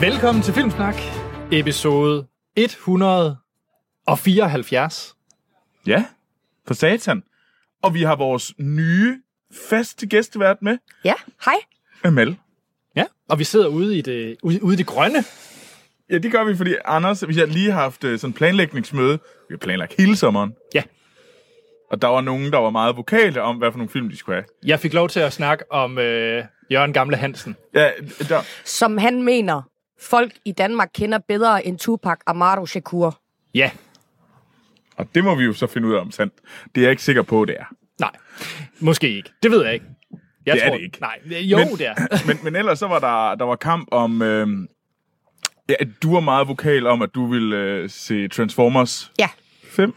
Velkommen til Filmsnak, episode 174. Ja, for satan. Og vi har vores nye faste gæstevært med, Ja, hej. Amal. Ja, og vi sidder ude i det, ude, ude i det grønne. Ja, det gør vi, fordi Anders, vi har lige haft øh, sådan planlægningsmøde. Vi har planlagt hele sommeren. Ja. Og der var nogen, der var meget vokale om, hvad for nogle film de skulle have. Jeg fik lov til at snakke om øh, Jørgen Gamle Hansen. Ja, der, Som han mener, folk i Danmark kender bedre end Tupac Amaru Shakur. Ja, og det må vi jo så finde ud af om sandt. Det er jeg ikke sikker på, det er. nej, måske ikke. Det ved jeg ikke. Jeg Det er det ikke. Nej, øh, jo, Men- men... det er. Men, men ellers så var der, der var kamp om... Øh, ja, at du var meget vokal om, at du ville øh, se Transformers Ja, 5.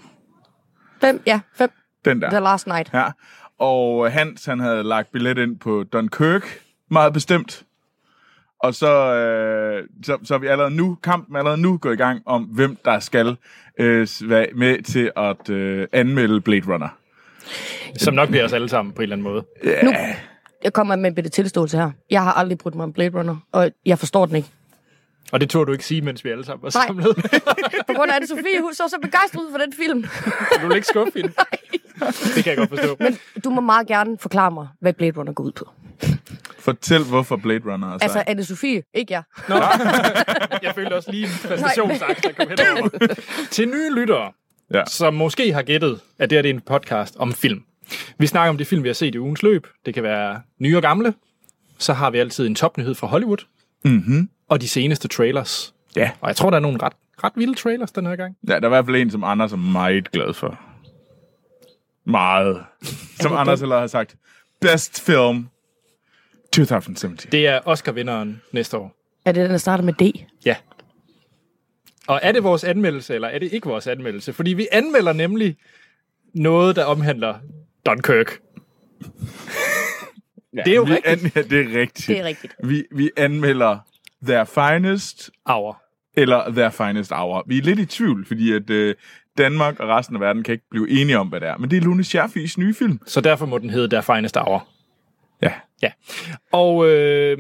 fem, ja, fem. Den der. The Last Night. Ja. Og Hans, han havde lagt billet ind på Dunkirk, meget bestemt. Og så, øh, så, så er vi allerede nu, kampen er allerede nu gået i gang om, hvem der skal øh, være med til at øh, anmelde Blade Runner. Som nok bliver os alle sammen på en eller anden måde. Jeg kommer med en bitte tilståelse her. Jeg har aldrig brudt mig om Blade Runner, og jeg forstår den ikke. Og det tog du ikke sige, mens vi alle sammen var Nej. samlet. På grund af, at Sofie hun så så begejstret ud for den film. du vil ikke skuffe hende. Det kan jeg godt forstå. Men... Du må meget gerne forklare mig, hvad Blade Runner går ud på. Fortæl, hvorfor Blade Runner er sej. Altså, anne Sofie, ikke jeg. Jeg følte også lige en præstationsangst, der kom henover. Til nye lyttere, ja. som måske har gættet, at det her det er en podcast om film. Vi snakker om de film, vi har set i ugens løb. Det kan være nye og gamle. Så har vi altid en topnyhed fra Hollywood. Mm-hmm. Og de seneste trailers. Ja. Og jeg tror, der er nogle ret, ret vilde trailers den her gang. ja, der er i hvert fald en, som Anders er meget glad for. Meget. Som Anders allerede har sagt. Best film 2017. Det er Oscar-vinderen næste år. Er det den, der starter med D? Ja. Og er det vores anmeldelse, eller er det ikke vores anmeldelse? Fordi vi anmelder nemlig noget, der omhandler Dunkirk. Ja, det er jo vi rigtigt. An- ja, det er rigtigt. Det er rigtigt. Vi, vi anmelder Their Finest Auer. eller Their Finest Hour. Vi er lidt i tvivl, fordi at øh, Danmark og resten af verden kan ikke blive enige om, hvad det er. Men det er Lone Scherfis nye film. Så derfor må den hedde Der Finest Hour. Ja. Ja. Og øh,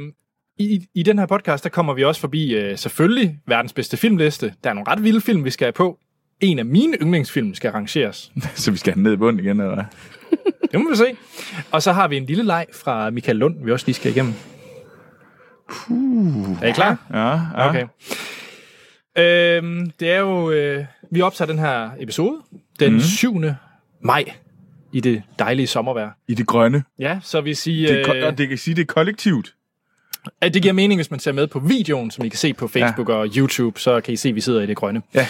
i, i den her podcast, der kommer vi også forbi øh, selvfølgelig verdens bedste filmliste. Der er nogle ret vilde film, vi skal have på. En af mine yndlingsfilm skal rangeres. Så vi skal have den ned i bunden igen, eller hvad? Det må vi se. Og så har vi en lille leg fra Michael Lund, vi også lige skal igennem. Uh, er I klar? Ja, ja. Okay. Øhm, det er jo... Øh, vi optager den her episode den Mhm. mm. 7. maj i det dejlige sommervejr. I det grønne. Ja, så øh, vil sige... Det, er ko- og det kan sige, det er kollektivt. at det giver mening, hvis man ser med på videoen, som I kan se på Facebook ja. og YouTube, så kan I se, at vi sidder i det grønne. Ja.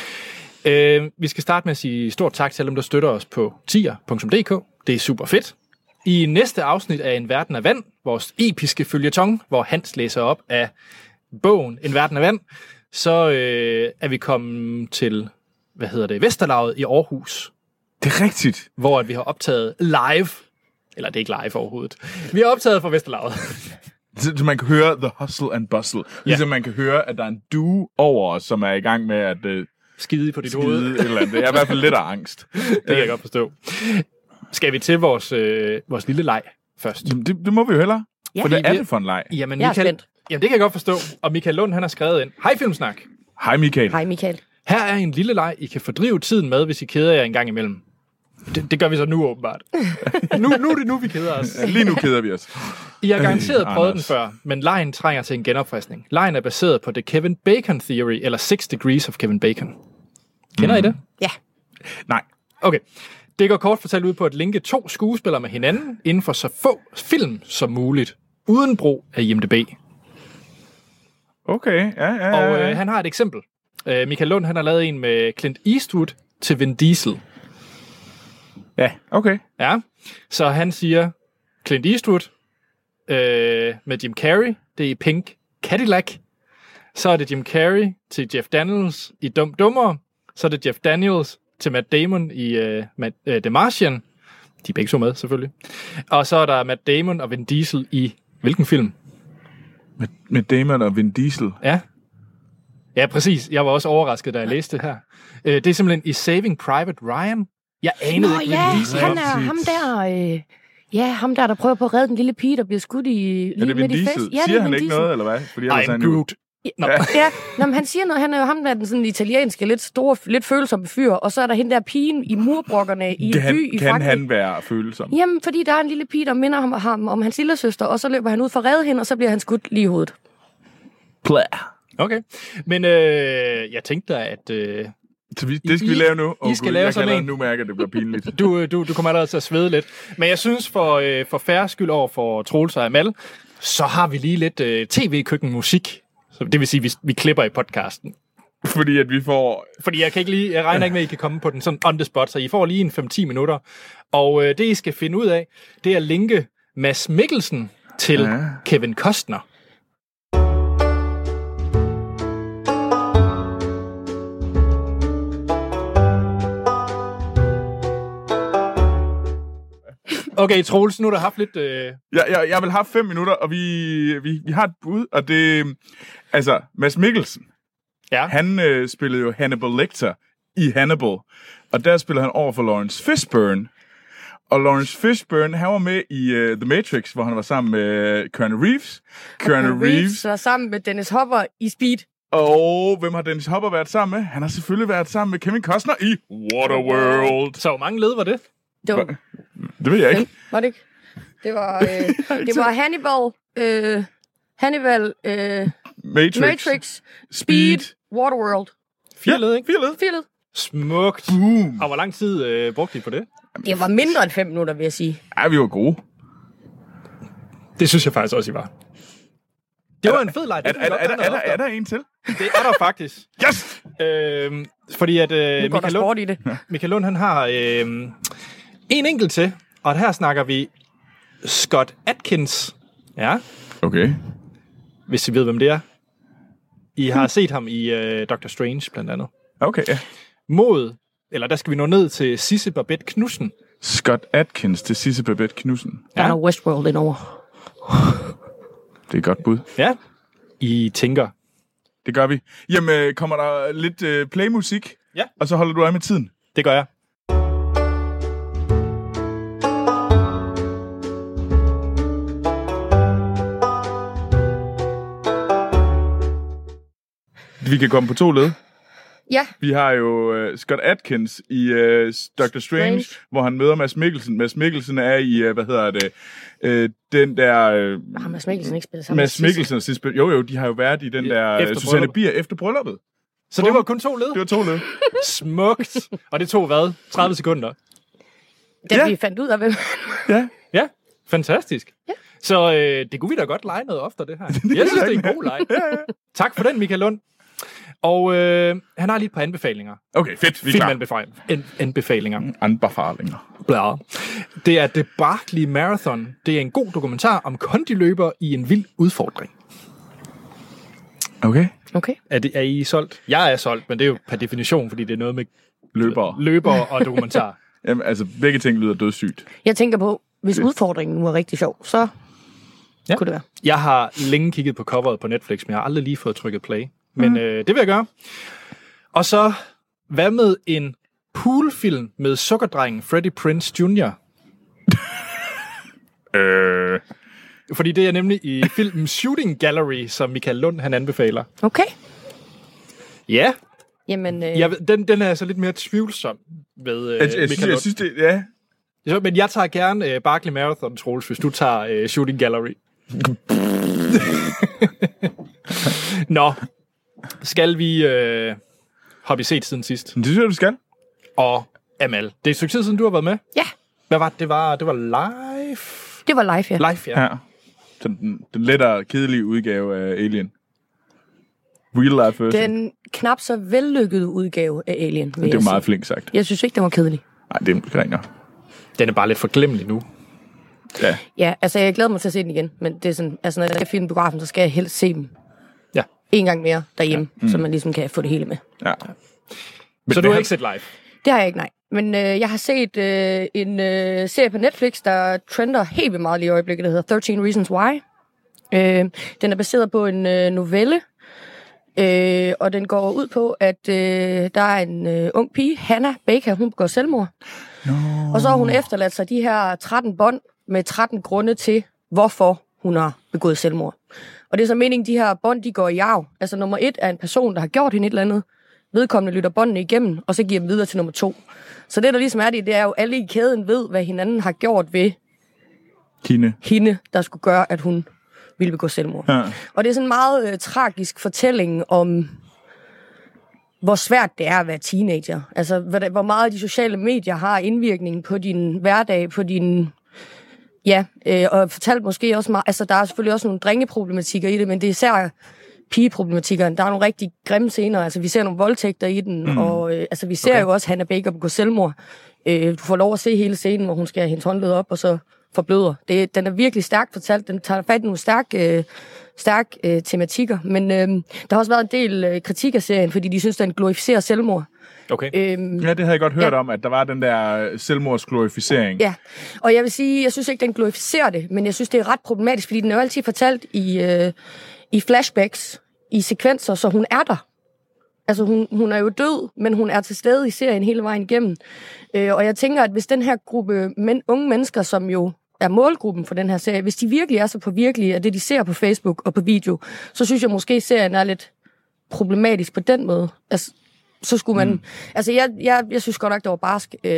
Øh, vi skal starte med at sige stort tak til alle dem, der støtter os på tier.dk. Det er super fedt. I næste afsnit af En Verden af Vand, vores episke følgetong, hvor Hans læser op af bogen En Verden af Vand, så øh, er vi kommet til, hvad hedder det, Vesterlaget i Aarhus, Det er rigtigt. hvor at vi har optaget live, eller det er ikke live overhovedet, vi har optaget fra Vesterlaget. Så, så man kan høre The Hustle and Bustle. Ligesom man kan høre, at der er en due over os, som er i gang med at øh, Skide på dit hoved. skide et eller andet. Det er i hvert fald lidt af angst. Det kan jeg godt forstå. Skal vi til vores, øh, vores lille leg først? Jamen, Det, det må vi jo hellere. Ja. for det er vi- det for en leg. Jamen, Jeg er spændt. jamen, det kan jeg godt forstå. Og Michael Lund, han har skrevet ind. Hej Filmsnak. Hej Michael. Hej, Michael. Her er en lille leg, I kan fordrive tiden med, hvis I keder jer en gang imellem. Det, det gør vi så nu åbenbart. nu, nu er det nu, vi keder os. Ja, Lige nu keder vi os. I har garanteret Øh, prøvet den Anders. før, men lejen trænger til en genopfriskning. Lejen er baseret på The Kevin Bacon Theory, eller Six Degrees of Kevin Bacon. Kender mm. I det? Ja, Nej, Okay. Det går kort fortalt ud på at linke to skuespillere med hinanden inden for så få film som muligt, uden brug af IMDb. Okay, ja, ja, Og ja. øh, han har et eksempel. Øh, Michael Lund han har lavet en med Clint Eastwood til Vin Diesel. ja. Okay. Ja. Så han siger, Clint Eastwood øh, med Jim Carrey, det er i Pink Cadillac. Så er det Jim Carrey til Jeff Daniels i Dum Dummer. Så er det Jeff Daniels til Matt Damon i øh, Matt, øh, The Martian. De er begge to med, selvfølgelig. Og så er der Matt Damon og Vin Diesel i hvilken film? Med, med Damon og Vin Diesel. Ja. Ja, præcis. Jeg var også overrasket, da jeg læste det her. Øh, det er simpelthen i Saving Private Ryan. Jeg anede Nå ikke, ja, hvad Diesel han var. er ham der... Øh, ja, ham der, der prøver på at redde den lille pige, der bliver skudt i... Er det Vin midt i Diesel? fest. Ja, det Siger er han Vin ikke Diesel. noget, eller hvad? Fordi ellers er I'm han jo- Groot. Nå. Ja, Nå, men han siger noget. Han er jo ham, der er den sådan italienske, lidt store, lidt følsomme fyr. Og så er der hende der pigen i murbrokkerne i en by Kan, i kan Frankrig. han være følsom? Jamen, fordi der er en lille pige, der minder ham, ham om hans lille søster, og så løber han ud for at redde hende, og så bliver han skudt lige i hovedet. Okay. Men øh, jeg tænkte da, at øh, Så vi, det skal vi I- lave nu. Åh, skal Gud, lave jeg sådan kan allerede en. nu mærke, at det bliver pinligt. du, øh, du, du kommer allerede til at svede lidt. Men jeg synes, for, øh, for færre skyld over for Troels og Amal, så har vi lige lidt øh, tv-køkkenmusik. Så det vil sige, vi, vi klipper i podcasten. Fordi at vi får... Fordi jeg, kan ikke lige, jeg regner ikke med, at I kan komme på den sådan on the spot, så I får lige en 5-10 minutter. Og øh, det, I skal finde ud af, det er at linke Mads Mikkelsen til ja. Ja. Kevin Costner. Okay, Troels, nu har du haft lidt... Øh, Jeg, jeg, jeg vil have fem minutter, og vi, vi, vi har et bud, og det... Altså, Mads Mikkelsen, ja, han øh, spillede jo Hannibal Lecter i Hannibal. Og der spillede han over for Lawrence Fishburne. Og Lawrence Fishburne, han var med i uh, The Matrix, hvor han var sammen med øh, Keanu Reeves. Keanu Reeves var sammen med Dennis Hopper i Speed. Og hvem har Dennis Hopper været sammen med? Han har selvfølgelig været sammen med Kevin Costner i Waterworld. så hvor mange led var det? Det var, Hva? Det ved jeg ikke. var det ikke? Det var, øh, det var Hannibal, øh, Hannibal, øh, Matrix. Matrix, Speed. Speed, Waterworld. Fire Ja, led, ikke? Fire led. Fjellet. Smukt. Boom. Og hvor lang tid øh, brugte I på det? Det var mindre end fem minutter, vil jeg sige. Ja, vi var gode. Det synes jeg faktisk også, I var. Det var en fed leg. Er, Det er, kan vi er, godt er, gøre er, noget der, oftere. er der en til? Det er der faktisk. Yes! Øhm, fordi at øh, Nu går der Michael, Lund, sport i det. Michael Lund, han har øh, en enkelt til, og her snakker vi Scott Atkins. Ja, Okay. hvis I ved, hvem det er. I har set ham i øh, Doctor Strange, blandt andet. Okay, ja. Mod, eller der skal vi nå ned til Sisse Babette Knudsen. Scott Atkins til Sisse Babette Knudsen. Der Ja. er noget Westworld indover. Det er et godt bud. Ja. I tænker, Det gør vi. Jamen, øh, kommer der lidt øh, playmusik? Ja. Og så holder du øje med tiden. det gør jeg. Vi kan komme på to led. Ja, Vi har jo uh, Scott Atkins i uh, Doctor Strange, Strange, Strange. hvor han møder Mads Mikkelsen. Mads Mikkelsen er i, uh, hvad hedder det, uh, den der... Uh, har Mads Mikkelsen ikke spillet sammen Mads Mikkelsen og Sisse- Jo, jo, de har jo været i den Ja, der efter efter Susanne brylluppet. Bier efter brylluppet. Så det var kun to Det led. var to led. Smukt. Og det tog hvad? 30 sekunder. Da Ja. vi fandt ud af, hvem ja. Ja, fantastisk. Ja. Så øh, det kunne vi da godt lege noget oftere, det her. Jeg synes, det er en god leg. Tak for den, Michael Lund. Og øh, han har lige et par anbefalinger. Okay, fedt. Vi er klar. Filmanbefalinger. An- anbefalinger. Anbefalinger. Bla. Det er The Barkley Marathon. Det er en god dokumentar om kondiløber i en vild udfordring. Okay. Okay. Er, det, er I solgt? Jeg er solgt, men det er jo per definition, fordi det er noget med Løbere. løbere og dokumentar. Jamen, altså, begge ting lyder dødssygt. Jeg tænker på, hvis udfordringen nu er rigtig sjov, så Ja. ja. kunne det være. Jeg har længe kigget på coveret på Netflix, men jeg har aldrig lige fået trykket play. Men Mhm. mm. øh, det vil jeg gøre. Og så, hvad med en poolfilm med sukkerdrengen Freddie Prince Jr.? Øh. Fordi det er nemlig i filmen Shooting Gallery, som Michael Lund han anbefaler. Okay. Ja, Jamen, øh, jeg, ved- den, den er altså lidt mere tvivlsom ved øh, Jeg, jeg, Michael synes, jeg Lund. synes, det... Ja. Så, men jeg tager gerne øh, Barkley Marathon, Troels, hvis du tager øh, Shooting Gallery. Nå, skal vi øh, hoppe i set siden sidst? Men Det synes jeg, du skal. Og Amal, det er et stykke tid siden, du har været med. ja, Hvad var det? Det var, det var live? det var live, ja. Live, ja. ja. Ja. Sådan den, den lettere, kedelige udgave af Alien. Real life version. Den knap så vellykkede udgave af Alien, vil det er jeg jo sige. meget flink sagt. Jeg synes ikke, den var kedelig. Nej, det er ringer. Den er bare lidt forglemmelig nu. Ja. Ja, altså jeg glæder mig til at se den igen, men det er sådan, altså når jeg skal finde biografen, så skal jeg helst se dem Ja. en gang mere derhjemme, ja. mm. så man ligesom kan få det hele med. ja. Men så Men du har han- ikke set live? Det har jeg ikke, nej. Men øh, jeg har set øh, en øh, serie på Netflix, der trender helt vildt meget lige i øjeblikket, der hedder 13 Reasons Why. Øh, den er baseret på en øh, novelle, øh, og den går ud på, at øh, der er en øh, ung pige, Hannah Baker, hun begår selvmord. No. Og så har hun efterladt sig de her 13 bånd med 13 grunde til, hvorfor hun har begået selvmord. Og det er så meningen, de her bånd, de går i arv. Altså nummer et er en person, der har gjort hende et eller andet. Vedkommende lytter båndene igennem, og så giver dem videre til nummer to. Så det, der ligesom er det, det er jo, at alle i kæden ved, hvad hinanden har gjort ved Kine. hende, der skulle gøre, at hun ville begå selvmord. Ja. Og det er sådan en meget øh, tragisk fortælling om, hvor svært det er at være teenager. Altså, hvor, hvor meget de sociale medier har indvirkning på din hverdag, på din... Ja, øh, og fortalt måske også meget... Altså, der er selvfølgelig også nogle drengeproblematikker i det, men det er især pigeproblematikkerne. Der er nogle rigtig grimme scener. Altså, vi ser nogle voldtægter i den, mm. og øh, altså, vi ser okay. jo også Hannah Baker begå selvmord. Øh, du får lov at se hele scenen, hvor hun skærer hendes håndled op, og så forbløder. Det, den er virkelig stærkt fortalt. Den tager fat i nogle stærke, øh, stærk, øh, tematikker. Men øh, der har også været en del øh, kritik af serien, fordi de synes, den glorificerer selvmord. Okay. Øhm, Ja, det havde jeg godt hørt Ja. ja. om, at der var den der øh, selvmordsglorificering. Ja, og jeg vil sige, jeg synes ikke, den glorificerer det, men jeg synes, det er ret problematisk, fordi den er jo altid fortalt i, øh, i flashbacks, i sekvenser, så hun er der. Altså, hun, hun er jo død, men hun er til stede i serien hele vejen igennem. Øh, og jeg tænker, at hvis den her gruppe men, unge mennesker, som jo er målgruppen for den her serie, hvis de virkelig er så påvirkelige af det, de ser på Facebook og på video, så synes jeg måske, at serien er lidt problematisk på den måde. Altså, så skulle man... Mm. Altså, jeg, jeg, jeg synes godt nok, det var barsk. Øh,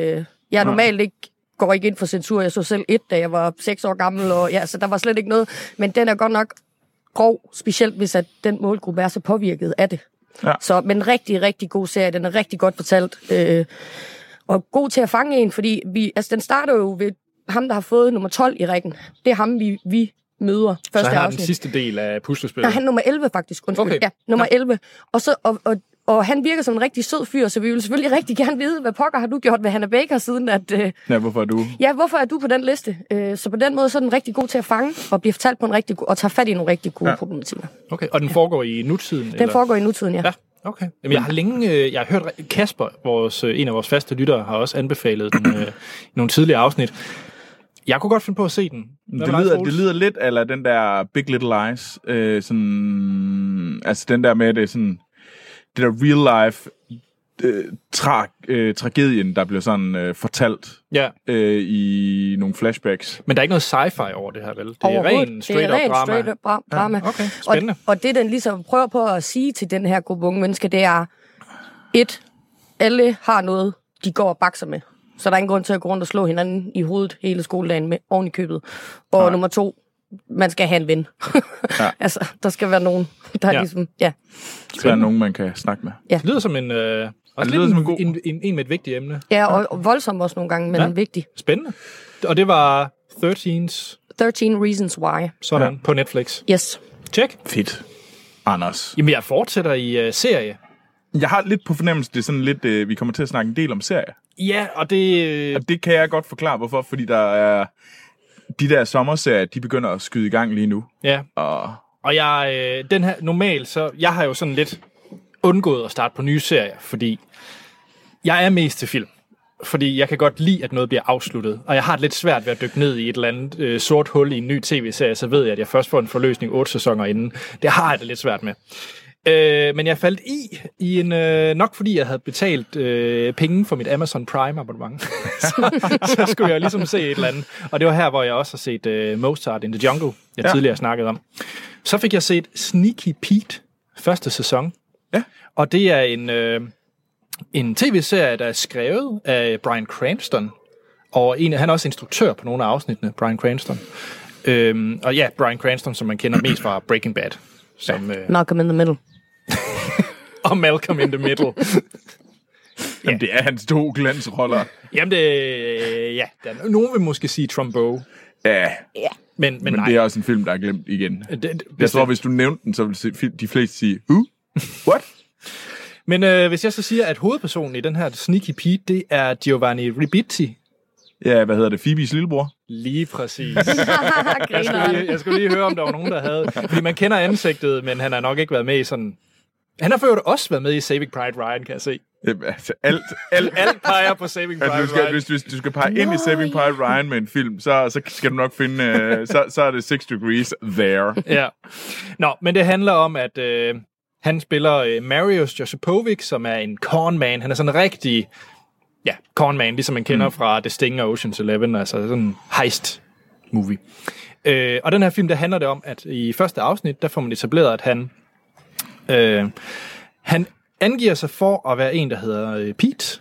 jeg er normalt ikke går ikke ind for censur. Jeg så selv et, da jeg var seks år gammel, og ja, så der var slet ikke noget. Men den er godt nok grov, specielt hvis at den målgruppe er så påvirket af det. Ja. Så, men rigtig, rigtig god serie. Den er rigtig godt fortalt. Øh, og god til at fange en, fordi vi, altså, den starter jo ved ham, der har fået nummer 12 i rækken. Det er ham, vi, vi møder første så han har den afsnit. sidste del af puslespillet. Nej, han er nummer 11 faktisk. Undskyld. Okay. Okay. Ja, nummer 11. Og, så, og, og, og han virker som en rigtig sød fyr, så vi vil selvfølgelig rigtig gerne vide, hvad pokker har du gjort ved Hannah Baker, siden at... Øh, Ja, hvorfor er du? ja, hvorfor er du på den liste? Øh, så på den måde så er den rigtig god til at fange og blive fortalt på en rigtig god... Og tage fat i nogle rigtig gode ja. Ja. problematikker. Den Okay, og den foregår i nutiden? Den eller? foregår i nutiden, ja. Ja, okay. Jamen, jeg har længe, øh, jeg har hørt re- Kasper, vores, øh, en af vores faste lyttere, har også anbefalet den øh, i nogle tidligere afsnit. Jeg kunne godt finde på at se den. Hvad Det med dig, lyder, Troels? det lyder lidt eller den der Big Little Lies. Øh, sådan, altså den der med, det er sådan, det der real life øh, tra, øh, tragedien, der bliver sådan øh, fortalt Ja, øh, i nogle flashbacks. men der er ikke noget sci-fi over det her, vel? Det er Overhovedet. ren straight-up ren drama. straight-up dra- drama. okay. Spændende. Og, og det, den ligesom prøver på at sige til den her gruppe unge mennesker, det er, et, alle har noget, de går og bakser med. Så der er ingen grund til at gå rundt og slå hinanden i hovedet hele skoledagen med oven i købet. Og Nej. nummer to, man skal have en ven. ja. Ja. altså, der skal være nogen, der Ja. ja. ligesom... Ja. Så er der nogen, man kan snakke med. Det lyder som en... Øh, også det lyder lyder en, som en, en god- en, en, en med et vigtigt emne. ja, og, og voldsom også nogle gange, men Ja. ja. vigtig. Spændende. Og det var 13's 13 Reasons Why. sådan ja. på Netflix. Yes. Tjek. Fedt. Anders. Jamen, jeg fortsætter i øh, serie. Jeg har lidt på fornemmelse, det er sådan lidt, øh, vi kommer til at snakke en del om serier. Ja, og det... Øh, Og det kan jeg godt forklare, hvorfor. Fordi der er, de der sommerserier, de begynder at skyde i gang lige nu. ja, Og Og jeg, øh, den her, normalt, så, jeg har jo sådan lidt undgået at starte på nye serier, fordi jeg er mest til film. Fordi jeg kan godt lide, at noget bliver afsluttet. Og jeg har det lidt svært ved at dykke ned i et eller andet øh, sort hul i en ny tv-serie, så ved jeg, at jeg først får en forløsning otte sæsoner inden. Det har jeg det lidt svært med. Øh, men jeg faldt i, i en, øh, nok fordi jeg havde betalt øh, penge for mit Amazon Prime abonnement. så, så skulle jeg ligesom se et eller andet. Og det var her, hvor jeg også har set øh, Mozart in the Jungle, jeg ja. Ja. tidligere snakkede om. Så fik jeg set Sneaky Pete, første sæson. Ja. Og det er en, øh, en tv-serie, der er skrevet af Brian Cranston. Og en, han er også instruktør på nogle af afsnittene, Brian Cranston. Øhm, og ja, Brian Cranston, som man kender mest fra Breaking Bad. Som, øh, Malcolm in the Middle. og Malcolm in the Middle. jamen, det er hans to glansroller. Jamen, det, ja, der, er- nogen vil måske sige Trumbo, Ja, men, men, men men nej. Øh, det er også en film, der er glemt igen. Det- det- Jeg tror, hvis du nævnte den, så ville se- de fleste sige, who? What? Men øh, hvis jeg så siger, at hovedpersonen i den her Sneaky Pete, det er Giovanni Ribitti. Ja, hvad hedder det? Phoebes lillebror? Lige præcis. Jeg skulle, Grineren. lige, jeg skulle lige høre, om der var nogen, der havde... Fordi man kender ansigtet, men han har nok ikke været med i sådan... Han har for øvrigt også været med i Saving Pride Ryan, kan jeg se. Jamen, altså, alt, alt, alt. Alt peger på Saving Pride Altså, du skal, Ryan. hvis, hvis du skal pege ind Nå, i Saving ja. Private Ryan med en film, så, så skal du nok finde, øh, så, så er det Six Degrees there. Ja. Nå, men det handler om, at øh, han spiller øh, Marius Josipovic, som er en cornman. Han er sådan en rigtig ja, cornman, ligesom man kender mm. fra The Sting og Ocean's Eleven, altså sådan heist movie. Øh, og den her film, der handler det om, at i første afsnit, der får man etableret, at han, øh, han angiver sig for at være en, der hedder øh, Pete,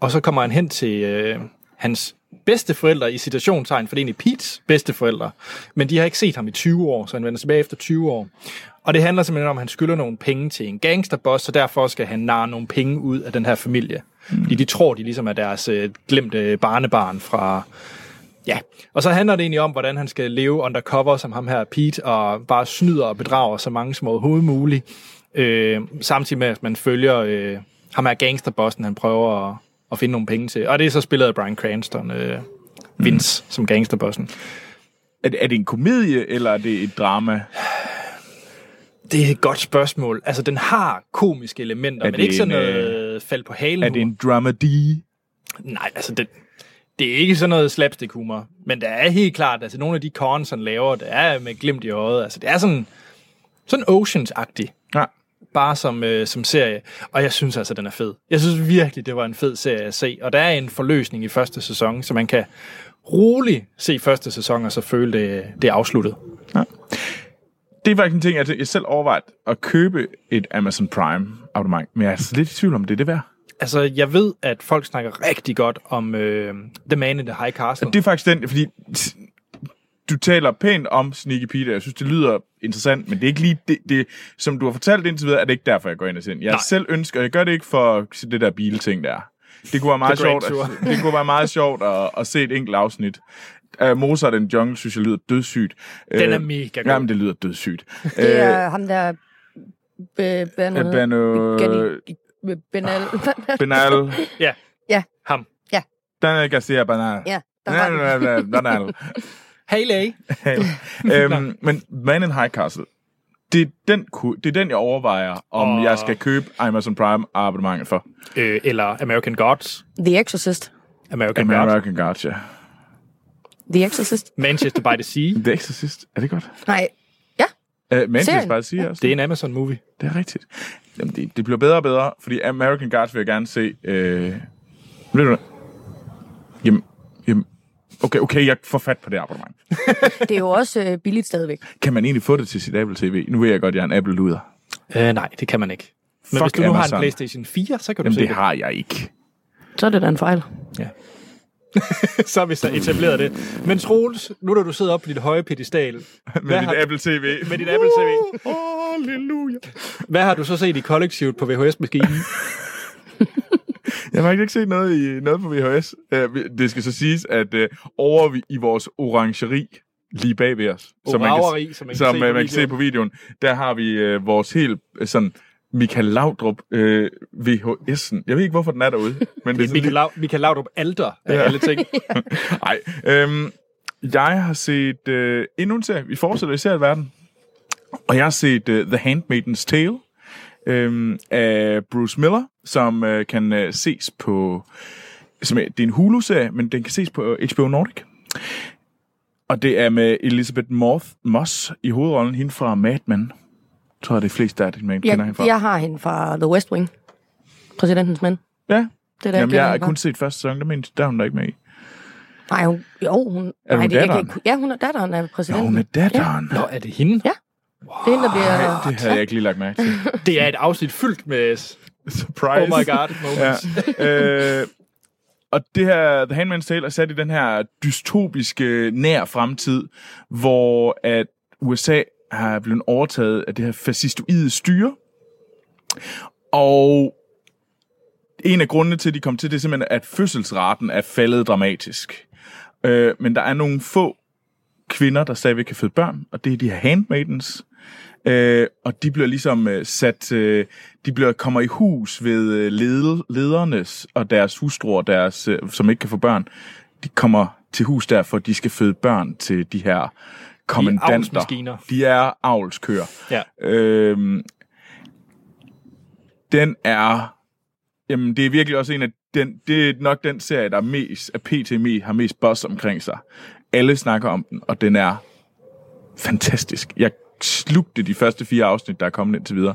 og så kommer han hen til øh, hans bedsteforældre i citationstegn, for det er egentlig Pete's bedsteforældre, men de har ikke set ham i 20 år, så han vender tilbage efter 20 år. Og det handler simpelthen om, at han skylder nogle penge til en gangsterboss, så derfor skal han narre nogle penge ud af den her familie. Mm. Fordi de tror, de ligesom er deres øh, glemte barnebarn fra, Ja, og så handler det egentlig om, hvordan han skal leve undercover som ham her Pete, og bare snyder og bedrager så mange som overhovedet muligt, øh, samtidig med, at man følger øh, ham her gangsterbossen, han prøver at, at finde nogle penge til. Og det er så spillet af Brian Cranston, øh, Vince, mm. som gangsterbossen. Er, det- er det en komedie, eller er det et drama? Det er et godt spørgsmål. Altså, den har komiske elementer, Er men det ikke sådan en, noget øh, fald på halen Er det en dramedy? Nej, altså det, det er ikke sådan noget slapstick humor, men der er helt klart, altså nogle af de corns, han laver, der er med glimt i øjet. Altså det er sådan, sådan Oceans-agtig, Ja. bare som, øh, som serie. Og jeg synes altså, den er fed. Jeg synes virkelig, det var en fed serie at se. Og der er en forløsning i første sæson, så man kan roligt se første sæson, og så føle det, det er afsluttet. Det er faktisk en ting, jeg, tæ- jeg selv overvejet at købe et Amazon Prime abonnement, men jeg er altså lidt i tvivl om, det er det værd. Altså, jeg ved, at folk snakker rigtig godt om øh, The Man in the High Castle. Det er faktisk den, fordi t- du taler pænt om Sneaky Pete, og jeg synes, det lyder interessant, men det er ikke lige det, det som du har fortalt indtil videre, er det ikke derfor, jeg går ind og ser den. Jeg Nej. Nej. selv ønsker, jeg gør det ikke for det der bilting der. Det kunne være meget The Grand sjovt, at, det kunne være meget sjovt at, at se et enkelt afsnit. Uh, Mozart and Jungle synes jeg lyder dødssygt. Den er Øh, mega god. Jamen, det lyder dødssygt. Det er ham der... Øh, ben, Øh, Bano, Benal. Benal, Ja. Ja. Ham. Daniel Garcia Banal. ja, der var den. Banal, Banal. Hey, Lay. øhm, men Man in High Castle, det er den, ku- det er den jeg overvejer, om Og- og... jeg skal købe Amazon Prime abonnementet for. Øh, eller American Gods. The Exorcist. American, American. Gods. American Gods, ja. The Exorcist? Manchester by the Sea. The Exorcist, er det godt? Nej. Ja, Uh, men Serien? det bare sige også. Det er en Amazon-movie. Det er rigtigt. Jamen, det, det bliver bedre og bedre, fordi American Gods vil jeg gerne se. Øh... Ved du hvad? Jamen, jamen, okay, okay, jeg får fat på det abonnement. det er jo også øh, billigt stadigvæk. Kan man egentlig få det til sit Apple TV? Nu ved jeg godt, jeg er en Apple-luder. Øh, nej, det kan man ikke. Men Fuck hvis du nu har en Amazon. PlayStation 4, så kan du Jamen, se det det. har jeg ikke. Så er det da en fejl. så har vi så etableret det. Men Troels, nu da du sidder oppe på dit høje pedestal Med dit har- Apple TV. med dit Apple TV, Halleluja. hvad har du så set i kollektivet på VHS-maskinen? Jeg har faktisk ikke set noget, i, noget på VHS. Øh, vi- Det skal så siges, at øh, over vi- i vores orangeri, lige bag ved os, Orangeri, som man kan som, se øh, på man kan se videoen. på videoen, der har vi øh, vores helt øh, sådan Michael Laudrup øh, VHS'en. Jeg ved ikke, hvorfor den er derude. Men det er Michael, sådan, Lau- Michael Laudrup Alder af Ja. alle ting. nej. Øhm, jeg har set øh, endnu en serie. Vi fortsætter i serieverden. Og jeg har set øh, The Handmaidens Tale øhm, af Bruce Miller, som øh, kan øh, ses på... Som er, det er en Hulu-serie, men den kan ses på øh, HBO Nordic. Og det er med Elizabeth Moth, Moss i hovedrollen, hende fra Mad Men. Jeg tror, det er flest, der er det, man kender hende Jeg, fra. jeg har hende fra The West Wing. Præsidentens mænd. ja. Det er der, Jamen, kender jeg har hende fra. kun set første sæson, der, men, der er hun der ikke med i. Nej, hun, jo, hun... Er nej, hun det, jeg kan datteren? ikke, ja, hun er datteren af præsidenten. Nå, med datteren. Nå, er det hende? Ja. Det er hende, der bliver... Ej, det havde jeg ikke lige lagt mærke til. Det er et afsnit fyldt med s- Surprise. oh my god moments. Ja. Øh, og det her, The Handmaid's Tale er sat i den her dystopiske nær fremtid, hvor at USA har blevet overtaget af det her fascistoide styre. Og en af grundene til, at de kom til, det er simpelthen, at fødselsraten er faldet dramatisk. Øh, men der er nogle få kvinder, der stadigvæk kan føde børn, og det er de her handmaidens. Øh, og de bliver ligesom øh, sat, øh, de bliver kommer i hus ved øh, led, ledernes og deres hustruer, deres, øh, som ikke kan få børn. De kommer til hus der, for de skal føde børn til de her kommandanter. avlsmaskiner. de er avlskøer. Ja. Øhm, den er... Jamen, det er virkelig også en af... Den, det er nok den serie, der er mest, at PTME har mest buzz omkring sig. Alle snakker om den, og den er fantastisk. Jeg slugte de første fire afsnit, der er kommet indtil videre.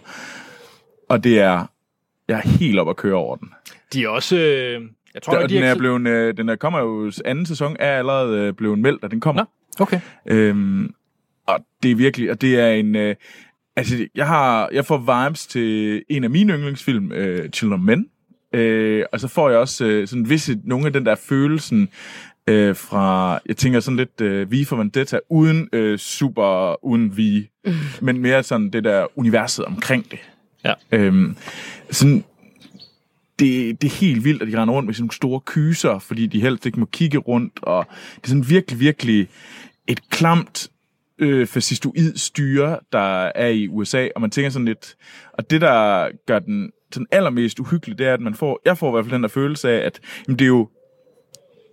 Og det er... Jeg er helt op at køre over den. De er også... Øh, jeg tror, Der, nok, de den, har er kli- blevet, øh, den er, kommer jo... Anden sæson er allerede øh, blevet meldt, og den kommer. Nå. Okay. Øhm, og det er virkelig, og det er en... Øh, altså, jeg, har, jeg får vibes til en af mine yndlingsfilm, øh, Children of Men. Øh, og så får jeg også øh, sådan visse, nogle af den der følelsen øh, fra, jeg tænker sådan lidt øh, V for Vendetta, uden øh, super, uden V, mm. men mere sådan det der universet omkring det. Ja. Øhm, sådan, det, det er helt vildt, at de render rundt med sådan nogle store kyser, fordi de helst ikke må kigge rundt, og det er sådan virkelig, virkelig et klamt øh, fascistoid styre, der er i USA, og man tænker sådan lidt, og det der gør den sådan allermest uhyggelig, det er, at man får, jeg får i hvert fald den der følelse af, at jamen, det er jo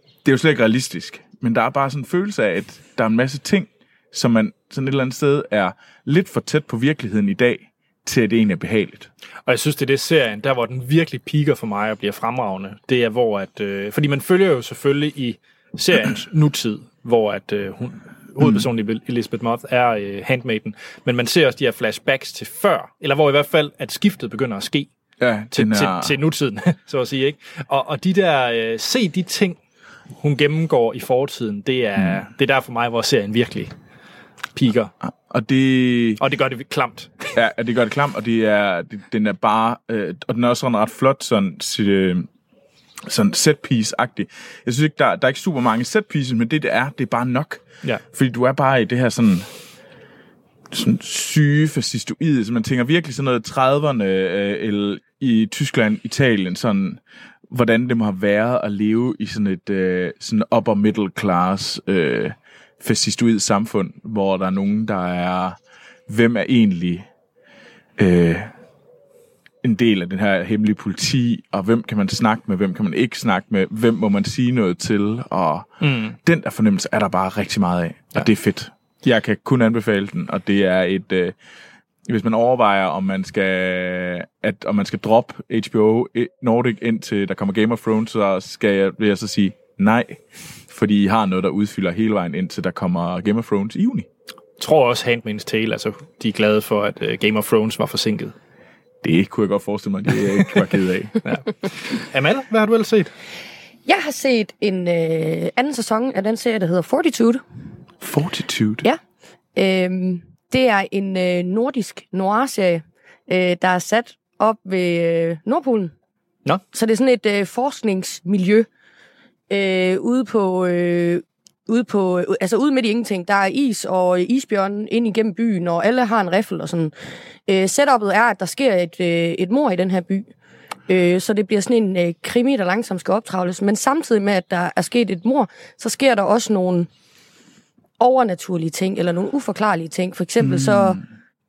det er jo slet ikke realistisk, men der er bare sådan en følelse af, at der er en masse ting, som man sådan et eller andet sted er lidt for tæt på virkeligheden i dag, til at det egentlig er behageligt. Og jeg synes, det er det serien, der hvor den virkelig piker for mig og bliver fremragende, det er hvor at... Øh, fordi man følger jo selvfølgelig i seriens nutid, hvor at øh, hun, hovedpersonen mm. Elizabeth Moth er øh, handmaiden, men man ser også de her flashbacks til før, eller hvor i hvert fald, at skiftet begynder at ske Ja, til, den til, er, til nutiden, så at sige. Ikke? Og, og de der, øh, se de ting, hun gennemgår i fortiden, det er, mm. det er der for mig, hvor serien virkelig piker. og det, Og det gør det klamt. Ja, at det gør det klam, og det er, det, den er bare, øh, og den er også sådan ret flot, sådan, øh, sådan set piece-agtig. Jeg synes ikke, der, der er ikke super mange set pieces, men det, det er, det er bare nok. Ja. Fordi du er bare i det her sådan, sådan syge fascistoide, så man tænker virkelig sådan noget 30'erne øh, eller i Tyskland, Italien, sådan hvordan det må have været at leve i sådan et øh, sådan upper middle class øh, fascistoid samfund, hvor der er nogen, der er, hvem er egentlig øh, en del af den her hemmelige politi, og hvem kan man snakke med, hvem kan man ikke snakke med, hvem må man sige noget til, og mm. den der fornemmelse er der bare rigtig meget af, og det er fedt. Jeg kan kun anbefale den, og det er et... Øh, hvis man overvejer, om man skal, at, om man skal droppe HBO eh, Nordic indtil der kommer Game of Thrones, så skal jeg, vil jeg så sige nej, fordi I har noget, der udfylder hele vejen indtil der kommer Game of Thrones i juni. tror også Handmaid's Tale, altså de er glade for, at øh, Game of Thrones var forsinket. Det kunne jeg godt forestille mig, det er jeg ikke var ked af. Amal, hvad har du ellers set? Jeg har set en øh, anden sæson af den serie, der hedder Fortitude. Fortitude. Ja. Øhm, det er en øh, nordisk noir-serie, øh, der er sat op ved øh, Nordpolen. Nå. Så det er sådan et øh, forskningsmiljø øh, ude på... Øh, ude på, øh, altså ude midt i ingenting. Der er is og isbjørnen ind igennem byen, og alle har en riffel og sådan. Øh, setupet er, at der sker et, øh, et mor i den her by. Øh, så det bliver sådan en øh, krimi, der langsomt skal optravles. Men samtidig med, at der er sket et mor, så sker der også nogle overnaturlige ting, eller nogle uforklarlige ting. For eksempel mm. så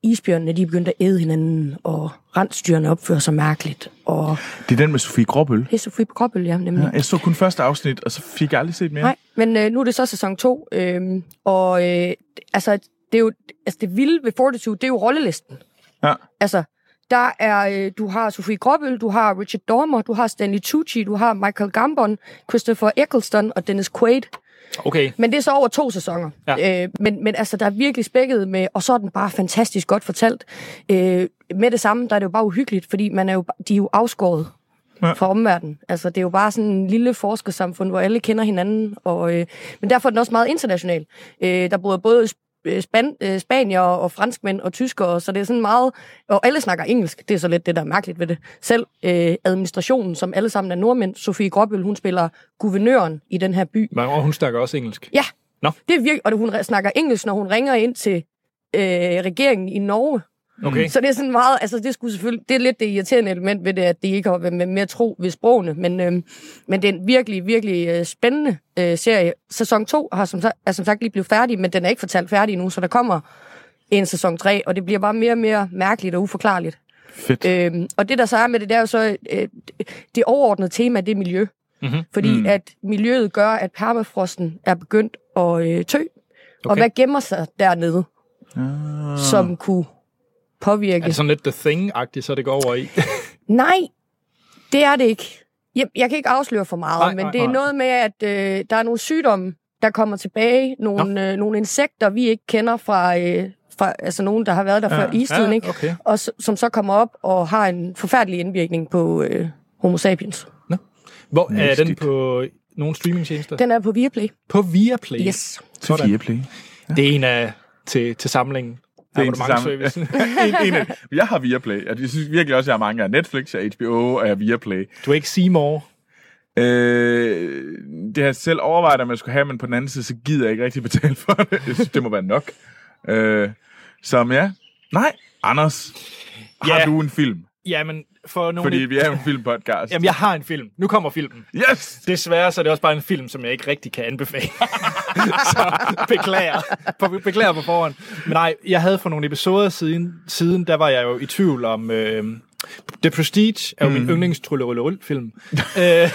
isbjørnene, de er begyndt at æde hinanden, og rensdyrene opfører sig mærkeligt, og Det er den med Sofie Gråbøl. hessefri på kroppel, ja, nemlig. Ja, Jeg så kun første afsnit, og så fik jeg aldrig set mere. Nej, men øh, nu er det så sæson 2, øh, og øh, altså, det er jo, altså det vilde ved Fortitude, det er jo rollelisten. Ja. Altså, der er, øh, du har Sofie Gråbøl, du har Richard Dormer, du har Stanley Tucci, du har Michael Gambon, Christopher Eccleston og Dennis Quaid. Okay. Men det er så over to sæsoner. Ja. Øh, men, men altså, der er virkelig spækket med, og så er den bare fantastisk godt fortalt. Øh, med det samme, der er det jo bare uhyggeligt, fordi man er jo, de er jo afskåret Ja. ja. fra omverdenen. Altså, det er jo bare sådan en lille forskersamfund, hvor alle kender hinanden. Og, øh, men derfor er den også meget international. Øh, der bor både sp- øh, span, øh, spanier og franskmænd og tyskere, så det er sådan meget... Og alle snakker engelsk, det er så lidt det, der er mærkeligt ved det. Selv øh, administrationen, som alle sammen er nordmænd. Sofie Gråbøl, hun spiller guvernøren i den her by. Men og hun snakker også engelsk. Ja. Nå. Det er virkelig, og det- hun re- snakker engelsk, når hun ringer ind til øh, regeringen i Norge. Okay. Så det er sådan meget, altså det skulle selvfølgelig, det er lidt det irriterende element ved det, at det ikke har været med mere tro ved sprogene, men, øhm, men det er en virkelig, virkelig øh, spændende øh, serie. Sæson 2 har som, sa- er som sagt lige blevet færdig, men den er ikke fortalt færdig endnu, så der kommer en sæson 3, og det bliver bare mere og mere mærkeligt og uforklarligt. Fedt. Øh, Øhm, og det, der så er med det, det er jo så, øh, det overordnede tema, det er miljø. Mhm. Mm-hmm. Fordi Mm. mm. at miljøet gør, at permafrosten er begyndt at øh, tø. Okay. Og Okay. hvad gemmer sig dernede, Ah. som kunne Er påvirke? det sådan lidt The Thing-agtigt, så det går over i? Nej, det er det ikke. Jeg, jeg kan ikke afsløre for meget, Nej, nej, men nej, det er nej. noget med, at øh, der er nogle sygdomme, der kommer tilbage. Nogle, øh, nogle insekter, vi ikke kender fra, øh, fra altså nogen, der har været der ja, før istiden, ikke? okay. og s- som så kommer op og har en forfærdelig indvirkning på øh, homo sapiens. Hvor er den Mystigt. på nogle streamingtjenester? Den er på Viaplay. På Viaplay. Yes. til Sådan. Viaplay. Det er en af til, til samlingen. Det en til abonnementservice. en, en af, jeg har Viaplay, og jeg synes virkelig også, at jeg har mange af Netflix, jeg har HBO, og jeg har Viaplay. Du er ikke Seymour. Øh, det har jeg selv overvejet, om jeg skulle have, men på den anden side, så gider jeg ikke rigtig betale for det. Jeg synes, det må være nok. Øh, som ja. Nej, Anders, har Ja. du en film? Jamen, for nogle... Fordi vi er jo en filmpodcast. Jamen, jeg har en film. Nu kommer filmen. Yes! Desværre så er det også bare en film, som jeg ikke rigtig kan anbefale. så beklager. På, beklager på forhånd. Men nej, jeg havde for nogle episoder siden, siden der var jeg jo i tvivl om... Øh, The Prestige er jo mm. min yndlingstrullerullerull-film. øh,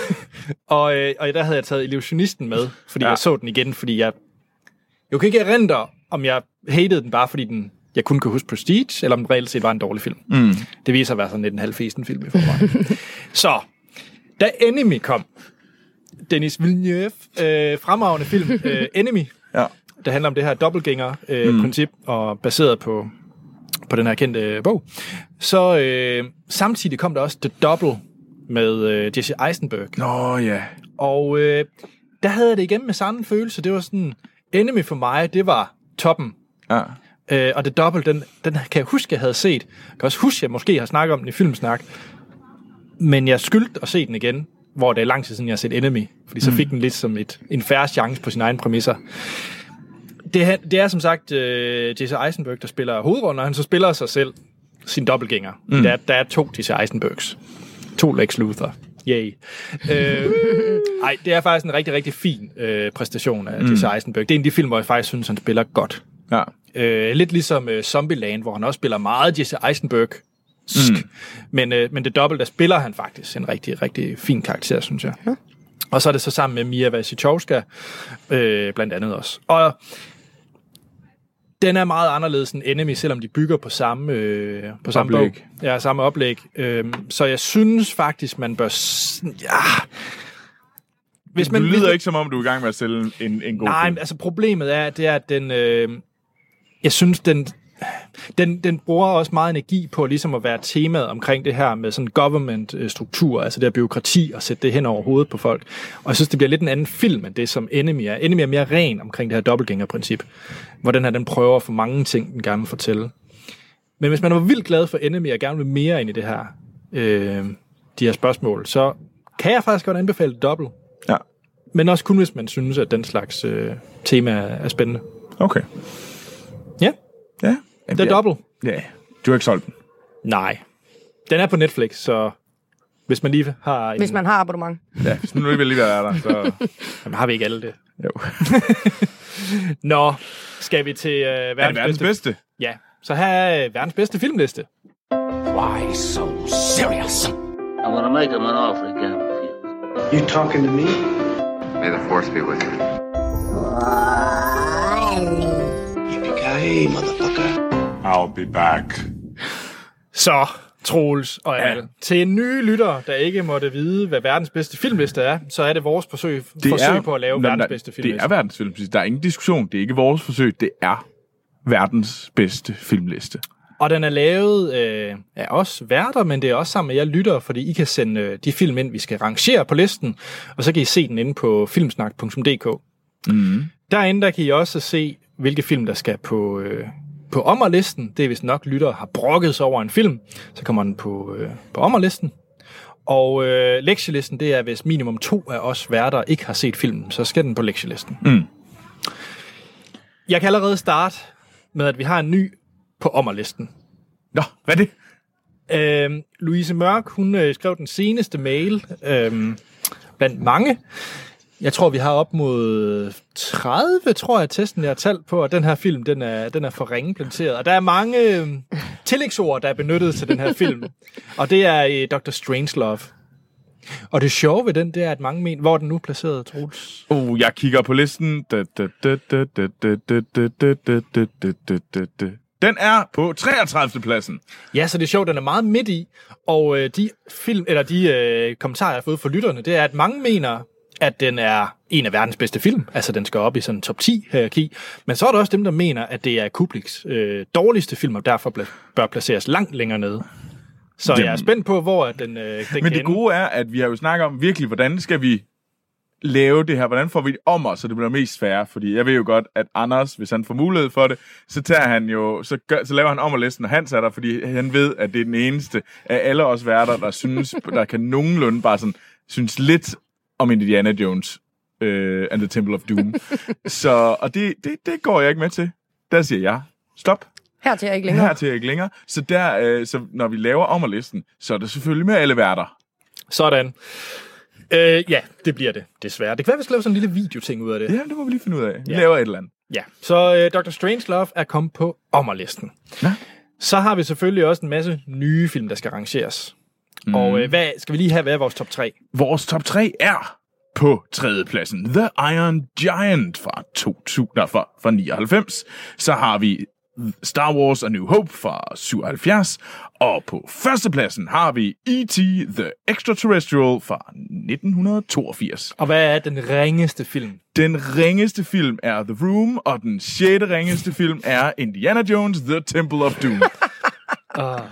og, øh, og der havde jeg taget Illusionisten med, fordi Ja. ja. jeg så den igen, fordi jeg... Jeg kan ikke erindre, om jeg hatede den bare, fordi den, jeg kun kunne huske Prestige, eller om den reelt set var en dårlig film. Mm. Det viser sig at være sådan lidt en halvfesen film i forvejen. så, da Enemy kom, Dennis Villeneuve, øh, fremragende film, øh, Enemy, Ja. der handler om det her dobbeltgænger-princip, øh, princip, og baseret på, på den her kendte øh, bog. Så øh, samtidig kom der også The Double med øh, Jesse Eisenberg. Nå ja. Og øh, der havde jeg det igen med samme følelse. Det var sådan, Enemy for mig, det var toppen. ja. Øh, og The Double, den, den kan jeg huske, jeg havde set. Jeg kan også huske, jeg måske har snakket om den i Filmsnak. Men jeg skyldte at se den igen, hvor det er lang tid siden, jeg har set Enemy. Fordi så fik den lidt som et, en færre chance på sine egne præmisser. Det, er- det er som sagt øh, Jesse Eisenberg, der spiller hovedrollen, og han så spiller sig selv, sin dobbeltgænger. Mm. Der, er- der er to Jesse Eisenbergs. To Lex Luthor. Yay. Øh, ej, det er faktisk en rigtig, rigtig fin øh, præstation af mm. Jesse Eisenberg. Det er en af de film, hvor jeg faktisk synes, han spiller godt. ja. Øh, lidt ligesom øh, Zombieland, hvor han også spiller meget Jesse Eisenberg. Mm. Men, øh, men det dobbelt, der spiller han faktisk en rigtig, rigtig fin karakter, synes jeg. Ja. Og så er det så sammen med Mia Wasikowska, øh, blandt andet også. Og den er meget anderledes end Enemy, selvom de bygger på samme, øh, på samme Oplæg. bog. Ja, samme oplæg. Øh, så jeg synes faktisk, man bør... s- Ja. Hvis Men, du lyder hvis- ikke, som om du er i gang med at sælge en, en god Nej, film. men altså problemet er, det er, at den... Øh, jeg synes, den, den, den bruger også meget energi på ligesom at være temaet omkring det her med sådan government-struktur, altså det her byråkrati, og sætte det hen over hovedet på folk. Og jeg synes, det bliver lidt en anden film end det, som Enemy er. Enemy er mere ren omkring det her dobbeltgængerprincip, hvor den her, den prøver for mange ting, den gerne vil fortælle. Men hvis man var vildt glad for Enemy og gerne vil mere ind i det her, øh, de her spørgsmål, så kan jeg faktisk godt anbefale Double. Ja. Men også kun, hvis man synes, at den slags øh, tema er spændende. Okay. Ja, Ja. det er dobbelt. Ja. Du har ikke solgt den. Nej. Den er på Netflix, så hvis man lige har... En, Hvis man har abonnement. Ja. Hvis nu alligevel lige er der, så... Jamen, har vi ikke alle det. Jo. Nå, skal vi til øh, verdens, Er det verdens bedste? Ja, så her er øh, verdens bedste filmliste. Why so serious? I'm gonna make him an offer he can't refuse. You talking to me? May the force be with you. Yippee-ki-yay, motherfucker. I'll be back. Så, Troels og Adel. Ja. Til nye lyttere, der ikke måtte vide, hvad verdens bedste filmliste er, så er det vores forsøg, forsøg på at lave Nå, men verdens der- bedste Det filmliste. er verdens film. præcis. Der er ingen diskussion. Det er ikke vores forsøg. Det er verdens bedste filmliste. Og den er lavet øh, af os værter, men det er også sammen med jer lyttere, fordi I kan sende øh, de film ind, vi skal rangere på listen, og så kan I se den inde på filmsnak.dk. Mm. Derinde der kan I også se, hvilke film, der skal på, øh, på ommerlisten. Det er hvis nok lyttere har brokket sig over en film, så kommer den på, øh, på ommerlisten. Og øh, lektielisten, det er, hvis minimum to af os værter ikke har set filmen, så skal den på lektielisten. Mm. Jeg kan allerede starte med, at vi har en ny på ommerlisten. Nå, hvad er det? Øhm, Louise Mørk, hun øh, skrev den seneste mail øhm, blandt mange. Jeg tror, vi har op mod 30, tror jeg, testen, jeg har talt på, og den her film, den er, den er for ringeplanteret. Og der er mange øh, tillægsord, der er benyttet til den her film. og det er øh, Dr. Strangelove. Og det sjove ved den, det er, at mange mener, hvor er den nu placeret, Troels? Oh, jeg kigger på listen. Da, da, da, da, da, da, da, da, da, da, da, da, da, da, da. Den er på 33. pladsen. Ja, så det er sjovt, den er meget midt i, og øh, de, film, eller de øh, kommentarer, jeg har fået fra lytterne, det er, at mange mener, at den er en af verdens bedste film. Altså, den skal op i sådan en top 10-hierarki. Men så er der også dem, der mener, at det er Kubliks øh, dårligste film, og derfor bla- bør placeres langt længere nede. Så jeg er Jamen. spændt på, hvor at den, øh, den Men kan det gode er, at vi har jo snakket om virkelig, hvordan skal vi lave det her? Hvordan får vi det om os, så det bliver mest fair? Fordi jeg ved jo godt, at Anders, hvis han får mulighed for det, så tager han jo, så, gør, så laver han om og listen, og han er der, fordi han ved, at det er den eneste af alle os værter, der synes, der kan nogenlunde bare sådan, synes lidt om Indiana Jones øh, and the Temple of Doom. så, og det, det, det går jeg ikke med til. Der siger jeg, stop. Her til jeg ikke længere. Her til ikke længere. Så, der, øh, så når vi laver om og listen, så er det selvfølgelig med alle værter. Sådan. Øh, ja, det bliver det, desværre. Det kan være, vi skal lave sådan en lille videoting ud af det. Ja, det må vi lige finde ud af. Vi laver et eller andet. Ja, så øh, Dr. Strangelove er kommet på ommerlisten. Nå. Så har vi selvfølgelig også en masse nye film, der skal rangeres. Mm. Og øh, hvad, skal vi lige have, hvad er vores top 3? Vores top 3 er på tredjepladsen The Iron Giant fra, 2000, nej, fra, fra 99. Så har vi Star Wars A New Hope fra 77. Og på førstepladsen har vi E.T. The Extraterrestrial fra 1982. Og hvad er den ringeste film? Den ringeste film er The Room, og den sjette ringeste film er Indiana Jones The Temple of Doom. uh,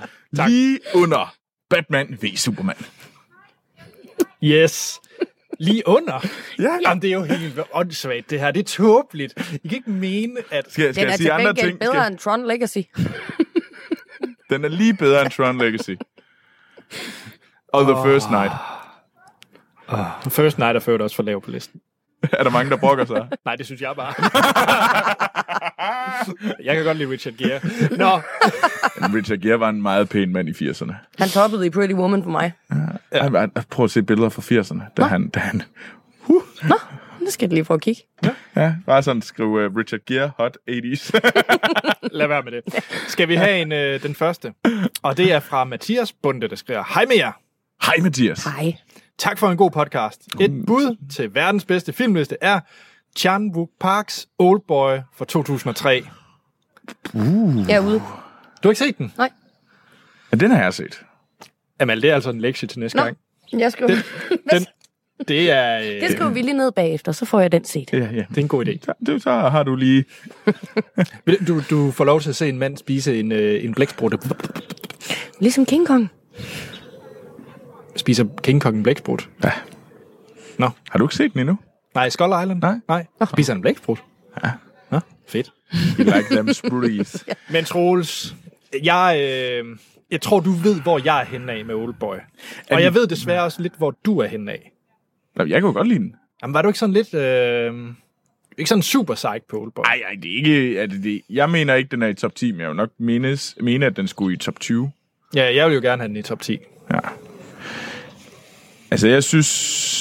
Lige under Batman v Superman. Yes. Lige under. Ja. Jamen, det er jo helt åndssvagt, det her. Det er tåbeligt. I kan ikke mene, at... Skal, skal Den jeg er sige til andre gengæld ting? bedre Skal, end Tron Legacy. den er lige bedre end Tron Legacy. Og The First Night. First Night er ført også for lav på listen. Er der mange, der brokker sig? Nej, det synes jeg bare. jeg kan godt lide Richard Gere. Nå, Men Richard Gere var en meget pæn mand i 80'erne. Han toppede i Pretty Woman for mig. Ja. Jeg, jeg, prøv at se billeder fra 80'erne, da han, da han huh, Nu skal jeg lige prøve at kigge. ja, bare sådan skrive uh, Richard Gere Hot 80's. lad være med det. Skal vi have en, øh, den første? Og det er fra Mathias Bunde, der skriver, Hej med jer. Hej Mathias. Nej. Tak for en god podcast. Et bud til verdens bedste filmliste er Chan Wook Parks Oldboy fra 2003. Jeg er ude. Du har ikke set den? Nej. Ja, den har jeg set. Jamen, det er altså en lektie til næste Nå. gang. Jeg skriver. Den, den, det, er, øh, Det skriver vi lige ned bagefter, så får jeg den set. Ja, ja. det er en god idé. Så, du, så har du lige... Vil- Du, du får lov til at se en mand spise en, øh, en blæksprutte. Ligesom King Kong. Spiser King Kong en blæksprutte? Ja. Nå. Har du ikke set den endnu? Nej, Skull Island? Nej. Nej. Spiser han en blæksprutte? Ja. Nå, fedt. You like them spruties. Men Troels, jeg, øh, jeg tror, du ved, hvor jeg er henne af med Oldboy. Og jeg ved desværre også lidt, hvor du er henne af. Nå, jeg kunne godt lide den. Jamen, var du ikke sådan lidt... Øh, ikke sådan super psych på Oldboy? Ej, ej, det er ikke... Er det, det, jeg mener ikke, den er i top 10, men jeg vil nok menes, mene, at den skulle i top 20. Ja, jeg vil jo gerne have den i top 10. Ja. Altså, jeg synes...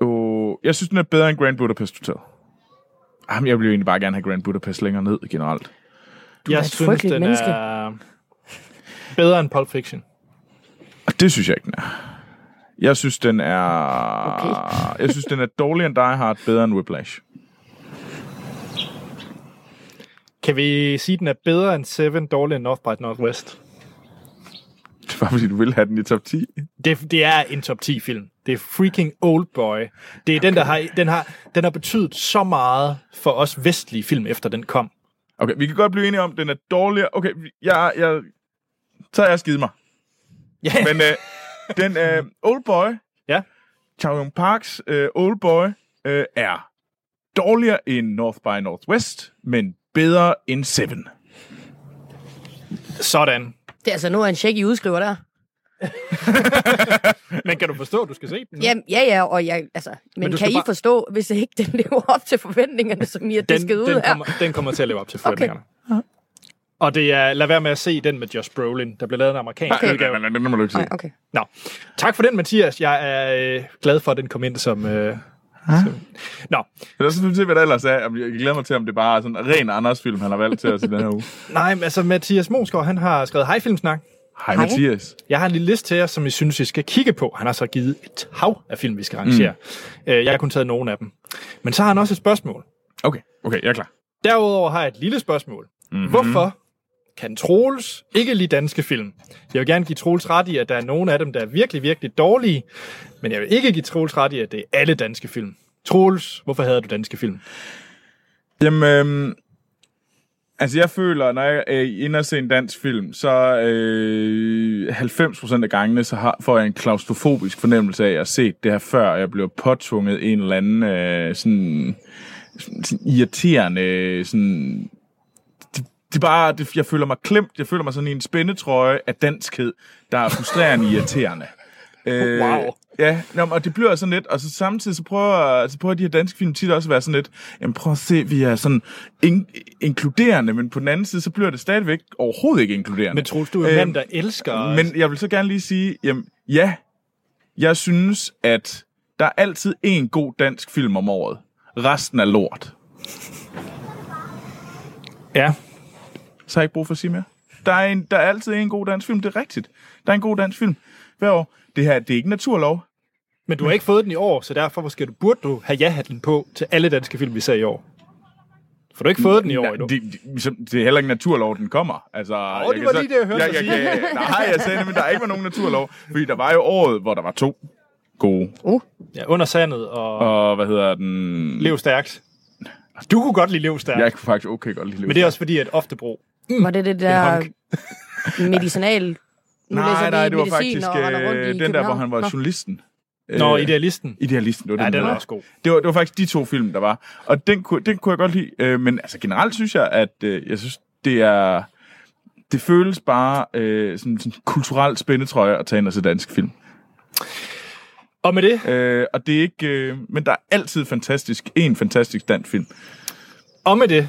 Du... Jeg synes, den er bedre end Grand Budapest Hotel. Jamen, jeg vil jo egentlig bare gerne have Grand Budapest længere ned generelt. jeg et frygteligt den menneske. er bedre end Pulp Fiction. Og det synes jeg ikke, den er. Jeg synes, den er... Okay. jeg synes, den er dårligere end Die Hard, bedre end Whiplash. Kan vi sige, at den er bedre end Seven, dårligere end North by Northwest? Det var, fordi du ville have den i top 10. Det, det er en top 10 film. Det er freaking Oldboy. Det er den, der har, den har, den har betydet så meget for os vestlige film, efter den kom. Okay, vi kan godt blive enige om, at den er dårligere. Okay, vi- jeg... jeg så har jeg skidt mig. Ja, Men øh, den øh, Old Boy, Ja. Chow Yun Parks øh, Old Boy, øh, er dårligere end North by Northwest, men bedre end Seven. sådan. Det er altså nu er en check, I udskriver der. Men kan du forstå, at du skal se den? Jamen, ja, ja, og jeg, altså, men, Men men du kan skal I bare- forstå, hvis ikke den lever op til forventningerne, som I har den, disket ud den, her? kommer, den kommer til at leve op til forventningerne. Okay. Og det er, lad være med at se den med Josh Brolin, der blev lavet en amerikansk Nej, udgave. nej, nej, den må du ikke se. Nej, okay. Nå. Tak for den, Mathias. Jeg er øh, glad for, at den kom ind som... Øh, som... Nå, Lad os nu se, hvad der ellers er. Om Jeg jeg glæder mig til, om det bare er sådan en ren Anders-film, han har valgt til os i den her uge. nej, men altså Mathias Mosgaard, han har skrevet Hej Filmsnak. Hej, Mathias. Jeg har en lille liste til jer, som I synes, I skal kigge på. Han har så givet et hav af film, vi skal arrangere. Mm. Jeg har kun taget nogle af dem. Men så har han også et spørgsmål. Okay, okay, jeg er klar. Derudover har jeg et lille spørgsmål. Mhm. Mm-hmm. Hvorfor kan Troels ikke lide danske film? Jeg vil gerne give Troels ret i, at der er nogle af dem, der er virkelig, virkelig dårlige, men jeg vil ikke give Troels ret i, at det er alle danske film. Troels, hvorfor hader du danske film? Jamen, øhm, Altså, jeg føler, når jeg er inde og se en dansk film, så øh, 90% af gangene, så har, får jeg en klaustrofobisk fornemmelse af at have set det her før, og jeg bliver påtvunget en eller anden øh, sådan, sådan irriterende... øh, Sådan, det, det er bare, det, jeg føler mig klemt, jeg føler mig sådan i en spændetrøje af danskhed, der er frustrerende irriterende. Øh, Wow. Ja, nå, men- og det bliver sådan lidt, og så samtidig så prøver, så prøver de her danske film tit også at være sådan lidt, jamen prøv at se, vi er sådan in- inkluderende, men på den anden side, så bliver det stadigvæk overhovedet ikke inkluderende. Men Troels, du er en Øh, mand, der elsker... men jeg vil så gerne lige sige, jamen, ja, jeg synes, at der er altid en god dansk film om året. Resten er lort. Ja, Så har jeg ikke brug for at sige mere. Der er, en, der er altid en god dansk film, det er rigtigt. Der er en god dansk film hver år. Det her, det er ikke naturlov. men du har ikke fået den i år, så derfor måske du, burde du have ja-hatten på til alle danske film, vi ser i år. For du har ikke fået den i år Nej, endnu. det, det, så- det er heller ikke naturlov, den kommer. Altså, oh, det var lige det, jeg hørte jeg, dig jeg, jeg, Nej, jeg sagde nemlig, der ikke var nogen naturlov. Fordi der var jo året, hvor der var to gode. Uh, Ja, under sandet og, og Og hvad hedder den? lev stærkt. Du kunne godt lide lev stærkt, Jeg kunne faktisk okay godt lide Lev. men det er også fordi, at Oftebro... Mm. Var det det der honk. medicinal... Nu læser Nej, vi nej, det var medicin faktisk og render rundt i øh, den der, hvor København. han var Nå. journalisten. Nå, Øh, idealisten. Idealisten, det var Ja, den den er hedder. også god. Det var, det var faktisk de to film, der var. Og den kunne, den kunne jeg godt lide. Øh, men altså generelt synes jeg, at øh, jeg synes, det er... Det føles bare øh, som sådan en kulturel spændetrøje at tage ind og se dansk film. Og med det, Øh, og det er ikke... Øh, men der er altid fantastisk, en fantastisk dansk film. og med det,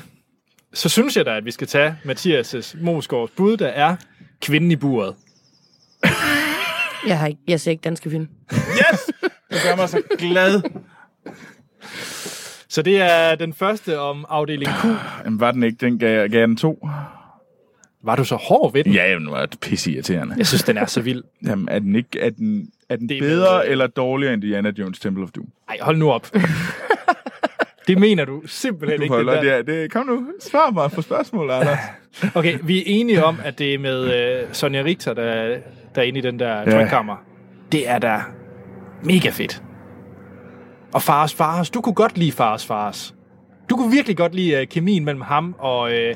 så synes jeg da, at vi skal tage Mathias' Mosgaards bud, der er Kvinden i buret. Jeg, har ikke, jeg ser ikke danske film. Yes! Det gør mig så glad. Så det er den første om afdeling Q. Jamen, var den ikke? Den gav, jeg- gav jeg den to. Var du så hård ved den? Ja, den var pisse irriterende. Jeg synes, den er så vild. Jamen, er den, ikke, er den, er den Det er bedre, bedre. eller dårligere end Diana Jones Temple of Doom? Ej, hold nu op. Det mener du simpelthen Du ikke. den holder der. det, her- det, kom nu, svar mig på spørgsmålet, Anders. Okay, vi er enige om, at det er med øh, Sonja Richter, der, der er inde i den der ja. trykkammer. Det er da mega fedt. Og Fares Fares, du kunne godt lide Fares Fares. Du kunne virkelig godt lide øh, kemien mellem ham og, øh, og hvad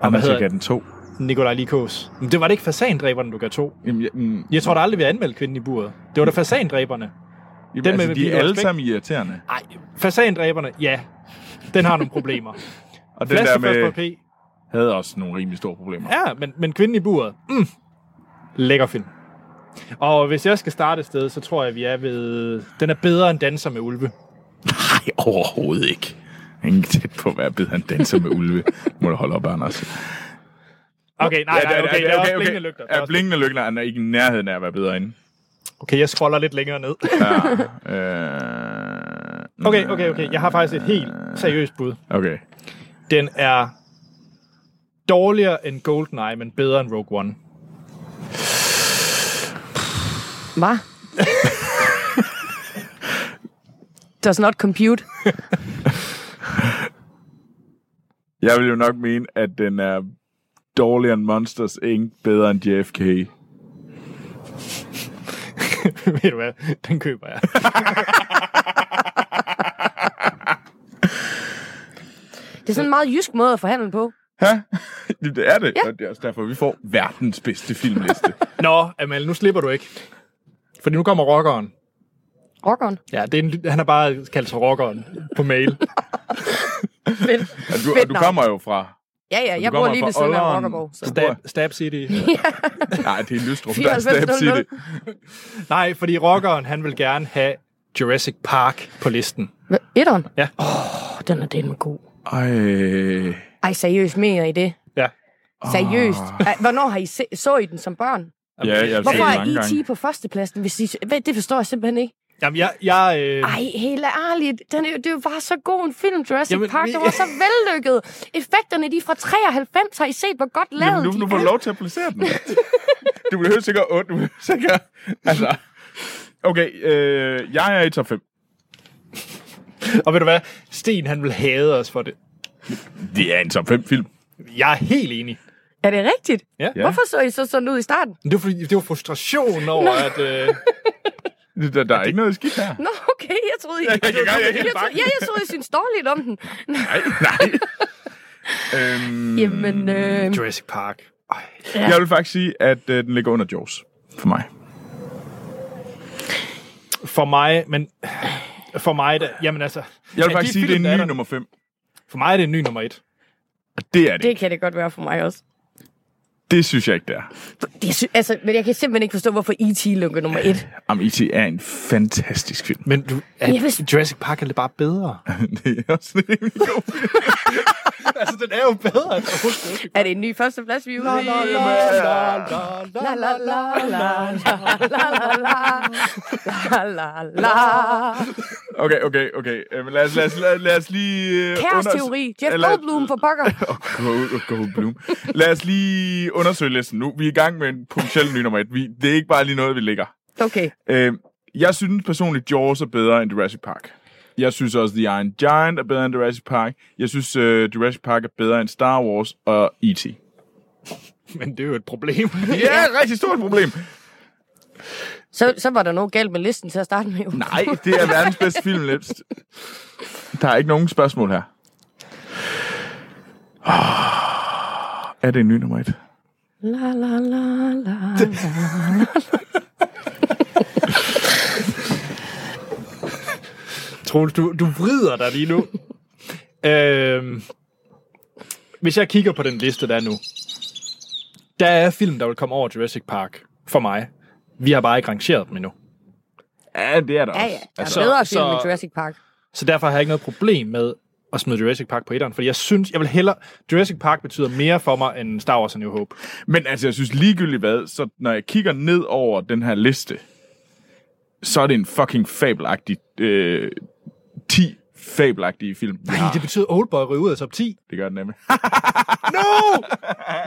Anders, jeg altså, gav hedder den to. Nikolaj Likos. Men det var det ikke fasandræberne, du gav to. Jamen, jeg, mm, Jeg tror da aldrig, vi har anmeldt kvinden i buret. Det var da fasandræberne. jamen, med altså, Viggo de er alle Rasbæk. sammen irriterende. Nej, fasandræberne, ja. Den har nogle problemer. Og den der Flaske med, P. havde også nogle rimelig store problemer. Ja, men, men Kvinden i buret. Mm. Lækker film. Og hvis jeg skal starte et sted, så tror jeg, vi er ved... Den er bedre end Danser med ulve. Nej, overhovedet ikke. Ingen tæt på at være bedre end danser med ulve. Må du holde op, Anders. Okay, nej, nej, okay, der er også blinkende lygter. Der er Ja, også- blinkende lygter. Han er ikke i nærheden af at være bedre end. Ah, Okay, jeg scroller lidt længere ned. Øh, Okay, okay, okay. Jeg har faktisk et helt seriøst bud. Okay. Den er dårligere end GoldenEye, men bedre end Rogue One. Hvad? Does not compute. Jeg vil jo nok mene, at den er dårligere end Monsters Inc., bedre end JFK. Ved du hvad? Den køber jeg. Det er sådan en meget jysk måde at forhandle på. Jamen, Det er det, ja. og det er også derfor, vi får verdens bedste filmliste. Nå, Amal, nu slipper du ikke. Fordi nu kommer rockeren. Rockeren. Ja, det er en, han har bare kaldt sig rockeren på mail. Fedt. Og du, Fedt og du navn. kommer jo fra... Ja, ja, jeg bor kommer lige fra ved siden af Olderen. Rockerborg. Så. Stab, Stab City. Nej, det er Lystrup, der er Stab 94.00. City. Nej, fordi rockeren, han vil gerne have Jurassic Park på listen. Hvad? Etteren? Ja. Åh, oh, den er den med god. Ej. Ej, seriøst, mener I det? Ja. Seriøst. Ej, Hvornår har I se, så I den som børn? Ja, jeg har set Hvorfor det er E mange gange. E.T. på førstepladsen? Hvis I, hvad, det forstår jeg simpelthen ikke. Jamen, jeg... jeg øh, Ej, helt ærligt. Den, er jo- det er jo bare så god en film, Jamen, Jurassic Jamen, Park. vi- Den var så vellykket. Effekterne, de er fra 93. Har I set, hvor godt lavet Jamen, nu, de nu får er? du lov til at placere den. Du behøver sikkert 8, du behøver sikkert... Altså... Okay, øh, jeg er i top 5. og ved du hvad? Sten, han vil hade os for det. Det er en top 5 film. Jeg er helt enig. Er det rigtigt? Ja. Ja. Hvorfor så I så sådan ud i starten? Men det var, fordi, det var frustration over, at... Øh, Det- Der, der er ikke noget skidt her. Nå, okay, jeg troede, I... Jeg kan ikke- jeg kan ikke jeg troede, banke. Mm. ja, jeg troede, I syntes dårligt om den. Nej, nej. Øhm, Jamen, øh, Jurassic Park. Ej. Jeg vil faktisk sige, at øh, den ligger under Jaws for mig. For mig, men... For mig, da, jamen altså... Jeg vil af de faktisk sige, at det film, er der en ny der- nummer 5. For mig er det en ny nummer et. Det er det. det det. kan det godt være for mig også. Det synes jeg ikke, det er. Det sy- altså, men jeg kan simpelthen ikke forstå, hvorfor E.T. lukker nummer et. Jamen, E.T. er en fantastisk film. Men du, er, Jeg vil- Jurassic Park er det bare bedre. det er også en rimelig god film. altså, den er jo bedre end Er det en ny førsteplads, vi er ude i? La, la, la, la, la, la, la, la, la, la. Okay, okay, okay. Øhm, Lad os, lad os, lad, lad os lige... øh, Kaosteori. unders- Jeff eller- Goldblum for pokker. Åh, Go, go Bloom. Lad os lige undersøge listen nu. Vi er i gang med en potentiel ny nummer et. Vi, det er ikke bare lige noget, vi ligger. Okay. Øh, jeg synes personligt, Jaws er bedre end Jurassic Park. Jeg synes også, The Iron Giant er bedre end Jurassic Park. Jeg synes, øh, Jurassic Park er bedre end Star Wars og E E.T. Men det er jo et problem. Ja, et rigtig stort problem. Så, så var der noget galt med listen til at starte med. jo. Nej, det er verdens bedste film, Lips. Der er ikke nogen spørgsmål her. Oh, er det en ny nummer et? La, la, la, la. Troels, du, du vrider dig lige nu. øhm, hvis jeg kigger på den liste, der er nu, der er film, der vil komme over Jurassic Park for mig. Vi har bare ikke rangeret dem endnu. Ja, det er der Ja, ja. Der er Altså, bedre så- film end Jurassic Park. Så derfor har jeg ikke noget problem med at smide Jurassic Park på etteren, fordi jeg synes, jeg vil hellere... Jurassic Park betyder mere for mig end Star Wars og New Hope. Men altså, jeg synes ligegyldigt hvad, så når jeg kigger ned over den her liste, så er det en fucking fabelagtig øh, 10 fabelagtige film. vi Nej, har. det betyder Oldboy ryger ud af top 10. det gør den nemlig. no!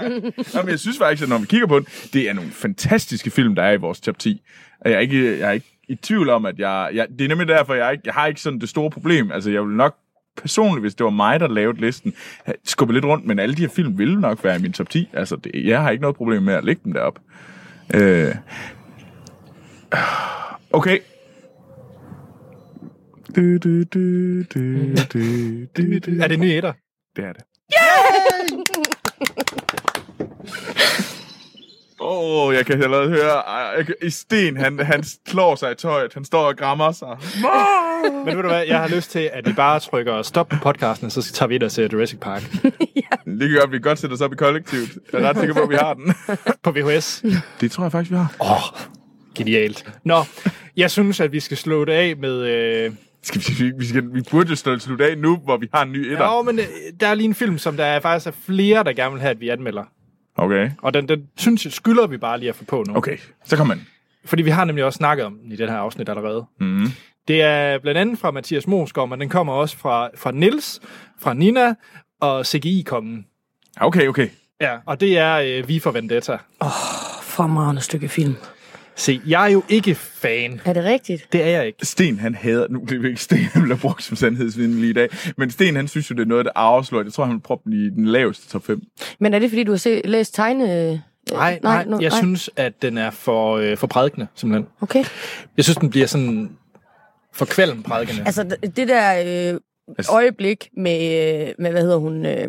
Nå, men jeg synes faktisk, at når vi kigger på den, det er nogle fantastiske film, der er i vores top 10. Og Jeg er ikke, jeg er ikke i tvivl om, at jeg, jeg... Det er nemlig derfor, jeg, er ikke, jeg har ikke sådan det store problem. Altså, jeg vil nok personligt, hvis det var mig, der lavede listen, have skubbet lidt rundt, men alle de her film ville nok være i min top 10. Altså, det, jeg har ikke noget problem med at lægge dem derop. Øh. Okay. Du, du, du, du, du, du, du. Er det en ny etter? Det er det. Åh, oh, jeg kan allerede høre, ej, jeg kan, i sten, han, han klår sig i tøjet, han står og grammer sig. Men ved du hvad, jeg har lyst til, at vi bare trykker stop på podcasten, og så tager vi ind og ser Jurassic Park Det kan godt blive godt sætte os op i kollektivet. Jeg er ret sikker på, at vi har den. på VHS. Det tror jeg faktisk, vi har. Oh. Genialt. Nå, jeg synes, at vi skal slå det af med... Øh... Skal vi, vi, vi, skal, vi burde jo stå slutte af nu, hvor vi har en ny etter. Ja, men øh, der er lige en film, som der er faktisk er flere, der gerne vil have, at vi anmelder. Okay. Og den, den synes jeg, skylder vi bare lige at få på nu. Okay, så kom man. Fordi vi har nemlig også snakket om den i den her afsnit allerede. Mm. Det er blandt andet fra Mathias Mosgaard, men den kommer også fra, fra Nils, fra Nina og CGI-kongen. Okay, okay. Ja, og det er øh, Vi for Vendetta. Fremragende stykke film. Se, jeg er jo ikke fan. Er det rigtigt? Det er jeg ikke. Sten, han hader, nu det er ikke Sten, han bliver brugt som sandhedsviden lige i dag, men Sten, han synes jo, det er noget, der afslører. Jeg tror, han vil proppe den i den laveste top 5. Men er det, fordi du har set, læst tegne... øh, Nej, nej, nu- nej jeg synes, at den er for, øh, for prædikende, simpelthen. Okay. Jeg synes, den bliver sådan for kvalm prædikende. Altså, d- det der øh, Altså- øjeblik med, øh, med, hvad hedder hun, øh,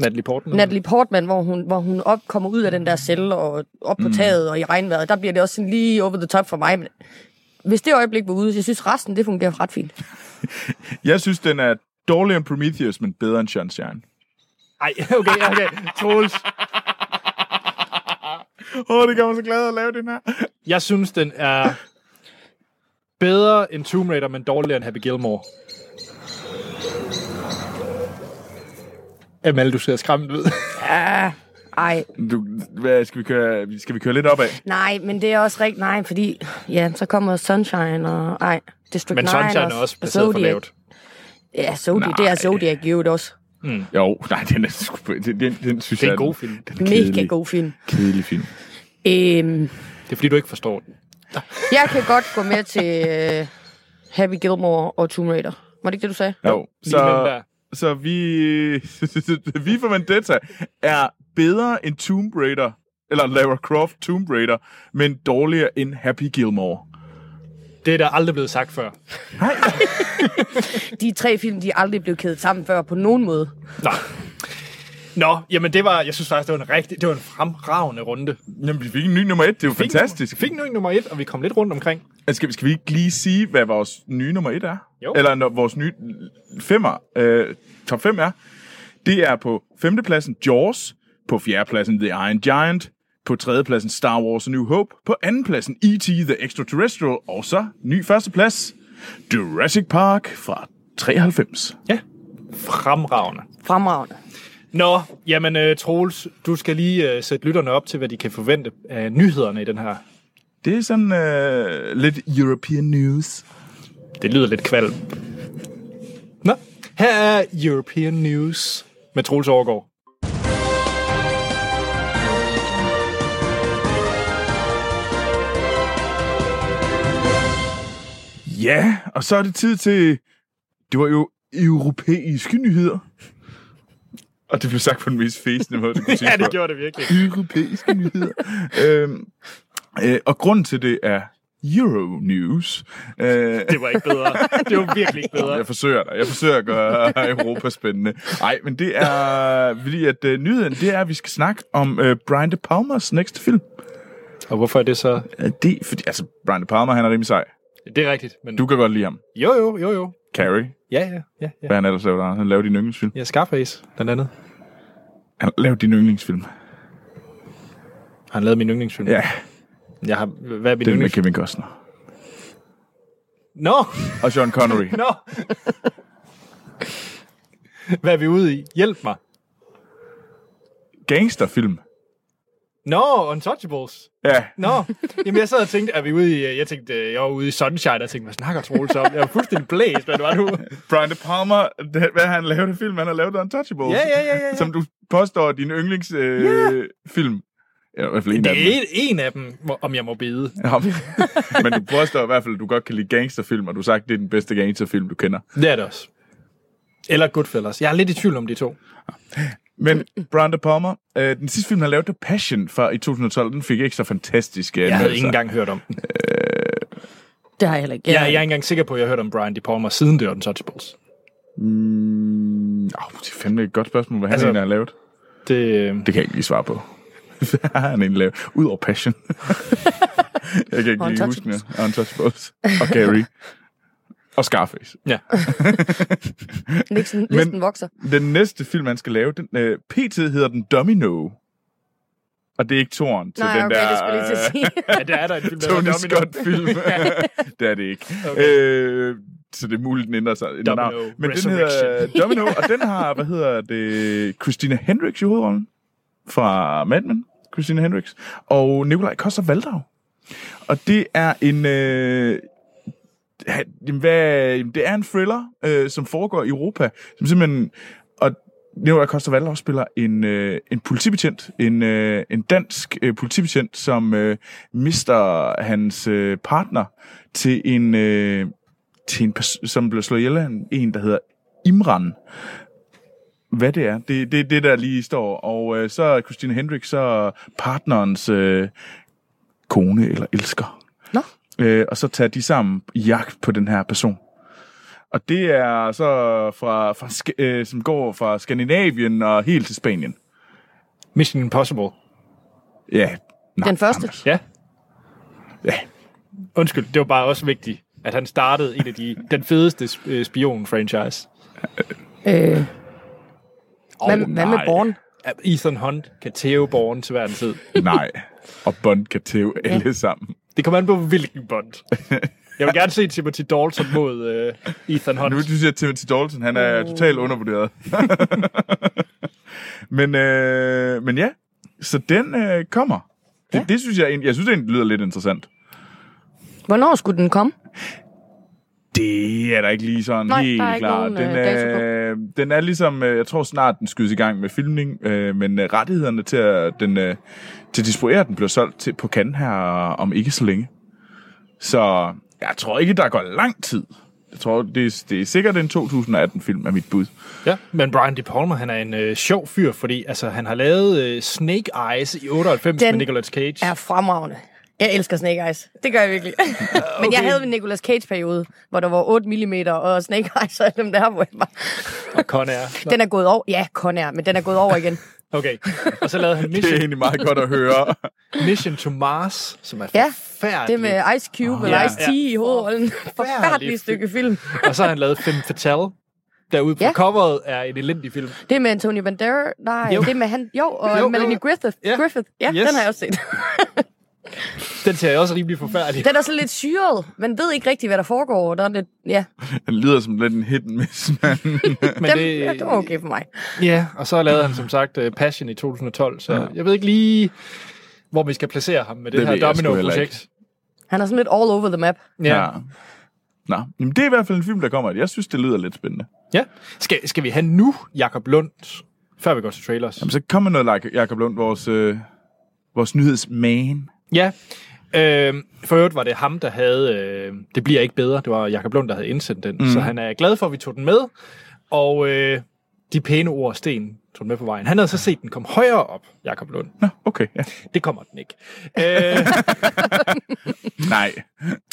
Natalie Portman. Natalie Portman, hvor hun, hvor hun op, kommer ud af den der celle og op Mm. på taget og i regnvejret, der bliver det også sådan lige over the top for mig. Men hvis det øjeblik var ude, jeg synes resten, det fungerer ret fint. Jeg synes, den er dårligere end Prometheus, men bedre end Sunshine. Ej, okay, okay. Troels. Åh, oh, det gør mig så glad at lave den her. Jeg synes, den er bedre end Tomb Raider, men dårligere end Happy Gilmore. Amal, du ser skræmt ud. Ej, Du, hvad, skal, vi køre, skal vi køre lidt opad? nej, men det er også rigtigt, nej, fordi ja, så kommer Sunshine og... Ej, District Men 9 Sunshine er også baseret for Zodiac. lavt. Ja, Zodiac, det er Zodiac i øvrigt også. Jo, nej, den er sgu... Den, den, den synes Det er jeg en god film. Den, den er kedelig, Mega god film. Kedelig film. Øhm, Det er fordi, du ikke forstår den. jeg kan godt gå med til øh, Happy Gilmore og Tomb Raider. Var det ikke det, du sagde? Jo, Lige den der. så, så vi... vi for Vendetta er bedre end Tomb Raider, eller Lara Croft Tomb Raider, men dårligere end Happy Gilmore. Det er der aldrig blevet sagt før. De tre film, de er aldrig blevet kædet sammen før på nogen måde. Nå. Nå, jamen det var, jeg synes faktisk, det var en rigtig, det var en fremragende runde. Jamen, vi fik en ny nummer et. Det er jo Fik- fantastisk. Fik nu ikke nummer et, og vi kom lidt rundt omkring. Altså, skal, skal vi ikke lige sige, hvad vores nye nummer et er? Jo. Eller når vores nye femmer, øh, top 5 er? Det er på femtepladsen Jaws, på fjerdepladsen The Iron Giant, på tredjepladsen Star Wars A New Hope, på andenpladsen E.T. The Extraterrestrial, og så ny førsteplads Jurassic Park fra 93. Ja. Fremragende. Fremragende. Nå, jamen øh, Troels, du skal lige øh, sætte lytterne op til, hvad de kan forvente af nyhederne i den her. Det er sådan øh, lidt European news. Det lyder lidt kvalm. Nå, her er European News med Troels Overgaard. Ja, og så er det tid til... Det var jo europæiske nyheder. Og det blev sagt på den mest fæsende måde, det kunne siges Ja, det på. gjorde det virkelig. Europæiske nyheder. øhm, øh, og grunden til det er Euro News. Øh, Det var ikke bedre. Det var virkelig ikke bedre. jeg forsøger dig. Jeg forsøger at gøre Europa spændende. Nej, men det er... Fordi at øh, nyheden, det er, at vi skal snakke om øh, Brian De Palmas næste film. Og hvorfor er det så? Øh, Det, er fordi, altså, Brian De Palma, han er rimelig sej. Det er rigtigt, men... Du kan godt lide ham. Jo, jo, jo, jo. Carrie, Ja, ja, ja. ja. hvad han ellers laver der. Han laver din yndlingsfilm. Ja, Scarface, blandt andet. Han har lavet din yndlingsfilm. Han lavede min yndlingsfilm. Ja, Jeg har, hvad er min den med yndlings... Kevin Costner. Nå, Og Sean Connery. nå. Hvad er vi ude i? Hjælp mig. Gangsterfilm. Nå, Untouchables. Ja, Nå, jamen jeg sad og tænkte, er vi ude i, jeg tænkte, øh, jeg var ude i Sunshine, og jeg tænkte, hvad snakker Troels om? Jeg var fuldstændig blæst, hvad det var nu. Brian De Palma, det, hvad han lavede af film, han har lavet Untouchables. Ja, ja, ja, ja, ja. Som du påstår er din yndlingsfilm. Øh, film. Eller i hvert fald en Det af er en, en af dem, må- om jeg må bede. dem. Ja, Men du påstår i hvert fald, at du godt kan lide gangsterfilm, og du har sagt, at det er den bedste gangsterfilm, du kender. Det er det også. Eller Goodfellas. Jeg er lidt i tvivl om de to. Men Brian De Palma, øh, den sidste film, han lavede, The Passion fra i 2012, den fik ikke så fantastisk. øh, Jeg havde ikke engang hørt om den. Det har jeg heller ikke. Jeg, jeg er ikke engang sikker på, at jeg har hørt om Brian De Palma siden det var Untouchables. Mm, oh, det er fandme et godt spørgsmål, hvad han Altså- altså, egentlig har lavet. Det, øh, Det kan jeg ikke lige svare på. Hvad har han egentlig lavet? Udover Passion. jeg kan ikke lige huske Untouchables. mere. Untouchables. Og Gary. Og Scarface. ja. Listen, Men- listen vokser. Den næste film, han skal lave, den, øh, PT hedder den Domino. Og det er ikke toren til Nej, den okay, der... øh, det skulle jeg lige til at sige. ja, der er der en film, der hedder Tony Domino. Scott-film. det er det ikke. Okay. Okay. Øh, så det er muligt, den ændrer sig. ændrer Domino navn. Men den hedder Resurrection. Domino, og den har, hvad hedder det, Christina Hendricks i hovedrollen fra Mad Men, Christina Hendricks, og Nikolaj Koster Valdau. Og det er en... Øh, ha- jamen, hvad, jamen, det er en thriller, øh, som foregår i Europa, som simpelthen... Og Nikolaj Koster Valdau spiller en, øh, en politibetjent, en, øh, en dansk øh, politibetjent, som øh, mister hans øh, partner til en, øh, til en pers- som blev slået ihjel af en, en, der hedder Imran. Hvad det er, det er det, er det, der lige står. Og øh, så er Christine Hendrik så partnerens øh, kone eller elsker. Nå. Øh, og så tager de sammen i jagt på den her person. Og det er så fra, fra Sk- øh, som går fra Skandinavien og helt til Spanien. Mission Impossible. Ja. Nej, Den første? Anders. Ja. Ja. Undskyld, det var bare også vigtigt, at han startede en af de, den fedeste sp- øh, spion-franchise. Øh, hvad, Åh, hvad med nej. Born? Ethan Hunt kan tæve borgen til hver en tid. Nej. Og Bond kan tæve alle sammen. Det kommer an på, hvilken bond. Jeg vil gerne se Timothy Dalton mod øh, Ethan Hunt. Nu synes jeg, at Timothy Dalton, han er oh. totalt undervurderet. men, øh, men ja, så den øh, kommer. Det, ja. det synes jeg, egentlig- jeg synes, det egentlig lyder lidt interessant. Hvornår skulle den komme? Det er der ikke lige sådan Nej, helt der er ikke klart. nogen, øh, den, øh, den er ligesom, øh, jeg tror snart, den skydes i gang med filmning, øh, men øh, rettighederne til at, den, øh, til at distribuere den bliver solgt til, på Cannes her om ikke så længe. Så jeg tror ikke, der går lang tid. Jeg tror, det, er- det er sikkert en 2018-film er mit bud. Ja, men Brian De Palma, han er en øh, sjov fyr, fordi altså, han har lavet øh, Snake Eyes i 98 Den med Nicolas Cage. Er fremragende. Jeg elsker Snake Eyes. Det gør jeg virkelig. Men jeg havde en Nicolas Cage-periode, hvor der var 8 mm og Snake Eyes og alle dem der, hvor jeg bare... Og Con Air. Den er gået over. Ja, Con Air, men den er gået over igen. Okay. Og så lavede han Det er Mission, egentlig meget godt at høre. Mission to Mars, som er Ja, forfærdelig. det med Ice Ah, Cube oh, eller ja. Ice T i hovedrollen. Forfærdeligt Forfærdelig stykke film. Og så har han lavet Femme Fatale. Derude på Ja. ja. coveret er en elendig film. Det er med Antonio Banderas. Nej, Jo. jo. det er med han... Jo, og Jo, jo. jo, Melanie Griffith. Ja. Ja, Griffith. ja Yes. den har jeg også set. Den ser jeg også rimelig forfærdelig. Den er så lidt syret. Man ved ikke rigtigt, hvad der foregår. og Der er lidt... Ja, Han lyder som lidt en hit and miss, mand. Men den, det... ja, det var okay for mig. Ja, og så lavede han som sagt øh, Passion i 2012, så ja. jeg ved ikke lige, hvor vi skal placere ham med det, Det det her ved jeg sgu heller domino-projekt. Han er sådan lidt all over the map. Ja. ja. Nå, men det er i hvert fald en film, der kommer. Jeg synes, det lyder lidt spændende. ja. Skal, skal vi have nu Jakob Lund, før vi går til trailers? Jamen, så kommer noget, like Jacob Lund, vores, øh, vores nyhedsman. Ja. Øh, for øvrigt var det ham, der havde... Øh, det bliver ikke bedre. Det var Jakob Lund, der havde indsendt den. Mm. Så han er glad for, at vi tog den med. Og øh, de pæne ord og sten tog den med på vejen. Han havde så set den komme højere op, Jakob Lund. Nå, okay. Ja. Det kommer den ikke. Øh, Nej.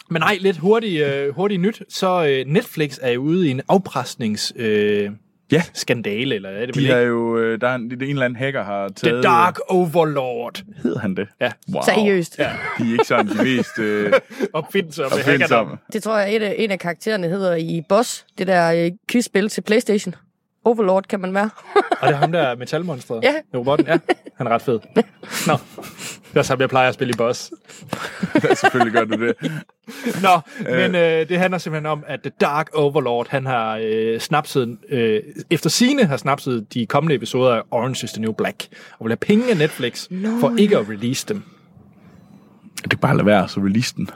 Men nej, lidt hurtigt øh, hurtig nyt. Så øh, Netflix er jo ude i en afpresningsskandale, øh, Ja. skandale, eller er det vel De har ikke? jo, øh, der er en, en eller anden hacker har taget... The Dark Overlord. Hedder han det? Ja. Wow. Seriøst. Ja. De er ikke sådan de mest øh, Opfindsomme hackerdom. opfindsomme. Det tror jeg, et af, en af karaktererne hedder i Boss. Det der øh, quizspil til Playstation. Overlord kan man være. Og det er ham der metalmonstret. Ja. Robotten, ja. Han er ret fed. Nå. Det er også ham, jeg plejer at spille i boss. Ja, selvfølgelig gør du det. Nå, men øh, det handler simpelthen om, at The Dark Overlord, han har øh, snapset, øh, efter sine har snapset de kommende episoder af Orange is the New Black, og vil have penge af Netflix no. for ikke at release dem. Det kan bare lade være, så release den.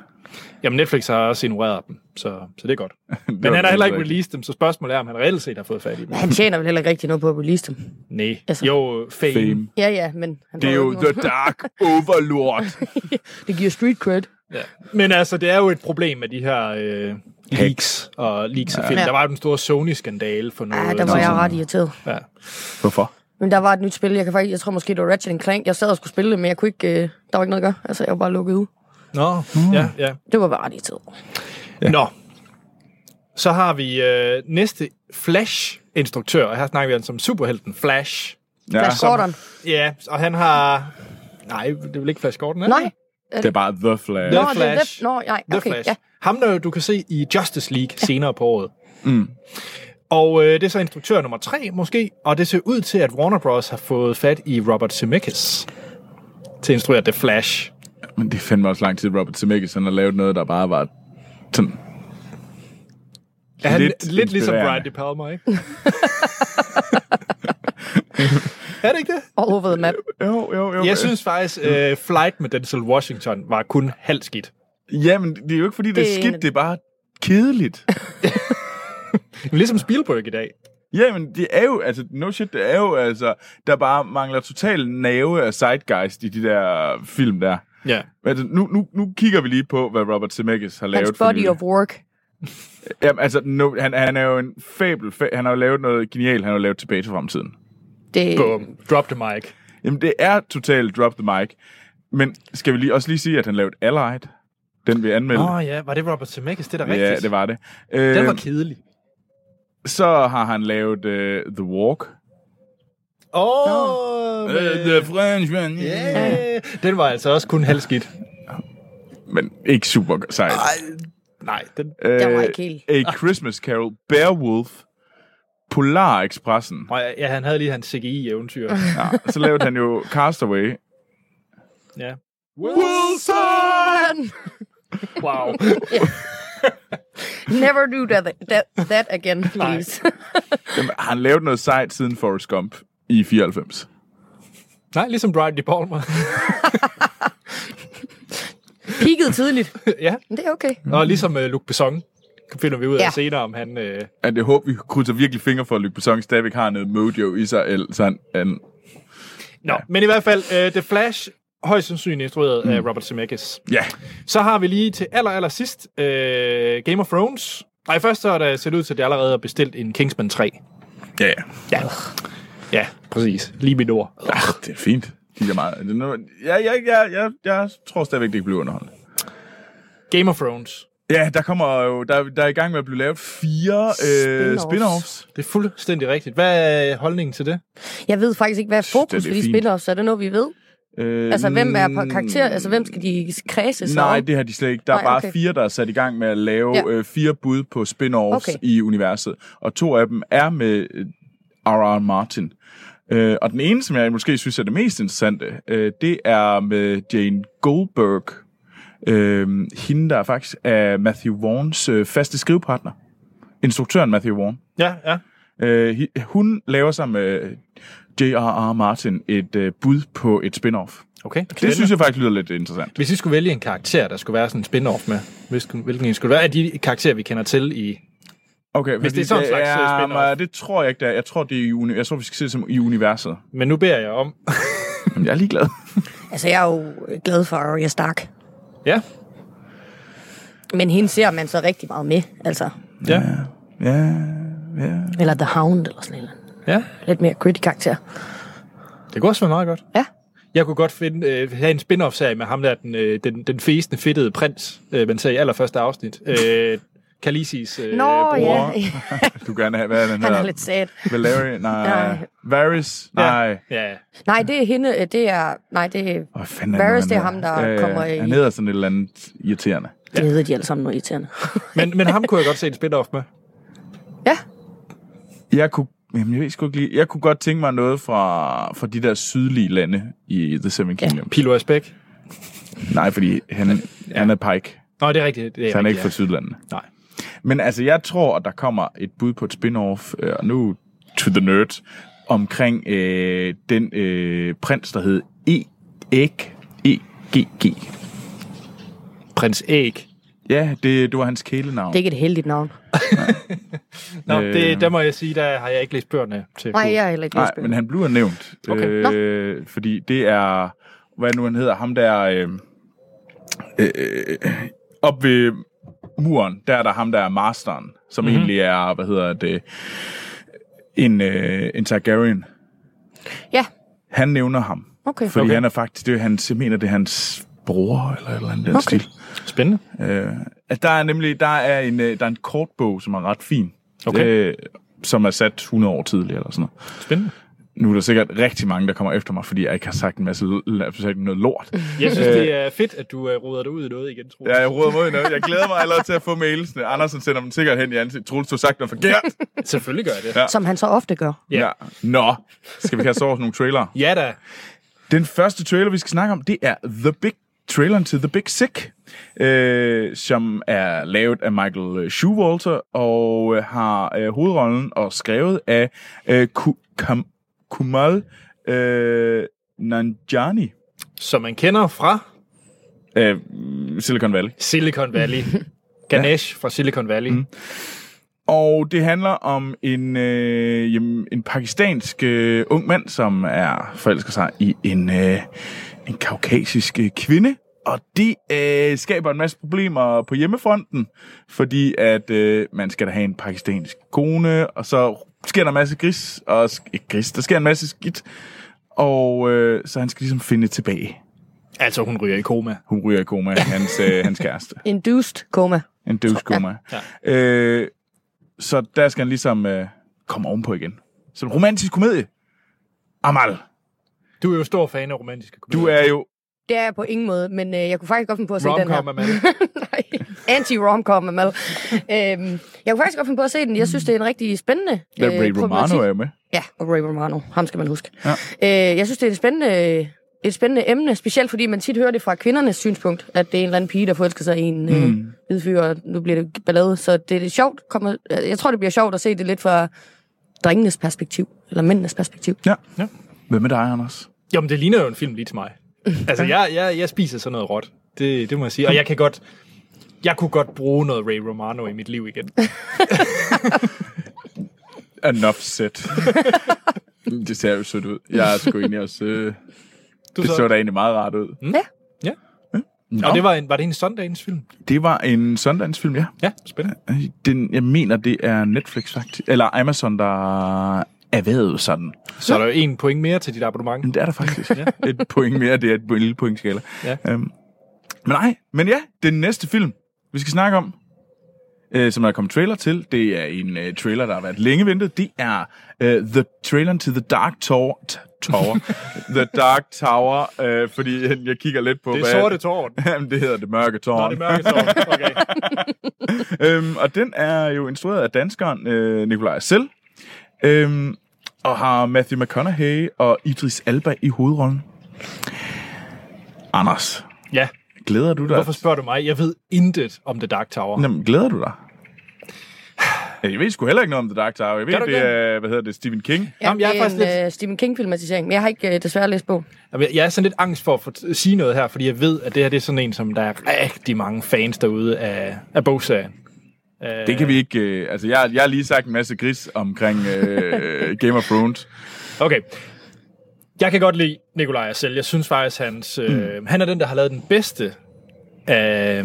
Jamen, Netflix har også ignoreret dem, så, så det er godt. Men han det har heller ikke rigtigt. released dem, så spørgsmålet er, om han reelt set har fået fat i dem. Han tjener vel heller ikke rigtig noget på at release dem. Nej. Altså- Jo, fame. Fame. Ja, ja, men... Han Det får er ikke jo noget. The Dark Overlord. det giver street cred. Ja. Men altså, det er jo et problem med de her øh, leaks og leaks ja. af film. Ja. Der var jo den store Sony-skandale for noget. altså. Ja, Ah, der var jeg ret irriteret. Ja. Hvorfor? Men der var et nyt spil, jeg kan faktisk, jeg tror måske det var Ratchet and Clank. Jeg sad og skulle spille det, men jeg kunne ikke, øh, der var ikke noget at gøre. Altså, jeg var bare lukket ud. Nå, mm. ja, ja. Det var bare ret irriteret. Ja. Nå. Så har vi øh, næste Flash-instruktør, og her snakker vi altså om superhelten Flash. Ja, Flash Gordon. Ja, og han har... Nej, det er vel ikke Flash Gordon, er det? Nej. det er bare The The Flash. Nå, det er Flash. det- Nå, nej, The okay, Flash. ja. Ham, der jo du kan se i Justice League ja. senere på året. Mm. Og øh, det er så instruktør nummer tre, måske. Og det ser ud til, at Warner Bros. har fået fat i Robert Zemeckis til at instruere The Flash. Men det er fandme også lang tid, Robert Zemeckis han har lavet noget, der bare var sådan... Er han lidt, lidt ligesom inspirerende. Brian De Palma, ikke? er det ikke det? All over the map. Jo, jo, jo. Jeg synes faktisk, øh, Flight med Denzel Washington var kun halvt skidt. Ja, men det er jo ikke, fordi det, Det det er er en- skidt, det er bare kedeligt. Ligesom Spielberg i dag. ja, men det er jo, altså, no shit, det er jo, altså, der bare mangler total nave af zeitgeist i de der film der. Ja. Altså, nu, nu, nu kigger vi lige på, hvad Robert Zemeckis har lavet. Hans for body nylig. of work. Jamen, altså, no, han, han er jo en fabel, fa- han har jo lavet noget genialt, han har jo lavet tilbage til fremtiden. Det, Boom. Drop the mic. Jamen, det er totalt drop the mic. Men skal vi lige, også lige sige, at han lavede Allied? Den vi anmeldte. Åh oh, ja, var det Robert Zemeckis? Det er da rigtigt. ja, det var det. Øh, Den var kedelig. så har han lavet øh, The Walk. Åh, oh, Frenchman. yeah. Den var altså også kun halvskidt. Men ikke super sejt. Nej, den... Den var Øh, ikke helt- A Christmas Carol, Beowulf, Polar Expressen. Og ja, han havde lige hans CGI-eventyr. Ja, så lavede han jo Castaway. ja. Wilson! Wow. Never do that, that, that again, please. Jamen, han lavede noget sejt siden Forrest Gump i 94. Nej, ligesom Brian De Palma. Peaked tidligt. ja. Men det er okay. Og ligesom uh, Luc Besson finder vi ud af Ja. ja. senere, om han... Uh... At jeg håber, vi krydser virkelig fingre for, at Luc Besson stadigvæk har noget mojo i sig. el- Så han, han, Nå, ja. men i hvert fald, uh, The Flash, højst sandsynligt instrueret mm. af Robert Zemeckis. ja, Så har vi lige til aller, aller sidst uh, Game of Thrones. Nej, først så er der set ud til, at de allerede har bestilt en Kingsman 3. ja, ja. Ja, præcis. Lige mit ord. Ah, det er fint. kigger meget. Det er noget- Ja, ja, ja, ja, jeg tror stadigvæk, det bliver underholdende. Game of Thrones. Ja, der kommer jo, der, der er i gang med at blive lavet fire øh, Spin-offs. spin-offs. Det er fuldstændig rigtigt. Hvad er holdningen til det? Jeg ved faktisk ikke, hvad er fokus Det for er de fint. spin-offs. Er det noget, vi ved? Øh, Altså, hvem er på karakter? Altså, hvem skal de kredse sig Nej, om? det har de slet ikke. Der er Nej, bare okay. fire, der er sat i gang med at lave Ja. øh, fire bud på spin-offs okay. Okay. i universet. Og to af dem er med øh, R.R. Martin. Øh, og den ene, som jeg måske synes er det mest interessante, øh, det er med Jane Goldberg. Øh, hende, der faktisk er Matthew Vaughns øh, faste skrivepartner. Instruktøren Matthew Vaughn. Ja, ja. Øh, hi- hun laver sammen med øh, J.R.R. Martin et øh, bud på et spin-off. Okay. Det synes jeg faktisk lyder lidt interessant. Hvis I skulle vælge en karakter, der skulle være sådan en spin-off med, hvis- hvilken en skulle det være af de karakterer, vi kender til i... Okay, Hvis det er sådan en slags, øh, spin-off. ja, men det tror jeg ikke, det er. Jeg tror, det er i uni- jeg tror, vi skal se det som i universet. Men nu beder jeg om... Men jeg er ligeglad. Altså, jeg er jo glad for Arya Stark. ja, Men hende ser man så rigtig meget med, altså. ja, ja, ja. Eller The Hound, eller sådan noget. ja. Lidt mere gritty karakter. Det kunne også være meget godt. Ja. Jeg kunne godt finde, øh, have en spin-off-serie med ham der, den, øh, den, den fæsende, fedtede prins, øh, man ser i allerførste afsnit. Øh, Khaleesi's øh, Nå, bror. ja. Du vil gerne have, hvad er den Han hedder? er lidt sad. Valeri? Nej. Nej. Varys? Nej. Åh, Ja, ja. Nej, det er hende, øh, det er... Nej, det er... Hvad fanden er Varys, nu, det er han ham, hedder? der kommer i- Han hedder sådan et eller andet irriterende. Det hedder de alle sammen noget irriterende. Men, men ham kunne jeg godt se en spin-off med. ja, Jeg kunne, jamen, jeg, ved sgu ikke lige, jeg kunne godt tænke mig noget fra, fra de der sydlige lande i The Seven Kingdoms. Pilo Asbæk. Nej, fordi han, han er pike. Nå, det er rigtigt. Det er Så han er ikke rigtigt, fra Sydlandene. Nej. Men altså, jeg tror, at der kommer et bud på et spin-off, øh, og nu to the nerd, omkring øh, den øh, prins, der hed e Ek- E-G-G. ja. Prins Æg. Ja, det, det var hans kælenavn. det er ikke et heldigt navn. Nå, Øh. det, der må jeg sige, der har jeg ikke læst bøgerne til. Nej, jeg er heller ikke Nej, lesbisk. men han bliver nævnt. Okay. Øh, fordi det er, hvad er det nu han hedder, ham der... Øh, øh, op ved muren, der er der ham, der er masteren, som Mhm. mm-hmm. egentlig er, hvad hedder det, en, øh, en Targaryen. Ja, Han nævner ham. Fordi okay. Okay. okay. han er faktisk, det er hans, jeg mener, det er hans bror, eller et eller andet den okay. Okay. stil. Spændende. Øh, at der er nemlig, der er en, øh, der er en kortbog, som er ret fin. Okay. Øh, som er sat 100 år tidligere, eller sådan noget. Spændende. Nu er der sikkert rigtig mange, der kommer efter mig, fordi jeg ikke har sagt en masse l- l- sagt noget lort. Jeg Øh, synes, det er fedt, at du uh, ruder dig ud i noget igen, tror Ja, jeg råder mod noget. Jeg glæder mig allerede til at få mailsene. Andersen sender dem sikkert hen i ansigt. Troels, du har sagt noget forkert. Selvfølgelig gør jeg det. Ja. Som han så ofte gør. Ja. Nå, skal vi kaste over sådan nogle trailere? Ja da. Den første trailer, vi skal snakke om, det er The Big traileren til The Big Sick, øh, som er lavet af Michael øh, Showalter og øh, har øh, hovedrollen og skrevet af øh, Ku- Kam- Kumal øh, Nanjani, Som man kender fra øh, Silicon Valley. Silicon Valley. Ganesh fra Silicon Valley. Mm. Og det handler om en, øh, jamen, en pakistansk øh, ung mand, som er forelsker sig i en, øh, en kaukasisk øh, kvinde. Og det øh, skaber en masse problemer på hjemmefronten, fordi at øh, man skal da have en pakistansk kone, og så sker der en masse gris, og sk- ikke gris, der sker en masse skidt, og øh, så han skal ligesom finde tilbage. Altså, hun ryger i koma. Hun ryger i koma, hans, øh, hans kæreste. Induced coma. En døvskummer. Ja. Ja. Øh, så der skal han ligesom øh, komme ovenpå igen. Så en romantisk komedie. Amal, Du er jo stor fan af romantiske komedier. du er jo... Det er jeg på ingen måde, men øh, jeg kunne faktisk godt finde på at se den her. Rom-com, Amal. Nej, anti-romcom, Amal. øhm, jeg kunne faktisk godt finde på at se den. Jeg synes, det er en rigtig spændende øh, Ja, Ray Romano er jo med. Ja, og Ray Romano. Ham skal man huske. Ja. Ja. Øh, jeg synes, det er et spændende, et spændende emne, specielt fordi man tit hører det fra kvindernes synspunkt, at det er en eller anden pige, der forelsker sig i en mm. øh, hvid fyr, og nu bliver det ballade. Så det er lidt sjovt. Kommer, jeg tror, det bliver sjovt at se det lidt fra drengenes perspektiv, eller mændenes perspektiv. Ja. ja. Ja. Hvad med dig, Anders? Jamen, det ligner jo en film lige til mig. Altså, jeg, jeg, jeg spiser sådan noget råt. Det, det må jeg sige. Og jeg kan godt... Jeg kunne godt bruge noget Ray Romano i mit liv igen. Enough set. det ser jo sødt ud. Jeg er sgu egentlig også... Øh, Du det så- så da egentlig meget rart ud. Mm. Ja. Ja. Nå, Og det var, en, var det en søndagens film? det var en søndagsfilm, ja. Ja, spændende. Den, jeg mener, det er Netflix faktisk. Eller Amazon, der erhvervet sådan. Så er der jo en point mere til dit abonnement. Men det er der faktisk. et point mere, det er et, en lille pointskala. Ja. Øhm, men nej, men ja, den næste film, vi skal snakke om, øh, som der er kommet trailer til, det er en øh, trailer, der har været længe ventet. Det er øh, the traileren til The Dark Tower. T- tower. the Dark Tower, øh, fordi jeg- jeg kigger lidt på... Det er hvad- sorte tårn. Jamen, det hedder Det Mørke Tårn. Nå, det er mørke tårn. Okay. øhm, og den er jo instrueret af danskeren øh, Nikolaj Sel. Øhm, og har Matthew McConaughey og Idris Alba i hovedrollen. Anders, Ja, glæder du dig? hvorfor spørger du mig? Jeg ved intet om The Dark Tower. Jamen, glæder du dig? Ja, Jeg ved sgu heller ikke noget om The Dark Tower. Jeg ved, Gør du det ikke er, hvad hedder det, Stephen King. Ja, Jamen, jeg er det er en faktisk lidt- lidt... Stephen King-filmatisering, men jeg har ikke øh, desværre læst bog. Jamen, Jeg jeg er sådan lidt angst for at få- sige noget her, fordi jeg ved, at det her det er sådan en, som der er rigtig mange fans derude af, af bogserien. Det kan vi ikke... Øh, altså, jeg, jeg har lige sagt en masse gris omkring øh, Game of Thrones. Okay. Jeg kan godt lide Nikolaj selv. Jeg synes faktisk, hans, Mm. øh, han er den, der har lavet den bedste af,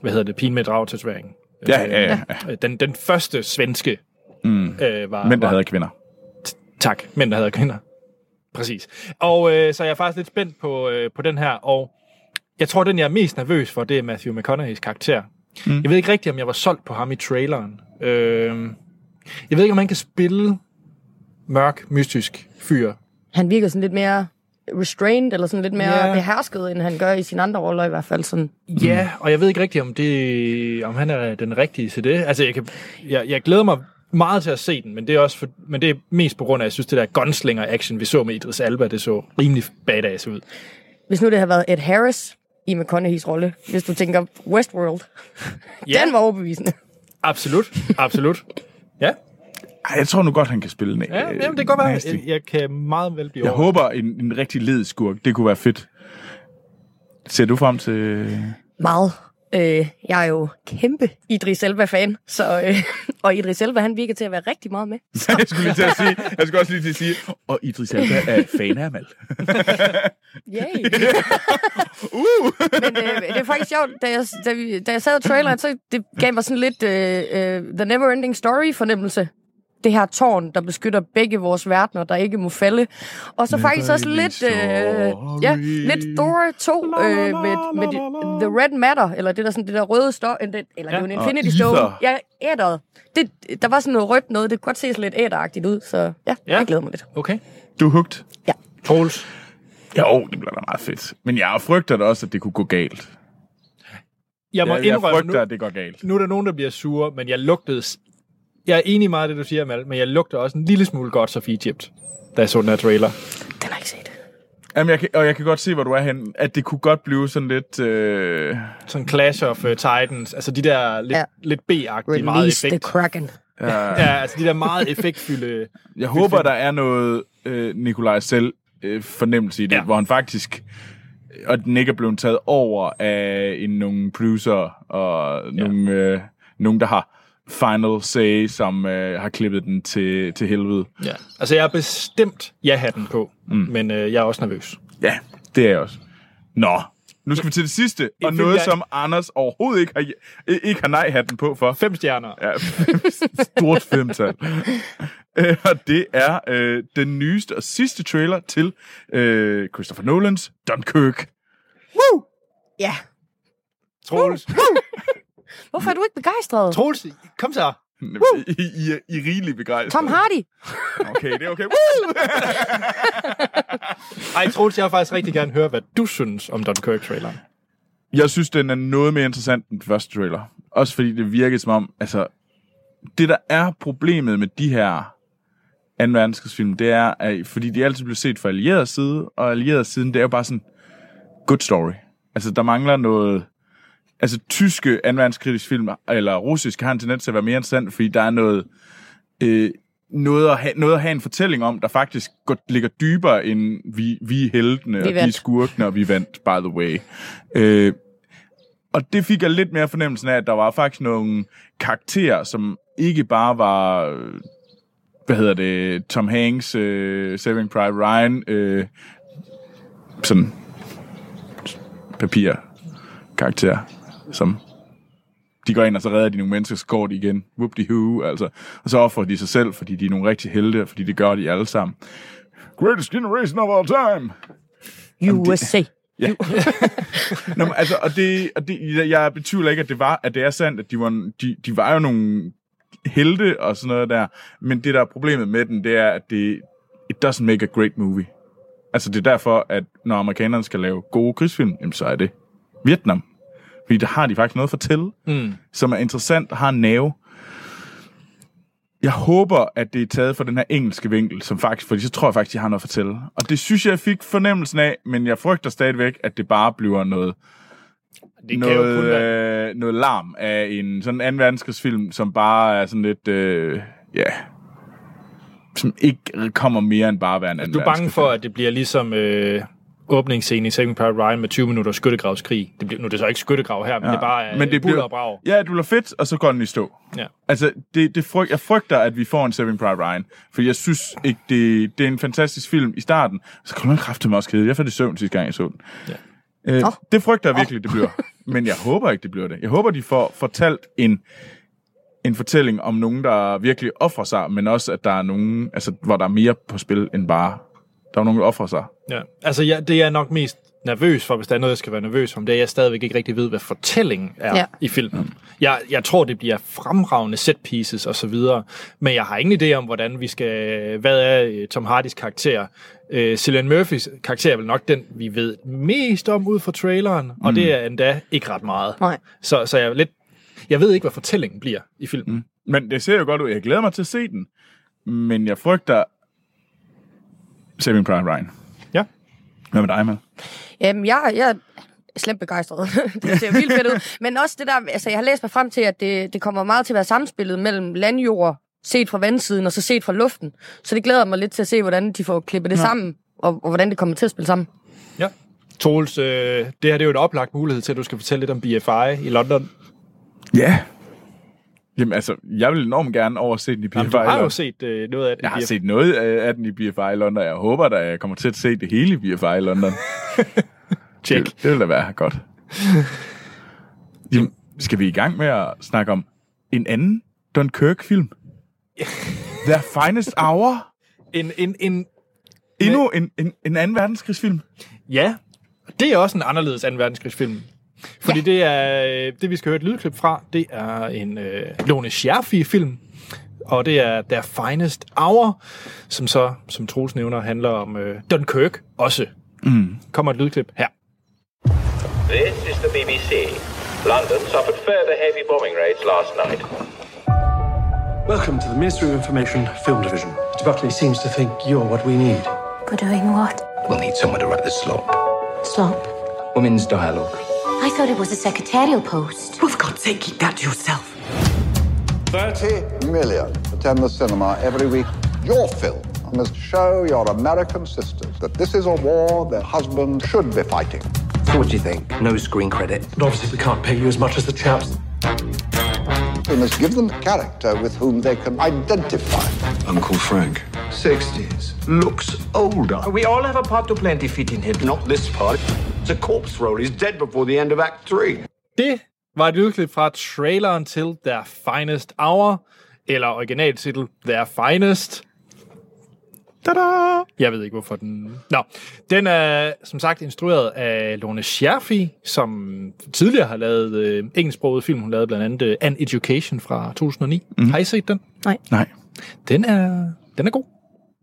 hvad hedder det, Pigen med dragtatueringen. Ja, ja, ja. Øh, Den, den første svenske mm. øh, var... Mænd, der var- havde kvinder. Tak, mænd, der havde kvinder. Præcis. Og øh, så jeg er faktisk lidt spændt på, øh, på den her, og jeg tror, den jeg er mest nervøs for, det er Matthew McConaughey's karakter. Mm. Jeg ved ikke rigtigt, om jeg var solgt på ham i traileren. Øh, jeg ved ikke, om han kan spille mørk, mystisk fyr. Han virker sådan lidt mere restrained, eller sådan lidt mere Ja. yeah. behersket, end han gør i sine andre roller i hvert fald. Sådan. Ja, Mm. og jeg ved ikke rigtigt, om, det, om han er den rigtige til det. Altså, jeg, kan, jeg, jeg glæder mig meget til at se den, men det er, også for, men det er mest på grund af, at jeg synes, det der gunslinger-action, vi så med Idris Alba, det så rimelig badass ud. Hvis nu det havde været Ed Harris i McConaughey's rolle, hvis du tænker Westworld, Ja. yeah. den var overbevisende. Absolut, absolut. Ja, Ej, jeg tror nu godt, han kan spille en ja øh, jamen, det kan godt være. nasty. Jeg, jeg kan meget vel blive Jeg over. håber, en, en rigtig led skurk, det kunne være fedt. Ser du frem til... Meget. Øh, jeg er jo kæmpe Idris Elba-fan, så, øh, og Idris Elba, han virker til at være rigtig meget med. jeg skulle lige til at sige, jeg skulle også lige til at sige, og Idris Elba er fan af Amal. Yay! Uh. Men øh, det er faktisk sjovt, da jeg, da, vi, da jeg sad i traileren, så det gav mig sådan lidt øh, øh, The Never Ending Story-fornemmelse. Det her tårn, der beskytter begge vores verdener, der ikke må falde. Og så faktisk også ending lidt, øh, ja, lidt Thor 2 øh, med, med de, The Red Matter, eller det der, sådan, det der røde stå, eller det er jo en Ja. Infinity Og Stone. ether. Ja, æderet. Det, der var sådan noget rødt noget, det kunne godt se sådan lidt æderagtigt ud, så ja, ja, jeg glæder mig lidt. Okay. Du er hugt? Ja. Troels. Jo, det bliver da meget fedt. Men jeg frygter da også, at det kunne gå galt. Jeg må Jeg, jeg indrømme, nu, frygter, at det går galt. nu er der nogen, der bliver sure, men jeg lugtede... s- Jeg er enig i meget af det, du siger, Mal, men jeg lugter også en lille smule godt Sophie Egypt, da jeg så den her trailer. Den har jeg ikke set. Jamen, jeg kan, og jeg kan godt se, hvor du er henne. At det kunne godt blive sådan lidt... Øh, Sådan Clash of uh, Titans, altså de der lidt, ja. Ja. lidt B-agtige, meget Release the effekt. Kraken. Ja, altså de der meget effektfylde... jeg håber, der er noget øh, Nikolaj selv øh, fornemmelse i det, Ja. ja. hvor han faktisk... Og den ikke er blevet taget over af en, nogle producer og nogle, øh, nogen, der har final say, som øh, har klippet den til, til helvede. Ja. Altså jeg er bestemt ja-hatten på, mm. men øh, jeg er også nervøs. Ja, det er jeg også. Nå, nu skal vi til det sidste, og film, noget, jeg- som Anders overhovedet ikke har, i- ikke har nej-hatten på for. Fem stjerner. Ja. Ja, stort femtal. Øh, og det er øh, den nyeste og sidste trailer til øh, Christopher Nolans Dunkirk. Ja. Troels, Hvorfor er du ikke begejstret? Troels, kom så. I, I, er- I er rigeligt begejstret. Tom Hardy. Okay, det er okay. Woo! Ej, Troels, jeg vil faktisk rigtig gerne høre, hvad du synes om Dunkirk-traileren. Jeg synes, den er noget mere interessant end den første trailer. Også fordi det virkede som om, altså, det der er problemet med de her 2. verdenskrigsfilm, det er, at, fordi de altid bliver set fra allieret side, og allieret siden, det er jo bare sådan, good story. Altså, der mangler noget... Altså, tyske 2. verdenskrigsfilm, eller russisk, har en tendens til at være mere interessant, fordi der er noget... Øh, noget at, have, noget at have en fortælling om, der faktisk går, ligger dybere end vi, vi er heltene, og vi er vandt. skurkene, og vi vandt, by the way. Øh, og det fik jeg lidt mere fornemmelsen af, at der var faktisk nogle karakterer, som ikke bare var, øh, hvad hedder det, Tom Hanks, øh, Saving Private Ryan, øh, sådan papir karakter, som de går ind, og så redder de nogle mennesker, så går de igen. whoop de hoo altså. Og så offrer de sig selv, fordi de er nogle rigtig helte, og fordi det gør de alle sammen. Greatest generation of all time! USA. Nå, men, altså, og det, og det, jeg betvivler ikke, at det, var, at det er sandt, at de var, de, de var jo nogle helte og sådan noget der. Men det, der er problemet med den, det er, at det, it doesn't make a great movie. Altså, det er derfor, at når amerikanerne skal lave gode krigsfilm, jamen, så er det Vietnam. Fordi der har de faktisk noget at fortælle, mm. som er interessant og har en nerve. Jeg håber, at det er taget fra den her engelske vinkel, som faktisk, fordi så tror jeg faktisk, de har noget at fortælle. Og det synes jeg, jeg fik fornemmelsen af, men jeg frygter stadigvæk, at det bare bliver noget Det kan jo noget, kun være... øh, noget larm af en sådan anden verdenskrigsfilm, som bare er sådan lidt, øh, ja, som ikke kommer mere end bare at være en anden Du er bange for, verdenskrigsfilm. at det bliver ligesom øh, åbningsscenen i Saving Private Ryan med 20 minutter skyttegravskrig. Det bliver, nu er det så ikke skyttegrav her, men ja. det er bare øh, men det bliver... og brag. Ja, det bliver fedt, og så går den i stå. Ja. Altså, det, det fryg, jeg frygter, at vi får en Saving Private Ryan, for jeg synes ikke, det, det er en fantastisk film i starten. Så kommer den kraftigt også kedelig. Jeg faldt i søvn sidste gang, jeg så den. Ja. Øh, det frygter jeg virkelig, det bliver. Men jeg håber ikke, det bliver det. Jeg håber, de får fortalt en, en fortælling om nogen, der virkelig offrer sig, men også, at der er nogen, altså, hvor der er mere på spil, end bare, der er nogen, der offrer sig. Ja. Altså, ja, det jeg er nok mest nervøs for, hvis der er noget, jeg skal være nervøs om, det er, at jeg stadigvæk ikke rigtig ved, hvad fortællingen er Ja. ja. i filmen. Jeg, jeg tror, det bliver fremragende set pieces og så videre, men jeg har ingen idé om, hvordan vi skal... Hvad er øh, Tom Hardys karakter? Øh, Cillian Murphys karakter er vel nok den, vi ved mest om ud fra traileren, og det er endda ikke ret meget. Nej. Så, så jeg er lidt... Jeg ved ikke, hvad fortællingen bliver i filmen. Mm. Men det ser jo godt ud. Jeg glæder mig til at se den. Men jeg frygter Saving Private Ryan. Ja. Hvad med dig, Mal? Jamen, jeg, jeg er slemt begejstret. det ser vildt fedt ud. Men også det der, altså jeg har læst mig frem til, at det, det kommer meget til at være samspillet mellem landjord, set fra vandsiden, og så set fra luften. Så det glæder jeg mig lidt til at se, hvordan de får klippet det ja. sammen, og, og hvordan det kommer til at spille sammen. Ja. Troels, øh, det her det er jo en oplagt mulighed til, at du skal fortælle lidt om BFI i London. Ja. Jamen altså, jeg vil enormt gerne over at se den i BFI Jamen, du har jo London. set øh, noget af det. Jeg har set noget af af den i BFI London, og jeg håber da, jeg kommer til at se det hele i BFI London. Check. Det, det vil da være godt. Jamen, skal vi i gang med at snakke om en anden Dunkirk-film? The Finest Hour? En, en, en, Endnu en, en, en anden verdenskrigsfilm? ja, det er også en anderledes anden verdenskrigsfilm. Fordi ja. det er øh, det, vi skal høre et lydklip fra, det er en øh, Lone Scherfi-film. Og det er Der Finest Hour, som så, som Troels nævner, handler om øh, Dunkirk også. Mm. Kommer et lydklip her. This is the BBC. London suffered further heavy bombing raids last night. Welcome to the Ministry of Information Film Division. Mr. Buckley seems to think you're what we need. For doing what? We'll need someone to write the slop. Slop. Women's dialogue. I thought it was a secretarial post. Well, for God's sake, keep that to yourself. 30 million attend the cinema every week. Your film must show your American sisters that this is a war their husbands should be fighting. So what do you think? No screen credit. And obviously, we can't pay you as much as the chaps. We must give them a character with whom they can identify. Uncle Frank. 60s. Looks older. We all have a part to play and defeat in Hitler. Not this part. The corpse roll is dead before the end of Act 3. Det var et lydklip fra traileren til Their Finest Hour, eller originaltitel Their Finest. Tada! Jeg ved ikke, hvorfor den... Nå, den er som sagt instrueret af Lone Scherfi, som tidligere har lavet øh, engelsksproget film. Hun lavede blandt andet øh, An Education fra 2009. Mm. Har I set den? Nej. Den er, den er god.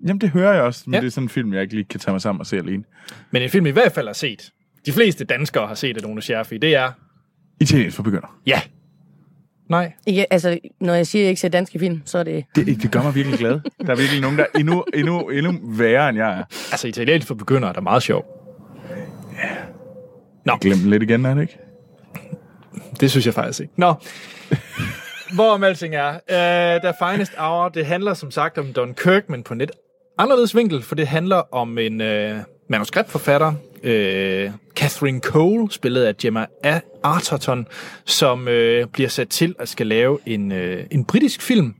Jamen, det hører jeg også, men ja. Ja. det er sådan en film, jeg ikke lige kan tage mig sammen og se alene. Men en film, jeg i hvert fald har set, de fleste danskere har set af Lone Scherfi, det er... Italiensk for begynder. Ja. Nej. Ikke, altså, når jeg siger, at jeg ikke ser danske film, så er det... Det, det gør mig virkelig glad. Der er virkelig nogen, der er endnu, endnu, endnu værre, end jeg er. Altså, italiensk for begyndere er da meget sjov. Nå. Glem lidt igen, er det ikke? Det synes jeg faktisk ikke. Nå. Hvorom alting er. Øh, der Finest Hour, det handler som sagt om Don Kirk, men på en lidt anderledes vinkel, for det handler om en øh, manuskriptforfatter, øh, Catherine Cole, spillet af Gemma A. Arterton, som øh, bliver sat til at skal lave en, øh, en britisk film,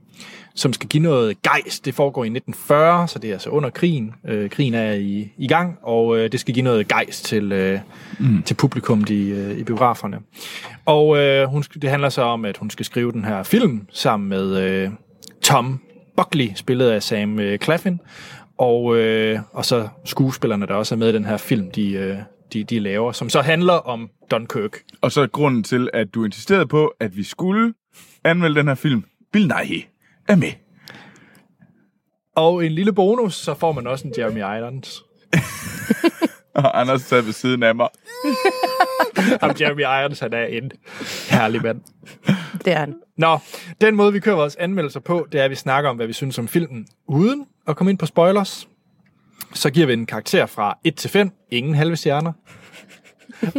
som skal give noget gejst. Det foregår i 1940, så det er altså under krigen. Øh, krigen er i, i gang, og øh, det skal give noget gejst til, øh, mm. til publikum i, øh, i biograferne. Og øh, hun, skal- det handler så om, at hun skal skrive den her film sammen med øh, Tom Buckley, spillet af Sam øh, Claflin, og, øh, og så skuespillerne, der også er med i den her film, de, øh, de, de laver, som så handler om Dunkirk. Og så grunden til, at du insisterede på, at vi skulle anmelde den her film. Bill Nighy er med. Og en lille bonus, så får man også en Jeremy Irons. Og Anders sad ved siden af mig. Ham Jeremy Irons, han er en herlig mand. Det er han. Nå, den måde, vi kører vores anmeldelser på, det er, at vi snakker om, hvad vi synes om filmen, uden at komme ind på spoilers. Så giver vi en karakter fra 1 til 5. Ingen halve stjerner.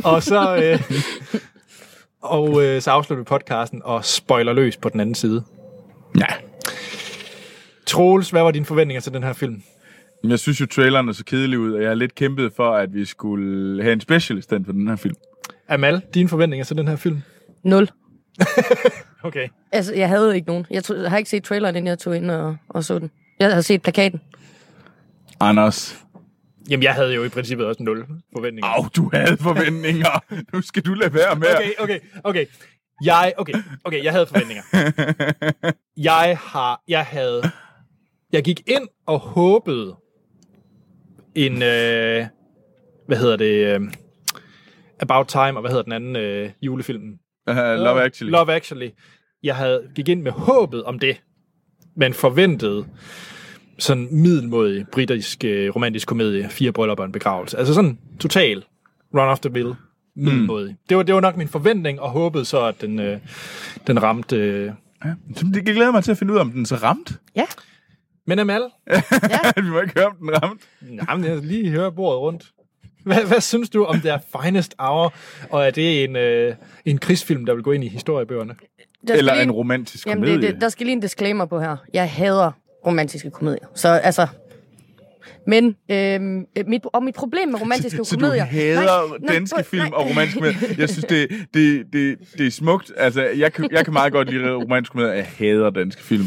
og så, øh, og, øh, så afslutter vi podcasten og spoiler løs på den anden side. Ja. Troels, hvad var dine forventninger til den her film? Men Jeg synes jo, traileren er så kedelig ud, og jeg har lidt kæmpet for, at vi skulle have en special i stedet for den her film. Amal, dine forventninger til den her film? Nul. Okay. Altså, jeg havde ikke nogen. Jeg, tog, jeg har ikke set traileren, inden jeg tog ind og, og så den. Jeg havde set plakaten. Anders. Jamen, jeg havde jo i princippet også nul forventninger. Au, du havde forventninger. Nu skal du lade være med. at- Okay, okay, okay. Jeg, okay, okay, jeg havde forventninger. Jeg har, jeg havde, jeg gik ind og håbede en, øh, hvad hedder det, øh, About Time, og hvad hedder den anden øh, julefilm? Uh, love Actually. Love Actually. Jeg havde, gik ind med håbet om det, men forventede sådan middelmodig britisk øh, romantisk komedie, fire bryllupper og en begravelse. Altså sådan total run off the mill middelmodig. Hmm. Mm. Det, var, det var nok min forventning, og håbede så, at den, øh, den ramte... Øh. Ja. Så Det jeg glæder mig til at finde ud af, om den så ramt. Ja. Men Amal, vi må ikke høre, om den ramt. jamen, jeg lige høre bordet rundt. Hvad, hvad synes du om der Finest Hour, og er det en, øh, en krigsfilm, der vil gå ind i historiebøgerne? Der skal Eller lige en romantisk Jamen, komedie. det, det, der skal lige en disclaimer på her. Jeg hader romantiske komedier. Så altså... Men øhm, øh, mit, og mit problem med romantiske så, så du komedier... hader nej, danske prøv- film og romantiske komedier. Jeg synes, det, det, det, det er smukt. Altså, jeg, kan- jeg kan meget godt lide romantiske komedier. Jeg hader danske film.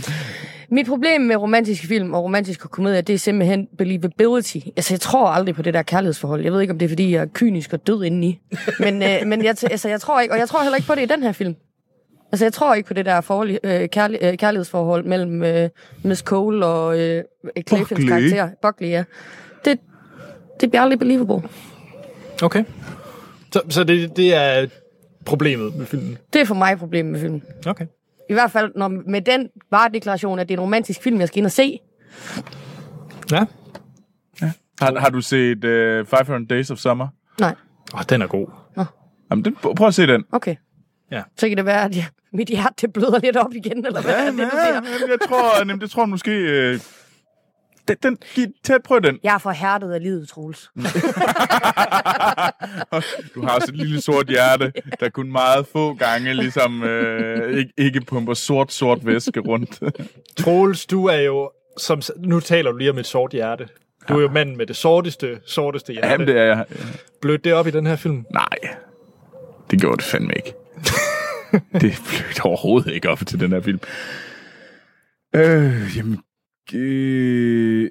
Mit problem med romantiske film og romantiske komedier, det er simpelthen believability. Altså, jeg tror aldrig på det der kærlighedsforhold. Jeg ved ikke, om det er, fordi jeg er kynisk og død indeni. Men, øh, men jeg, t- altså, jeg tror ikke, og jeg tror heller ikke på det i den her film. Altså, jeg tror ikke på det der forhold, øh, kærli- øh, kærlighedsforhold mellem øh, Miss Cole og øh, Clayfins Buckley. karakter. Buckley, ja. Det, det bliver aldrig believable. Okay. Så, så det, det er problemet med filmen? Det er for mig problemet med filmen. Okay. I hvert fald når, med den varedeklaration, at det er en romantisk film, jeg skal ind og se. Ja. Har, har du set uh, 500 Days of Summer? Nej, Åh, den er god. Jamen, den, prøv at se den. okay. Ja. Så kan det være, at jeg, mit hjerte det bløder lidt op igen, eller hvad er det, du Ja, siger? jamen, jeg tror, jamen, det tror jeg måske... Øh, den, den, giv, tæt prøv den. Jeg er forhærdet af livet, Troels. Du har også et lille sort hjerte, der kun meget få gange ligesom øh, ikke, ikke pumper sort, sort væske rundt. Troels, du er jo, som, nu taler du lige om et sort hjerte. Du er jo manden med det sorteste, sorteste hjerte. Jamen, det er jeg. Blødt det op i den her film? Nej, det gjorde det fandme ikke. det fløjt overhovedet ikke op til den her film. Øh, jamen... Øh,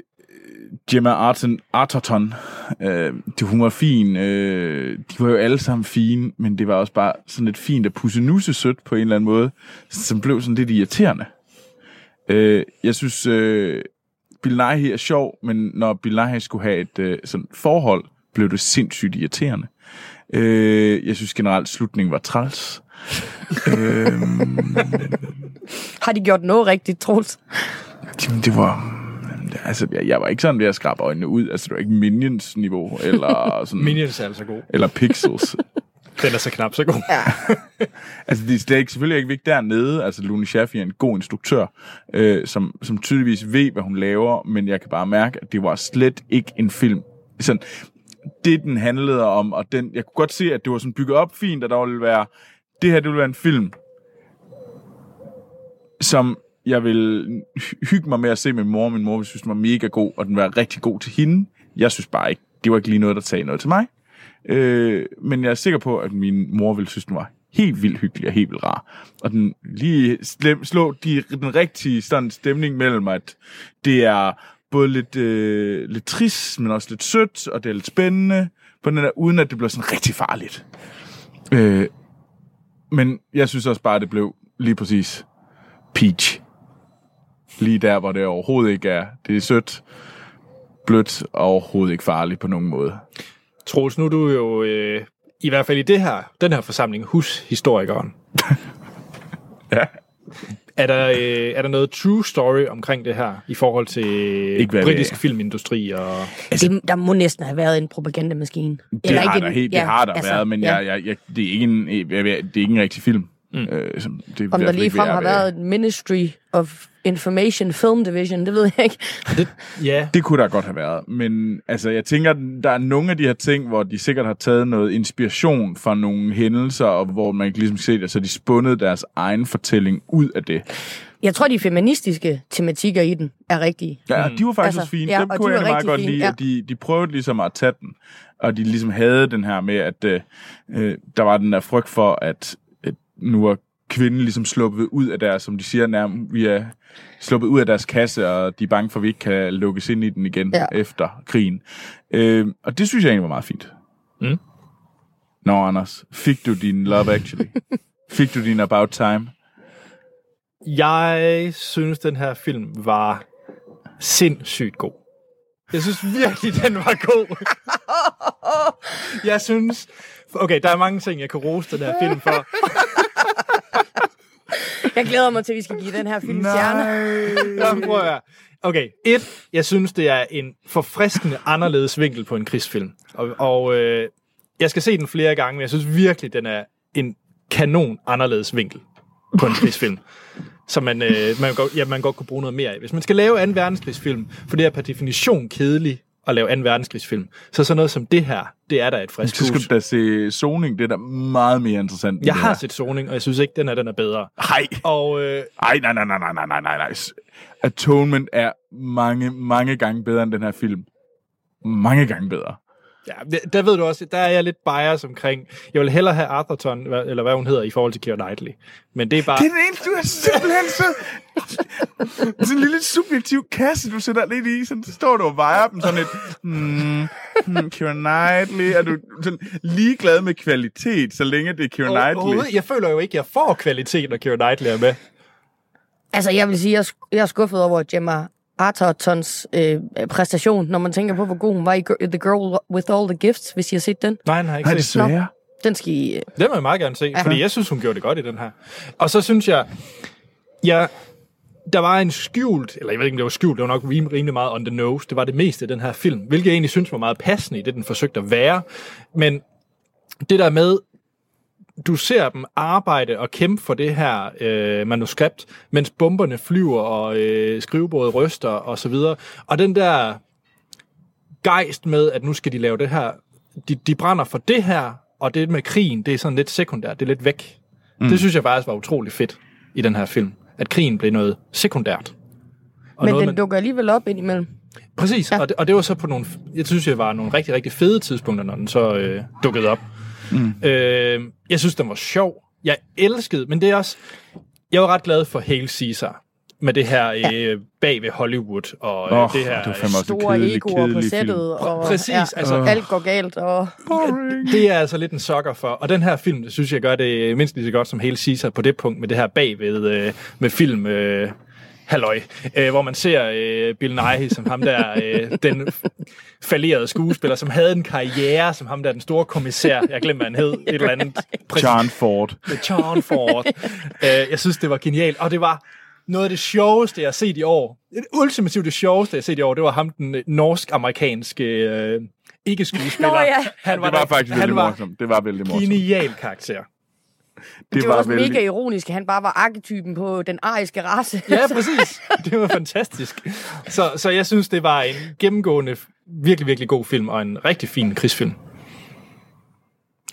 Gemma Arten, Arterton, øh, det, hun var fin. Øh, de var jo alle sammen fine, men det var også bare sådan lidt fint at pusse nusse sødt på en eller anden måde, som blev sådan lidt irriterende. Øh, jeg synes, øh, Bill Nighy er sjov, men når Bill Nighy skulle have et øh, sådan forhold, blev det sindssygt irriterende. Øh, jeg synes generelt, slutningen var træls. Har de gjort noget rigtigt, Troels? Jamen, det var... Altså, jeg, jeg var ikke sådan ved at skrabe øjnene ud. Altså, det var ikke Minions-niveau, eller sådan... Minions er altså god. Eller Pixels. Den er så knap så god. Ja. altså, det er slet ikke, selvfølgelig ikke vigtigt dernede. Altså, Lune Schaffi er en god instruktør, øh, som, som tydeligvis ved, hvad hun laver, men jeg kan bare mærke, at det var slet ikke en film. Sådan, det, den handlede om, og den, jeg kunne godt se, at det var sådan bygget op fint, og der ville være, det her, det ville være en film, som jeg vil hygge mig med at se med min mor. Min mor ville synes, den var mega god, og den var rigtig god til hende. Jeg synes bare ikke, det var ikke lige noget, der sagde noget til mig. Øh, men jeg er sikker på, at min mor ville synes, den var helt vildt hyggelig og helt vildt rar. Og den lige slem, slå de, den rigtige sådan stemning mellem, at det er både lidt, øh, lidt trist, men også lidt sødt, og det er lidt spændende, på den der, uden at det bliver sådan rigtig farligt. Øh, men jeg synes også bare, at det blev lige præcis peach. Lige der, hvor det overhovedet ikke er. Det er sødt, blødt og overhovedet ikke farligt på nogen måde. Troels, nu er du jo, øh, i hvert fald i det her, den her forsamling, hushistorikeren. Ja. Er der, øh, er der noget true story omkring det her, i forhold til Ikke hvad det britisk er. filmindustri? Og... Altså, det, der må næsten have været en propagandamaskine. Det har der, helt, det har der altså, været, men ja. jeg, jeg, jeg, det, er ikke en, jeg, jeg, det er ikke en rigtig film. Mm. Øh, som, det er i hvert Om der fald lige ikke, frem hvad har jeg- været et Ministry of Information Film Division, det ved jeg ikke. Ja, Det kunne der godt have været, men altså, jeg tænker, der er nogle af de her ting, hvor de sikkert har taget noget inspiration fra nogle hændelser, og hvor man kan ligesom se det, så de spundet deres egen fortælling ud af det. Jeg tror, de feministiske tematikker i den er rigtige. Ja, mm. de var faktisk Altså, altså, fine. ja, Ja, Dem og kunne de jeg var egentlig meget rigtig godt fine, lide, ja. at de, de prøvede ligesom at tage den, og de ligesom havde den her med, at øh, øh, der var den der frygt for, at, at nu var kvinden ligesom sluppet ud af deres, som de siger nærmest, vi er sluppet ud af deres kasse, og de er bange for, at vi ikke kan lukkes ind i den igen Ja. ja. efter krigen. Øh, og det synes jeg egentlig var meget fint. Mm. Nå, Anders, fik du din Love Actually? fik du din About Time? Jeg synes, den her film var sindssygt god. Jeg synes virkelig, den var god. Jeg synes... Okay, der er mange ting, jeg kan rose den her film for. Jeg glæder mig til, at vi skal give den her film stjerner. Nå, prøv at høre. Okay, et, jeg synes, det er en forfriskende anderledes vinkel på en krigsfilm. Og, og øh, jeg skal se den flere gange, men jeg synes virkelig, den er en kanon anderledes vinkel på en krigsfilm. Som man, øh, man, godt, ja, man godt kunne bruge noget mere af. Hvis man skal lave 2. verdenskrigsfilm, for det er per definition kedeligt at lave 2. verdenskrigsfilm, så sådan noget som det her, det er da et frisk Så skal hus. du da se Zoning, det er da meget mere interessant. end Jeg det har her. set Zoning, og jeg synes ikke, den er, den er bedre. Hej. Og øh, Ej, nej, nej, nej, nej, nej, nej, nej, nej. Atonement er mange, mange gange bedre end den her film. Mange gange bedre. Ja, det- der ved du også, der er jeg lidt bias omkring. Jeg vil hellere have Atherton, hva- eller hvad hun hedder, i forhold til Keira Knightley. Men det er bare... Det er den eneste, du er simpelthen så... sådan en lille subjektiv kasse, du sætter lidt i. Sådan, så står du og vejer dem sådan lidt... Hmm, hmm, Keira Knightley. Er du sådan ligeglad med kvalitet, så længe det er Keira Knightley? Overhovedet, jeg føler jo ikke, jeg får kvalitet, når Keira Knightley er med. Altså, jeg vil sige, jeg, er sk- jeg er skuffet over Gemma Artertons øh, præstation, når man tænker på, hvor god hun var i Gir- The Girl With All The Gifts, hvis I har set den. Nej, den har jeg Nej, ikke set. desværre. Den skal I... Øh, Den vil jeg meget gerne se, ja. fordi jeg synes, hun gjorde det godt i den her. Og så synes jeg, jeg der var en skjult, eller jeg ved ikke, om det var skjult, det var nok rim- rimelig meget on the nose. Det var det meste af den her film, hvilket jeg egentlig synes var meget passende i det, den forsøgte at være. Men det der med, du ser dem arbejde og kæmpe for det her øh, manuskript, mens bomberne flyver og øh, skrivebordet ryster og så videre. Og den der gejst med, at nu skal de lave det her. De, de brænder for det her, og det med krigen, det er sådan lidt sekundært, det er lidt væk. Mm. Det synes jeg faktisk var utrolig fedt i den her film, at krigen blev noget sekundært. Og men noget, den man- dukker alligevel op indimellem. Præcis, ja. og, det, og det var så på nogle, jeg synes, det var nogle rigtig, rigtig fede tidspunkter, når den så øh, dukkede op. Mm. Øh, jeg synes, den var sjov. Jeg elskede, men det er også, jeg var ret glad for Hail Caesar med det her øh, bag ved Hollywood og øh, Åh, det her. det var fandme også en Store kedelig, egoer på kedelig film. sættet, og Præcis, altså- alt går galt, og Det er jeg altså lidt en sokker for. Og den her film, det synes jeg gør det mindst lige så godt som hele Caesar på det punkt med det her bagved øh, med film... Øh, Halløj, øh, hvor man ser øh, Bill Nighy som ham der, øh, den fallerede skuespiller, som havde en karriere, som ham der, den store kommissær, jeg glemmer, hvad han hed, et eller andet. Præcis. John Ford. John Ford. øh, jeg synes, det var genialt, og det var noget af det sjoveste, jeg har set i år. Det ultimativt det sjoveste, jeg har set i år, det var ham, den øh, norsk-amerikanske øh, ikke-skuespiller. Nå ja. han Det var der- faktisk han vældig var morsomt. Det var vældig morsomt. genial karakter. det, var, også vældig- mega ironisk, at han bare var arketypen på den ariske race. Ja, præcis. Det var fantastisk. Så, så jeg synes, det var en gennemgående, virkelig, virkelig god film, og en rigtig fin krigsfilm.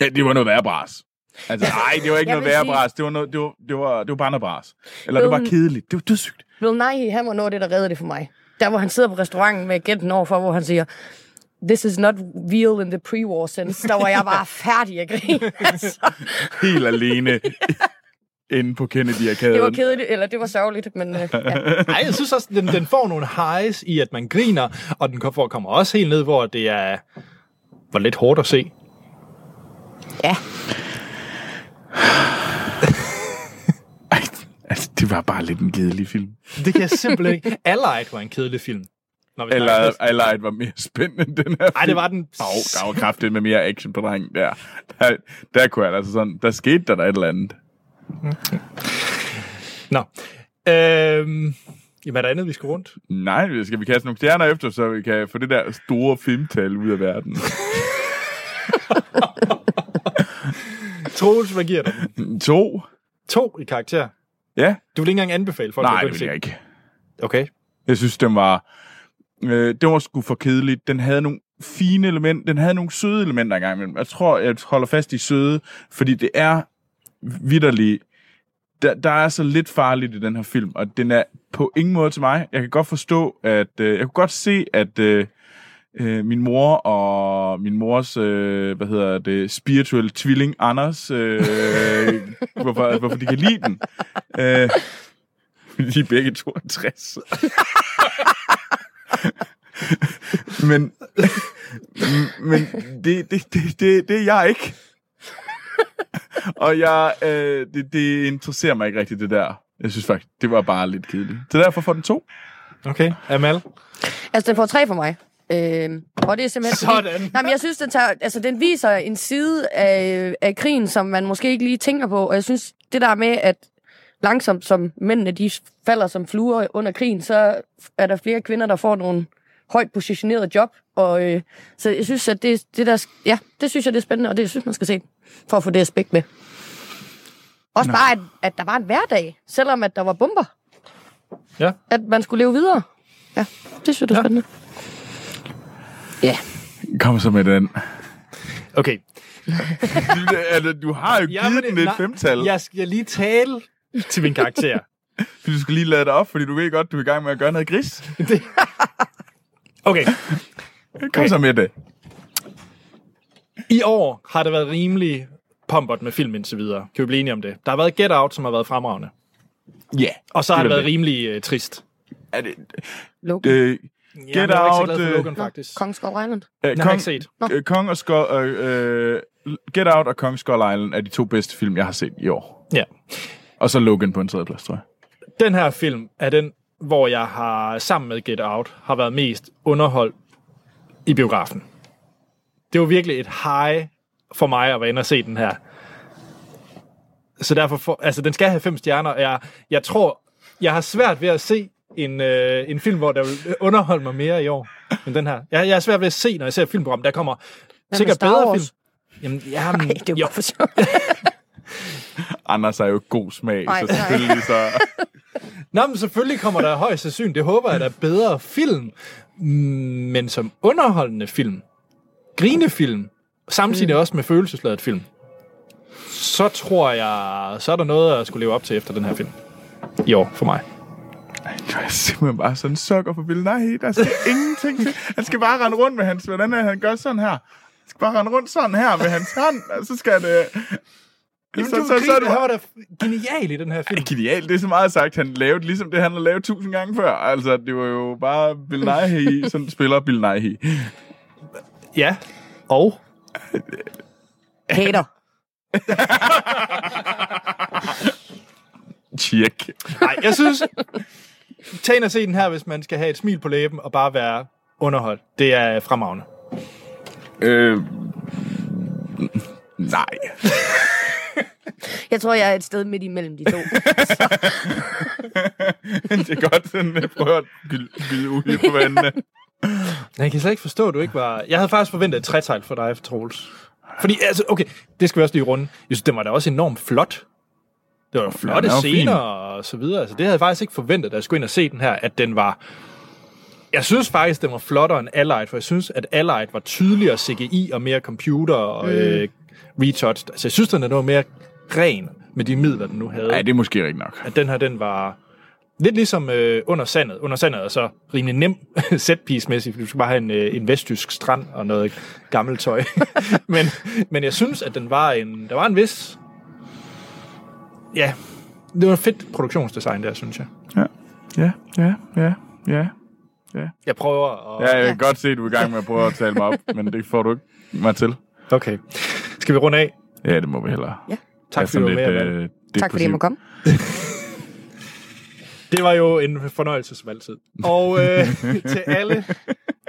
Ja, det var noget værre bras. Altså, nej, det var ikke Jeg noget vil værre sige- bras. Det var, noget, det var, det var, det var bare noget bras. Eller det var Øhm. kedeligt. Det var dødssygt. Bill Nighy, han var noget af det, der reddede det for mig. Der, hvor han sidder på restauranten med agenten overfor, hvor han siger, this is not real in the pre-war sense, der var jeg bare færdig at grine. altså, Helt alene inde på Kennedy-arkaden. det var kedeligt, eller det var sørgeligt, men øh, ja. Nej, jeg synes også, den, den får nogle highs i, at man griner, og den får, kommer også helt ned, hvor det er hvor lidt hårdt at se. ja. Ej, altså, det var bare lidt en kedelig film. Det kan jeg simpelthen ikke. Allied var en kedelig film. Når vi snakker Eller, sådan- eller at det var mere spændende end den her Ej, det var den. Au, der var kraftigt med mere action på drengen der. der. Der kunne jeg altså sådan, der skete der da et eller andet. Nå. Øhm, jamen, er der andet, vi skal rundt? Nej, skal vi kaste nogle stjerner efter, så vi kan få det der store filmtal ud af verden. Troels, hvad giver du den? To? To i karakter. Ja? Du vil ikke engang anbefale folk Nej, at gå det ind og vil jeg ikke. se. Okay. Jeg synes, den var... Øh, den var sgu for kedeligt. Den havde nogle fine elementer. Den havde nogle søde elementer engang imellem. Jeg tror, jeg holder fast i søde, fordi det er vidderligt. Der, der er så lidt farligt i den her film, og den er på ingen måde til mig. Jeg kan godt forstå, at... Øh, jeg kunne godt se, at... Øh, øh, min mor og min mors, øh, hvad hedder det, spirituelle tvilling, Anders, øh, hvorfor, hvorfor de kan lide den. Øh, fordi de er begge 62. men men det, det, det, det, det er jeg ikke. og jeg, øh, det, det interesserer mig ikke rigtigt, det der. Jeg synes faktisk, det var bare lidt kedeligt. Så derfor får den to. Okay. Amal? Altså, den får tre for mig. Øhm, og det er simpelthen... Sådan. Fordi, nej, men jeg synes, den, tager, altså, den viser en side af, af krigen, som man måske ikke lige tænker på. Og jeg synes, det der med, at langsomt som mændene de falder som fluer under krigen, så er der flere kvinder, der får nogle højt positionerede job. Og, øh, så jeg synes, at det, det der... Ja, det synes jeg, det er spændende, og det synes man skal se, for at få det aspekt med. Også bare, at, at der var en hverdag, selvom at der var bomber. Ja. At man skulle leve videre. Ja, det synes jeg, det er spændende. Kom så med den. Okay. altså, du har jo givet Jamen, den et nej, femtal. Jeg skal lige tale til min karakter. Fordi du skal lige lade dig op, fordi du ved godt, du er i gang med at gøre noget gris. Okay. Kom så med det. I år har det været rimelig pompert med film indtil videre. Kan vi blive enige om det? Der har været Get Out, som har været fremragende. Ja. Yeah. Og så har det Det er været det. rimelig øh, trist. Er det, Logan. øh, Get Get jeg var ikke så Out, glad for øh, Logan, faktisk. Kong Skull Island. øh, Den har jeg ikke set. Nå. øh, Kong og Skull, øh, øh, Get Out og Kong Skull Island er de to bedste film, jeg har set i år. Ja. Og så Logan på en tredje plads, tror jeg. Den her film er den, hvor jeg har sammen med Get Out har været mest underholdt i biografen. Det var virkelig et high for mig at være inde og se den her. Så derfor, for, altså den skal have fem stjerner, og jeg, jeg tror, jeg har svært ved at se en, øh, en film, hvor der vil underholde mig mere i år, end den her. Jeg, jeg er svært ved at se, når jeg ser et filmprogram, der kommer med sikkert Star bedre Wars? film. Jamen, jamen, Nej, det er jo, jo for sjovt. Anders er jo god smag, Nej, så nej. selvfølgelig så... Nå, men selvfølgelig kommer der højst sandsynligt. Det håber jeg, der er bedre film. Mm, Men som underholdende film, grinefilm, samtidig også med følelsesladet film, så tror jeg, så er der noget, jeg skulle leve op til efter den her film. I år, for mig. Du er simpelthen bare sådan en sukker for Bill Nighy. Der skal ingenting til. Han skal bare rende rundt med hans... Hvordan er det, han gør sådan her? Han skal bare rende rundt sådan her med hans hånd, og så skal det... Jamen, du, så, så, så er det var da genial i den her film. genialt. Det er så meget sagt. Han lavede ligesom det, han har lavet tusind gange før. Altså, det var jo bare Bill Nighy, sådan spiller Bill Nighy. Ja, og... Hater. Tjek. Nej, jeg synes... Tag ind og se den her, hvis man skal have et smil på læben og bare være underholdt. Det er fremragende. Øh, nej. Jeg tror, jeg er et sted midt imellem de to. det er godt, sådan jeg prøver at gylde olie på vandene. Jeg kan slet ikke forstå, at du ikke var... Jeg havde faktisk forventet et trætegn for dig, Troels. Fordi, altså, okay, det skal vi også lige runde. Jeg synes, den var da også enormt flot. Det var da flotte den er ja, jo scener fin. og så videre. Altså, det havde jeg faktisk ikke forventet, da jeg skulle ind og se den her, at den var... Jeg synes faktisk, den var flottere end Allied, for jeg synes, at Allied var tydeligere CGI og mere computer og mm. øh, retouched. Altså, jeg synes, den er noget mere ren med de midler, den nu havde. Ja, det er måske rigtigt nok. At den her, den var... Lidt ligesom øh, under sandet. Under sandet er så rimelig nem setpiece-mæssigt, fordi du skal bare have en, øh, en vestjysk strand og noget gammelt tøj. men, men jeg synes, at den var en, der var en vis... Ja, det var fedt produktionsdesign der, synes jeg. Ja, ja, ja, ja. Ja, Jeg prøver at... ja jeg kan godt se, at du er i gang med at prøve at tale mig op, men det får du ikke mig til. Okay. Skal vi runde af? Ja, det må vi hellere. Ja. Tak Jeg er fordi du var med, sådan lidt, Amanda. øh, Tak fordi jeg må depressiv. komme. Det var jo en fornøjelse som altid. Og øh, til alle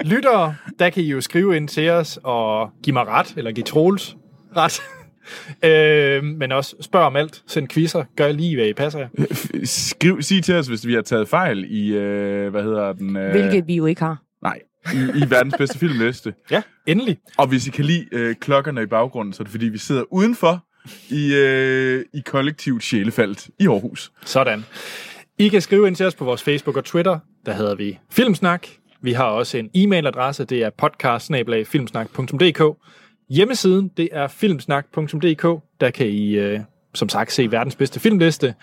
lyttere, der kan I jo skrive ind til os og give mig ret, eller give Troels ret. øh, men også spørg om alt, send quizzer, gør lige, hvad I passer jer. Øh, F- Skriv, sig til os, hvis vi har taget fejl i, øh, hvad hedder den? Øh, Hvilket vi jo ikke har. Nej, i, i verdens bedste filmliste. Ja, endelig. Og hvis I kan lide øh, klokkerne i baggrunden, så er det fordi, vi sidder udenfor i, øh, i kollektivt sjælefelt i Aarhus. Sådan. I kan skrive ind til os på vores Facebook og Twitter. Der hedder vi Filmsnak. Vi har også en e-mailadresse. Det er podcast Hjemmesiden, det er filmsnak.dk. Der kan I, øh, som sagt, se verdens bedste filmliste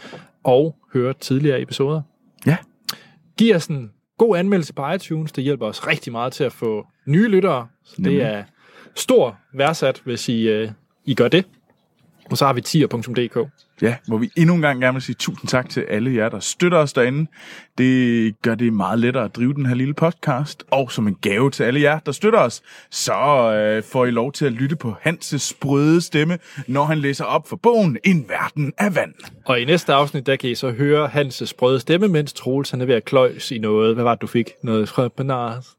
og høre tidligere episoder. Ja. Giv os en god anmeldelse på iTunes. Det hjælper os rigtig meget til at få nye lyttere. Så det Nemlig. er stor værdsat, hvis I, øh, I gør det. Og så har vi tier.dk. Ja, hvor vi endnu en gang gerne vil sige tusind tak til alle jer, der støtter os derinde. Det gør det meget lettere at drive den her lille podcast. Og som en gave til alle jer, der støtter os, så øh, får I lov til at lytte på Hans' sprøde stemme, når han læser op for bogen En Verden af Vand. Og i næste afsnit, der kan I så høre Hans' sprøde stemme, mens Troels han er ved at kløjs i noget. Hvad var det, du fik? Noget fra Benares.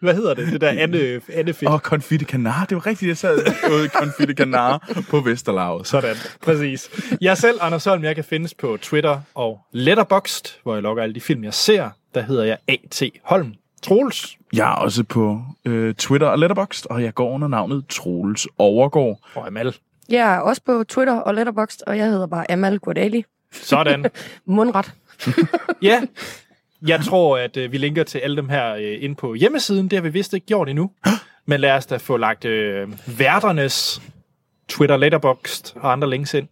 Hvad hedder det? Det der Anne, Anne Og Confite Canard, det var rigtigt, jeg sad ude i Confite Canard på Vesterlavet. Sådan, præcis. Jeg selv, Anders Holm, jeg kan findes på Twitter og Letterboxd, hvor jeg logger alle de film, jeg ser. Der hedder jeg A.T. Holm. Troels. Jeg er også på øh, Twitter og Letterboxd, og jeg går under navnet Troels Overgaard. Og Amal. Jeg er også på Twitter og Letterboxd, og jeg hedder bare Amal Gordali. Sådan. Mundret. Ja. Jeg tror, at øh, vi linker til alle dem her øh, ind på hjemmesiden. Det har vi vist ikke gjort endnu. Men lad os da få lagt øh, værternes Twitter, Letterboxd og andre links ind.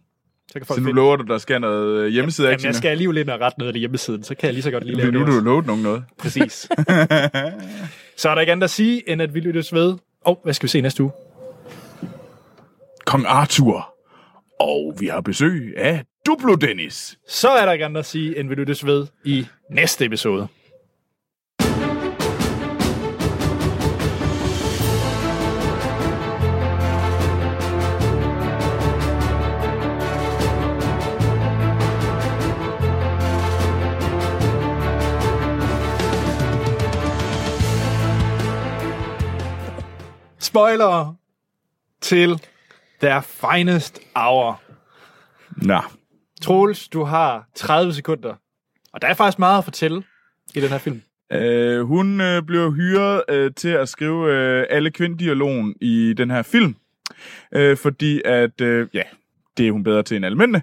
Så kan folk Så nu finde. lover du, der skal noget øh, hjemmeside Jamen, jeg skal alligevel ind og rette noget af det hjemmesiden, så kan jeg lige så godt lige lave Vil nu det. du også. lovet nogen noget? Præcis. så er der ikke andet at sige, end at vi lyttes ved. Og oh, hvad skal vi se næste uge? Kong Arthur. Og vi har besøg af Duplo Dennis. Så er der ikke andet at sige, end vi lyttes ved i næste episode. Spoiler til their finest hour. Nå, Troels, du har 30 sekunder. Og der er faktisk meget at fortælle i den her film. øh, hun øh, blev hyret øh, til at skrive øh, alle kvinddialogen i den her film. Øh, fordi at, øh, ja, det er hun bedre til end alle mændene.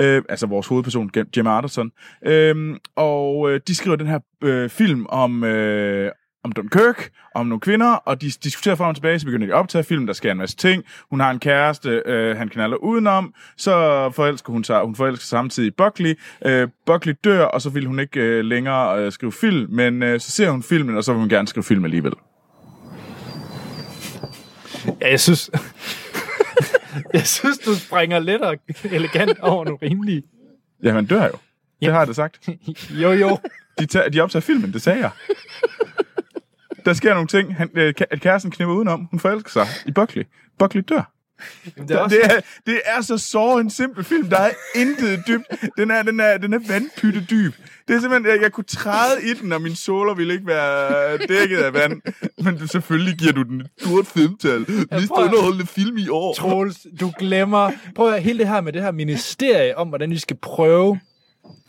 Øh, altså vores hovedperson, Gem- Gemma Arterson. Øh, og øh, de skriver den her øh, film om... Øh, om Dunkirk, om nogle kvinder, og de diskuterer frem og tilbage, så begynder de at optage film, der sker en masse ting. Hun har en kæreste, øh, han knaller udenom, så forelsker hun sig, hun forelsker sig samtidig i Buckley. Øh, Buckley dør, og så vil hun ikke øh, længere øh, skrive film, men øh, så ser hun filmen, og så vil hun gerne skrive film alligevel. Ja, jeg synes... jeg synes, du springer lidt og elegant over nogle rimelige... Ja, han dør jo. Det har jeg da sagt. Jo, jo. De, tager, de optager filmen, det sagde jeg. Der sker nogle ting. Han, øh, ka- kæresten knipper udenom. Hun forelsker sig i Buckley. Buckley dør. Det Det er, det, er, det er så såre en simpel film. Der er intet dybt. Den er, den er, den er vandpytte dyb. Det er simpelthen, jeg, jeg kunne træde i den, og min såler ville ikke være dækket af vand. Men du, selvfølgelig giver du den et stort femtal. Mest prøv at- underholdende film i år. Troels, du glemmer... Prøv at høre, hele det her med det her ministerie om, hvordan de skal prøve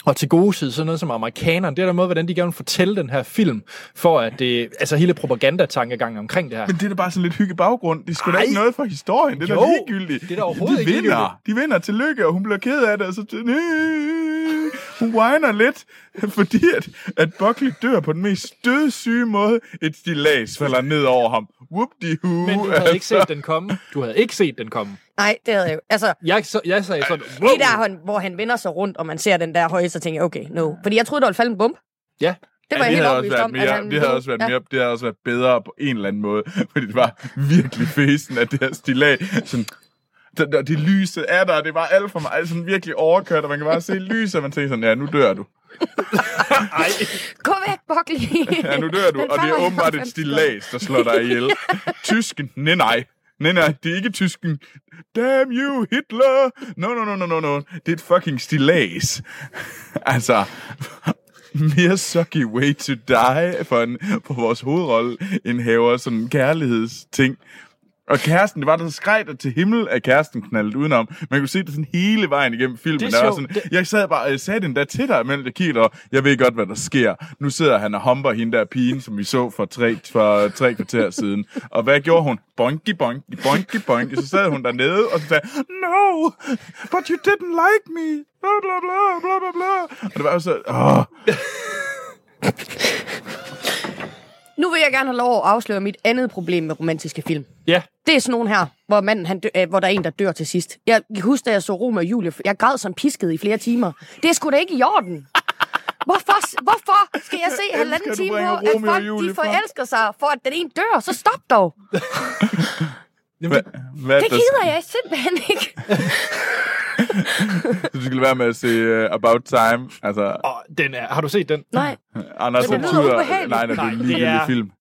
og til gode side, sådan noget som amerikanerne, det er der måde, hvordan de gerne vil fortælle den her film, for at det, altså hele propagandatankegangen omkring det her. Men det er da bare sådan lidt hygge baggrund. Det er sgu da Ej. ikke noget for historien. Det er Jo, da ligegyldigt. det er da overhovedet de ikke vinder. ligegyldigt. De vinder til lykke, og hun bliver ked af det. Og så hun whiner lidt, fordi at, at Buckley dør på den mest stødsyge måde. Et stilas falder ned over ham. Whoop de hoo Men du havde ikke set den komme. Du havde ikke set den komme. Nej, det havde jeg jo. Altså, Jeg, så, jeg sagde sådan, wow. det der, hånd, hvor han vender sig rundt, og man ser den der høje, så tænker jeg, okay, no. Fordi jeg troede, det var faldet en bombe. Ja. Det Ja, var jeg helt havde også overbevist været om. at mere, han det havde døde. også været mere, det havde også været bedre på en eller anden måde, fordi det var virkelig fesen af det her stilag. Sådan, det, det, det lyset er der, og det var alt for meget sådan virkelig overkørt, og man kan bare se lyset, og man tænker sådan, ja, nu dør du. Gå væk, Buckley! Ja, nu dør du, Den og det falder er i åbenbart et hans stillads, der slår dig ihjel. Tysken, nej nej. Nej, nej, det er ikke tysken. Damn you, Hitler! No, no, no, no, no, no. Det er et fucking stillads. altså, mere sucky way to die for, en, for vores hovedrolle end haver sådan en kærlighedsting. Og kæresten, det var der skreg der til himmel, at kæresten knaldede udenom. Man kunne se det sådan hele vejen igennem filmen. Det er der var sjovt. sådan, jeg sad bare, jeg sagde den der til dig, imellem jeg kiggede, og jeg ved godt, hvad der sker. Nu sidder han og humper hende der pigen, som vi så for tre, for tre kvarter siden. Og hvad gjorde hun? Bonky, bonky, bonky, bonky. Så sad hun dernede, og så sagde, no, but you didn't like me. Bla, bla, bla, bla, bla, bla. Og det var jo så, åh, Nu vil jeg gerne have lov at afsløre mit andet problem med romantiske film. Ja, Det er sådan nogen her, hvor, manden, han dø, øh, hvor der er en, der dør til sidst. Jeg kan huske, da jeg så Romeo og Julie, jeg græd som pisket i flere timer. Det er sgu da ikke i orden. Hvorfor, hvorfor skal jeg se elsker, halvanden at du time på, bringer at Romeo og folk Julie de frem. forelsker sig for, at den ene dør? Så stop dog. hvad, hvad er Det der- gider jeg simpelthen ikke. Du skal lade være med at se uh, About Time. Altså, og den er, har du set den? Nej. Anders Men det lyder Ventura. ubehageligt. Nej, det er Nej, en det ligegyldig er- film.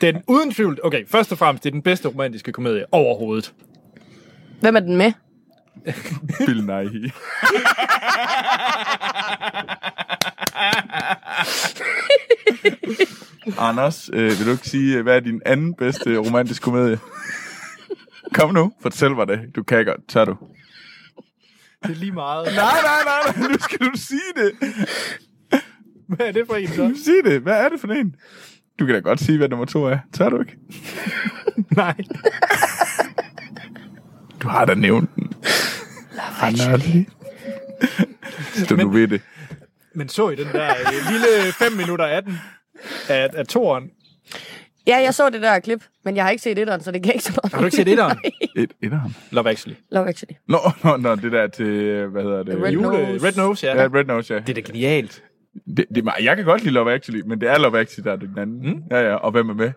Den uden tvivl, okay, først og fremmest, det er den bedste romantiske komedie overhovedet. Hvem er den med? Bill Nighy. Anders, øh, vil du ikke sige, hvad er din anden bedste romantisk komedie? Kom nu, fortæl mig det. Du kan godt, tør du. Det er lige meget. Nej, nej, nej, nej, nu skal du sige det. Hvad er det for en så? Sig det, hvad er det for en? Du kan da godt sige, hvad nummer to er. Tør du ikke? Nej. Du har da nævnt den. Love Så nu ved det. Men så i den der øh, lille 5 minutter 18 af, af toren. Ja, jeg så det der klip, men jeg har ikke set etteren, så det kan jeg ikke så meget. Har du ikke set etteren? Et, et ham. Love Actually. Love Actually. Nå, nå, nå, det der til, øh, hvad hedder det? Red Jule, Nose. Red Nose, ja. Ja, Red Nose, ja. Det er da genialt. Det, det er meget, jeg kan godt lide Love Actually, men det er Love Actually, der er den anden. Mm. Ja, ja, og hvem er med?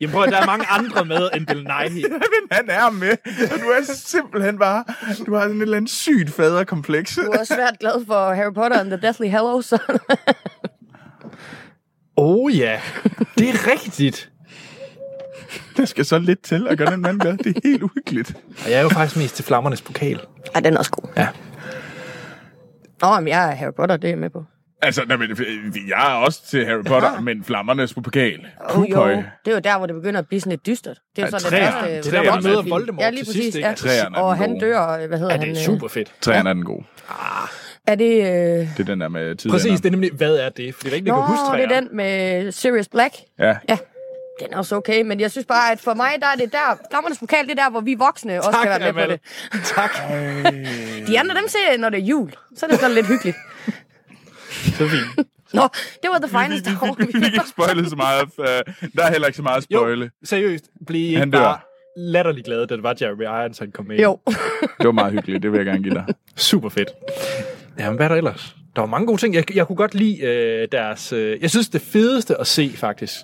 Jamen prøv at der er mange andre med end Bill Nighy. Jamen, han er med, og du er simpelthen bare, du har sådan et eller andet sygt faderkompleks. Du er også svært glad for Harry Potter and the Deathly Hallows. så- Oh ja, det er rigtigt. Der skal så lidt til at gøre den mand glad. Det er helt uhyggeligt. Og jeg er jo faktisk mest til flammernes pokal. Ej, den er også god. Ja. Nå, men jeg er Harry Potter, det er jeg med på. Altså, nej, men, øh, jeg er også til Harry Potter, men flammernes pokal. Oh, jo. Kupøj. Det er jo der, hvor det begynder at blive sådan lidt dystert. Det er jo Ja, sådan træer. det første... Det er der, hvor han møder Træerne. Voldemort Ja, lige til sidst. præcis. ikke? Ja. Træerne er Og den han gode. dør, hvad hedder Ja, han? det er øh, super fedt. Træerne er den gode. Er det... Øh... Det er den der med tidligere. Præcis, det er nemlig, hvad er det? Fordi der er ikke, der kan huske Nå, det træerne. er den med Sirius Black. Ja. Ja. Den er også okay, men jeg synes bare, at for mig, der er det der... Flammernes pokal, det er der, hvor vi voksne også Tak, kan være med på Amal. det. Tak. De andre, dem ser jeg, når det er jul. Så er det sådan lidt hyggeligt. Så fint. Nå, det var The Vi, Finest Hour. vi, vi, vi, vi kan ikke spoile så meget. øh, Der er heller ikke så meget at Jo, spoile. seriøst, bliv ikke Han han dør. bare latterlig glad, da det var Jeremy Irons, han kom med. Jo. Det var meget hyggeligt, det vil jeg gerne give dig. Super fedt. Jamen, hvad er der ellers? Der var mange gode ting. Jeg, jeg kunne godt lide øh, deres... Øh, jeg synes, det fedeste at se, faktisk,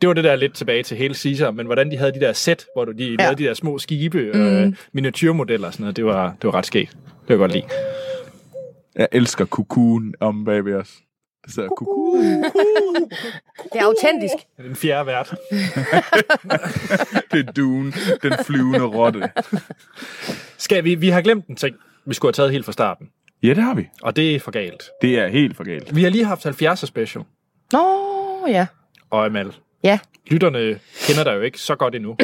det var det der lidt tilbage til hele Caesar, men hvordan de havde de der sæt, hvor du- de ja. lavede de der små skibe og øh, miniatyrmodeller og sådan noget. Det var, det var ret skægt. Det var godt lide. Jeg elsker kukuen om bagved os. Det sidder kuku. Det er autentisk. Den fjerde vært. Det er duen, den flyvende rotte. Skal vi... Vi har glemt en ting, vi skulle have taget helt fra starten. Ja, det har vi. Og det er for galt. Det er helt for galt. Vi har lige haft 70'er special. Nå, ja. Og Amal, Ja. lytterne kender dig jo ikke så godt endnu.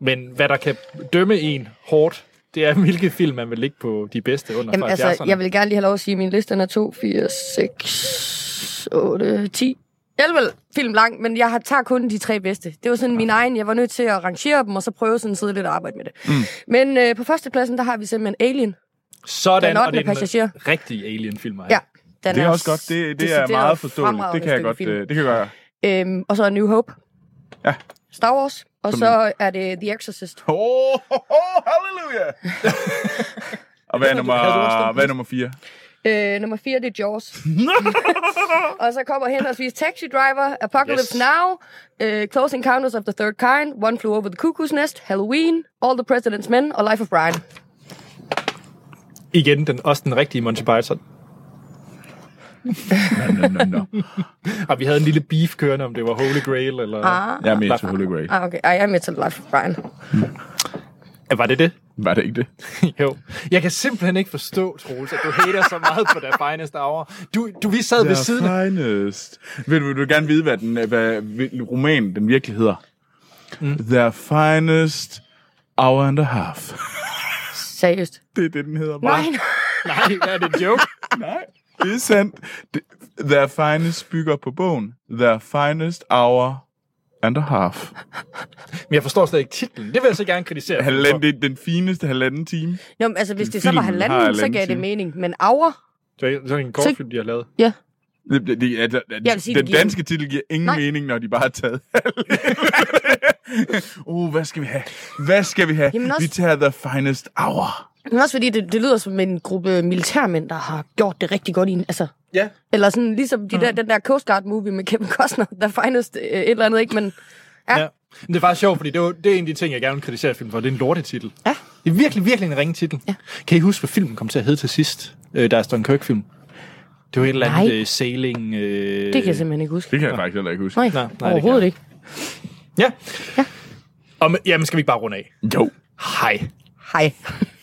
Men hvad der kan dømme en hårdt, det er, hvilke film man vil ligge på de bedste under Jamen, Jamen, 70'erne. altså, jeg vil gerne lige have lov at sige, at min liste den er 2, 4, 6, 8, 10, 11 film lang, men jeg har tager kun de tre bedste. Det var sådan min egen, jeg var nødt til at rangere dem, og så prøve sådan at sidde lidt og arbejde med det. Mm. Men øh, på førstepladsen, der har vi simpelhen Alien. Sådan, Den ottende og det er passager. den rigtige Alien-film. Ja, den Det er også godt. Det, det er decideret meget forståeligt. fremragende Det Øhm, kan jeg godt. stykke film. øh, Det kan jeg godt. Øhm, og så A New Hope. Ja. Star Wars. Og Som- så er det The Exorcist. Oh, hallelujah! Og hvad er nummer, hvad er nummer 4? Øh, nummer 4, det er Jaws. og så kommer henholdsvis Taxi Driver, Apocalypse Yes. yes. Now, øh, Close Encounters of the Third Kind, One Flew Over the Cuckoo's Nest, Halloween, All the President's Men og Life of Brian. Igen, den, også den rigtige Monty Python. Nå, nå, nå. Og vi havde en lille beef kørende, om det var Holy Grail, eller... Ah. Jeg er med til Holy Grail. Ah, okay. Ej, jeg er med til Life of Brian. Ja. Var det det? Var det ikke det? jo. Jeg kan simpelthen ikke forstå, Troels, at du hater så meget på The Finest Hour. Du, du vi sad ved siden af... finest. Vil, vil du gerne vide, hvad, den, hvad romanen den virkelig hedder? Mm. Their finest hour and a half. Seriøst. Det er det, den hedder. Nej, Bare. nej. Nej, er det en joke? Nej, det er sandt. Det- Their finest bygger på bogen. Their finest hour and a half. Men jeg forstår slet ikke titlen. Det vil jeg så gerne kritisere. Halvanden, det er den fineste halvanden time. Nå, men altså, hvis det så Filmen var har halvanden, så halvanden gav det time. mening. Men hour? Det er sådan en kortfilm, de har lavet. Ja. Det, det, det, det, Jeg det, vil sige, den det giver- danske titel giver ingen Nej. Nej. mening, når de bare har taget uh, hvad skal vi have? Hvad skal vi have? Jamen også- Vi tager The Finest Hour. Men også fordi, det, det lyder som en gruppe militærmænd, der har gjort det rigtig godt i en... Altså, Ja. eller sådan ligesom de Mm. der, den der Coast Guard-movie med Kevin Costner, der finest øh, et eller andet, ikke? Men ja. Men det er faktisk sjovt, fordi det er, jo- det er en af de ting, jeg gerne vil kritisere filmen for. Det er en lortetitel. Ja. Det er virkelig, virkelig en ringe titel. Ja. Kan I huske, hvad filmen kom til at hedde til sidst? Øh, der er Stone Kirk-film. Det var et eller andet Nej. øh, sailing... Øh... det kan jeg simpelthen ikke huske. Det kan jeg faktisk heller ikke huske. Nej, nej, nej, det kan nej overhovedet jeg. ikke. Ja. ja. Og, men- jamen, skal vi ikke bare runde af? Jo. Hej. Hej.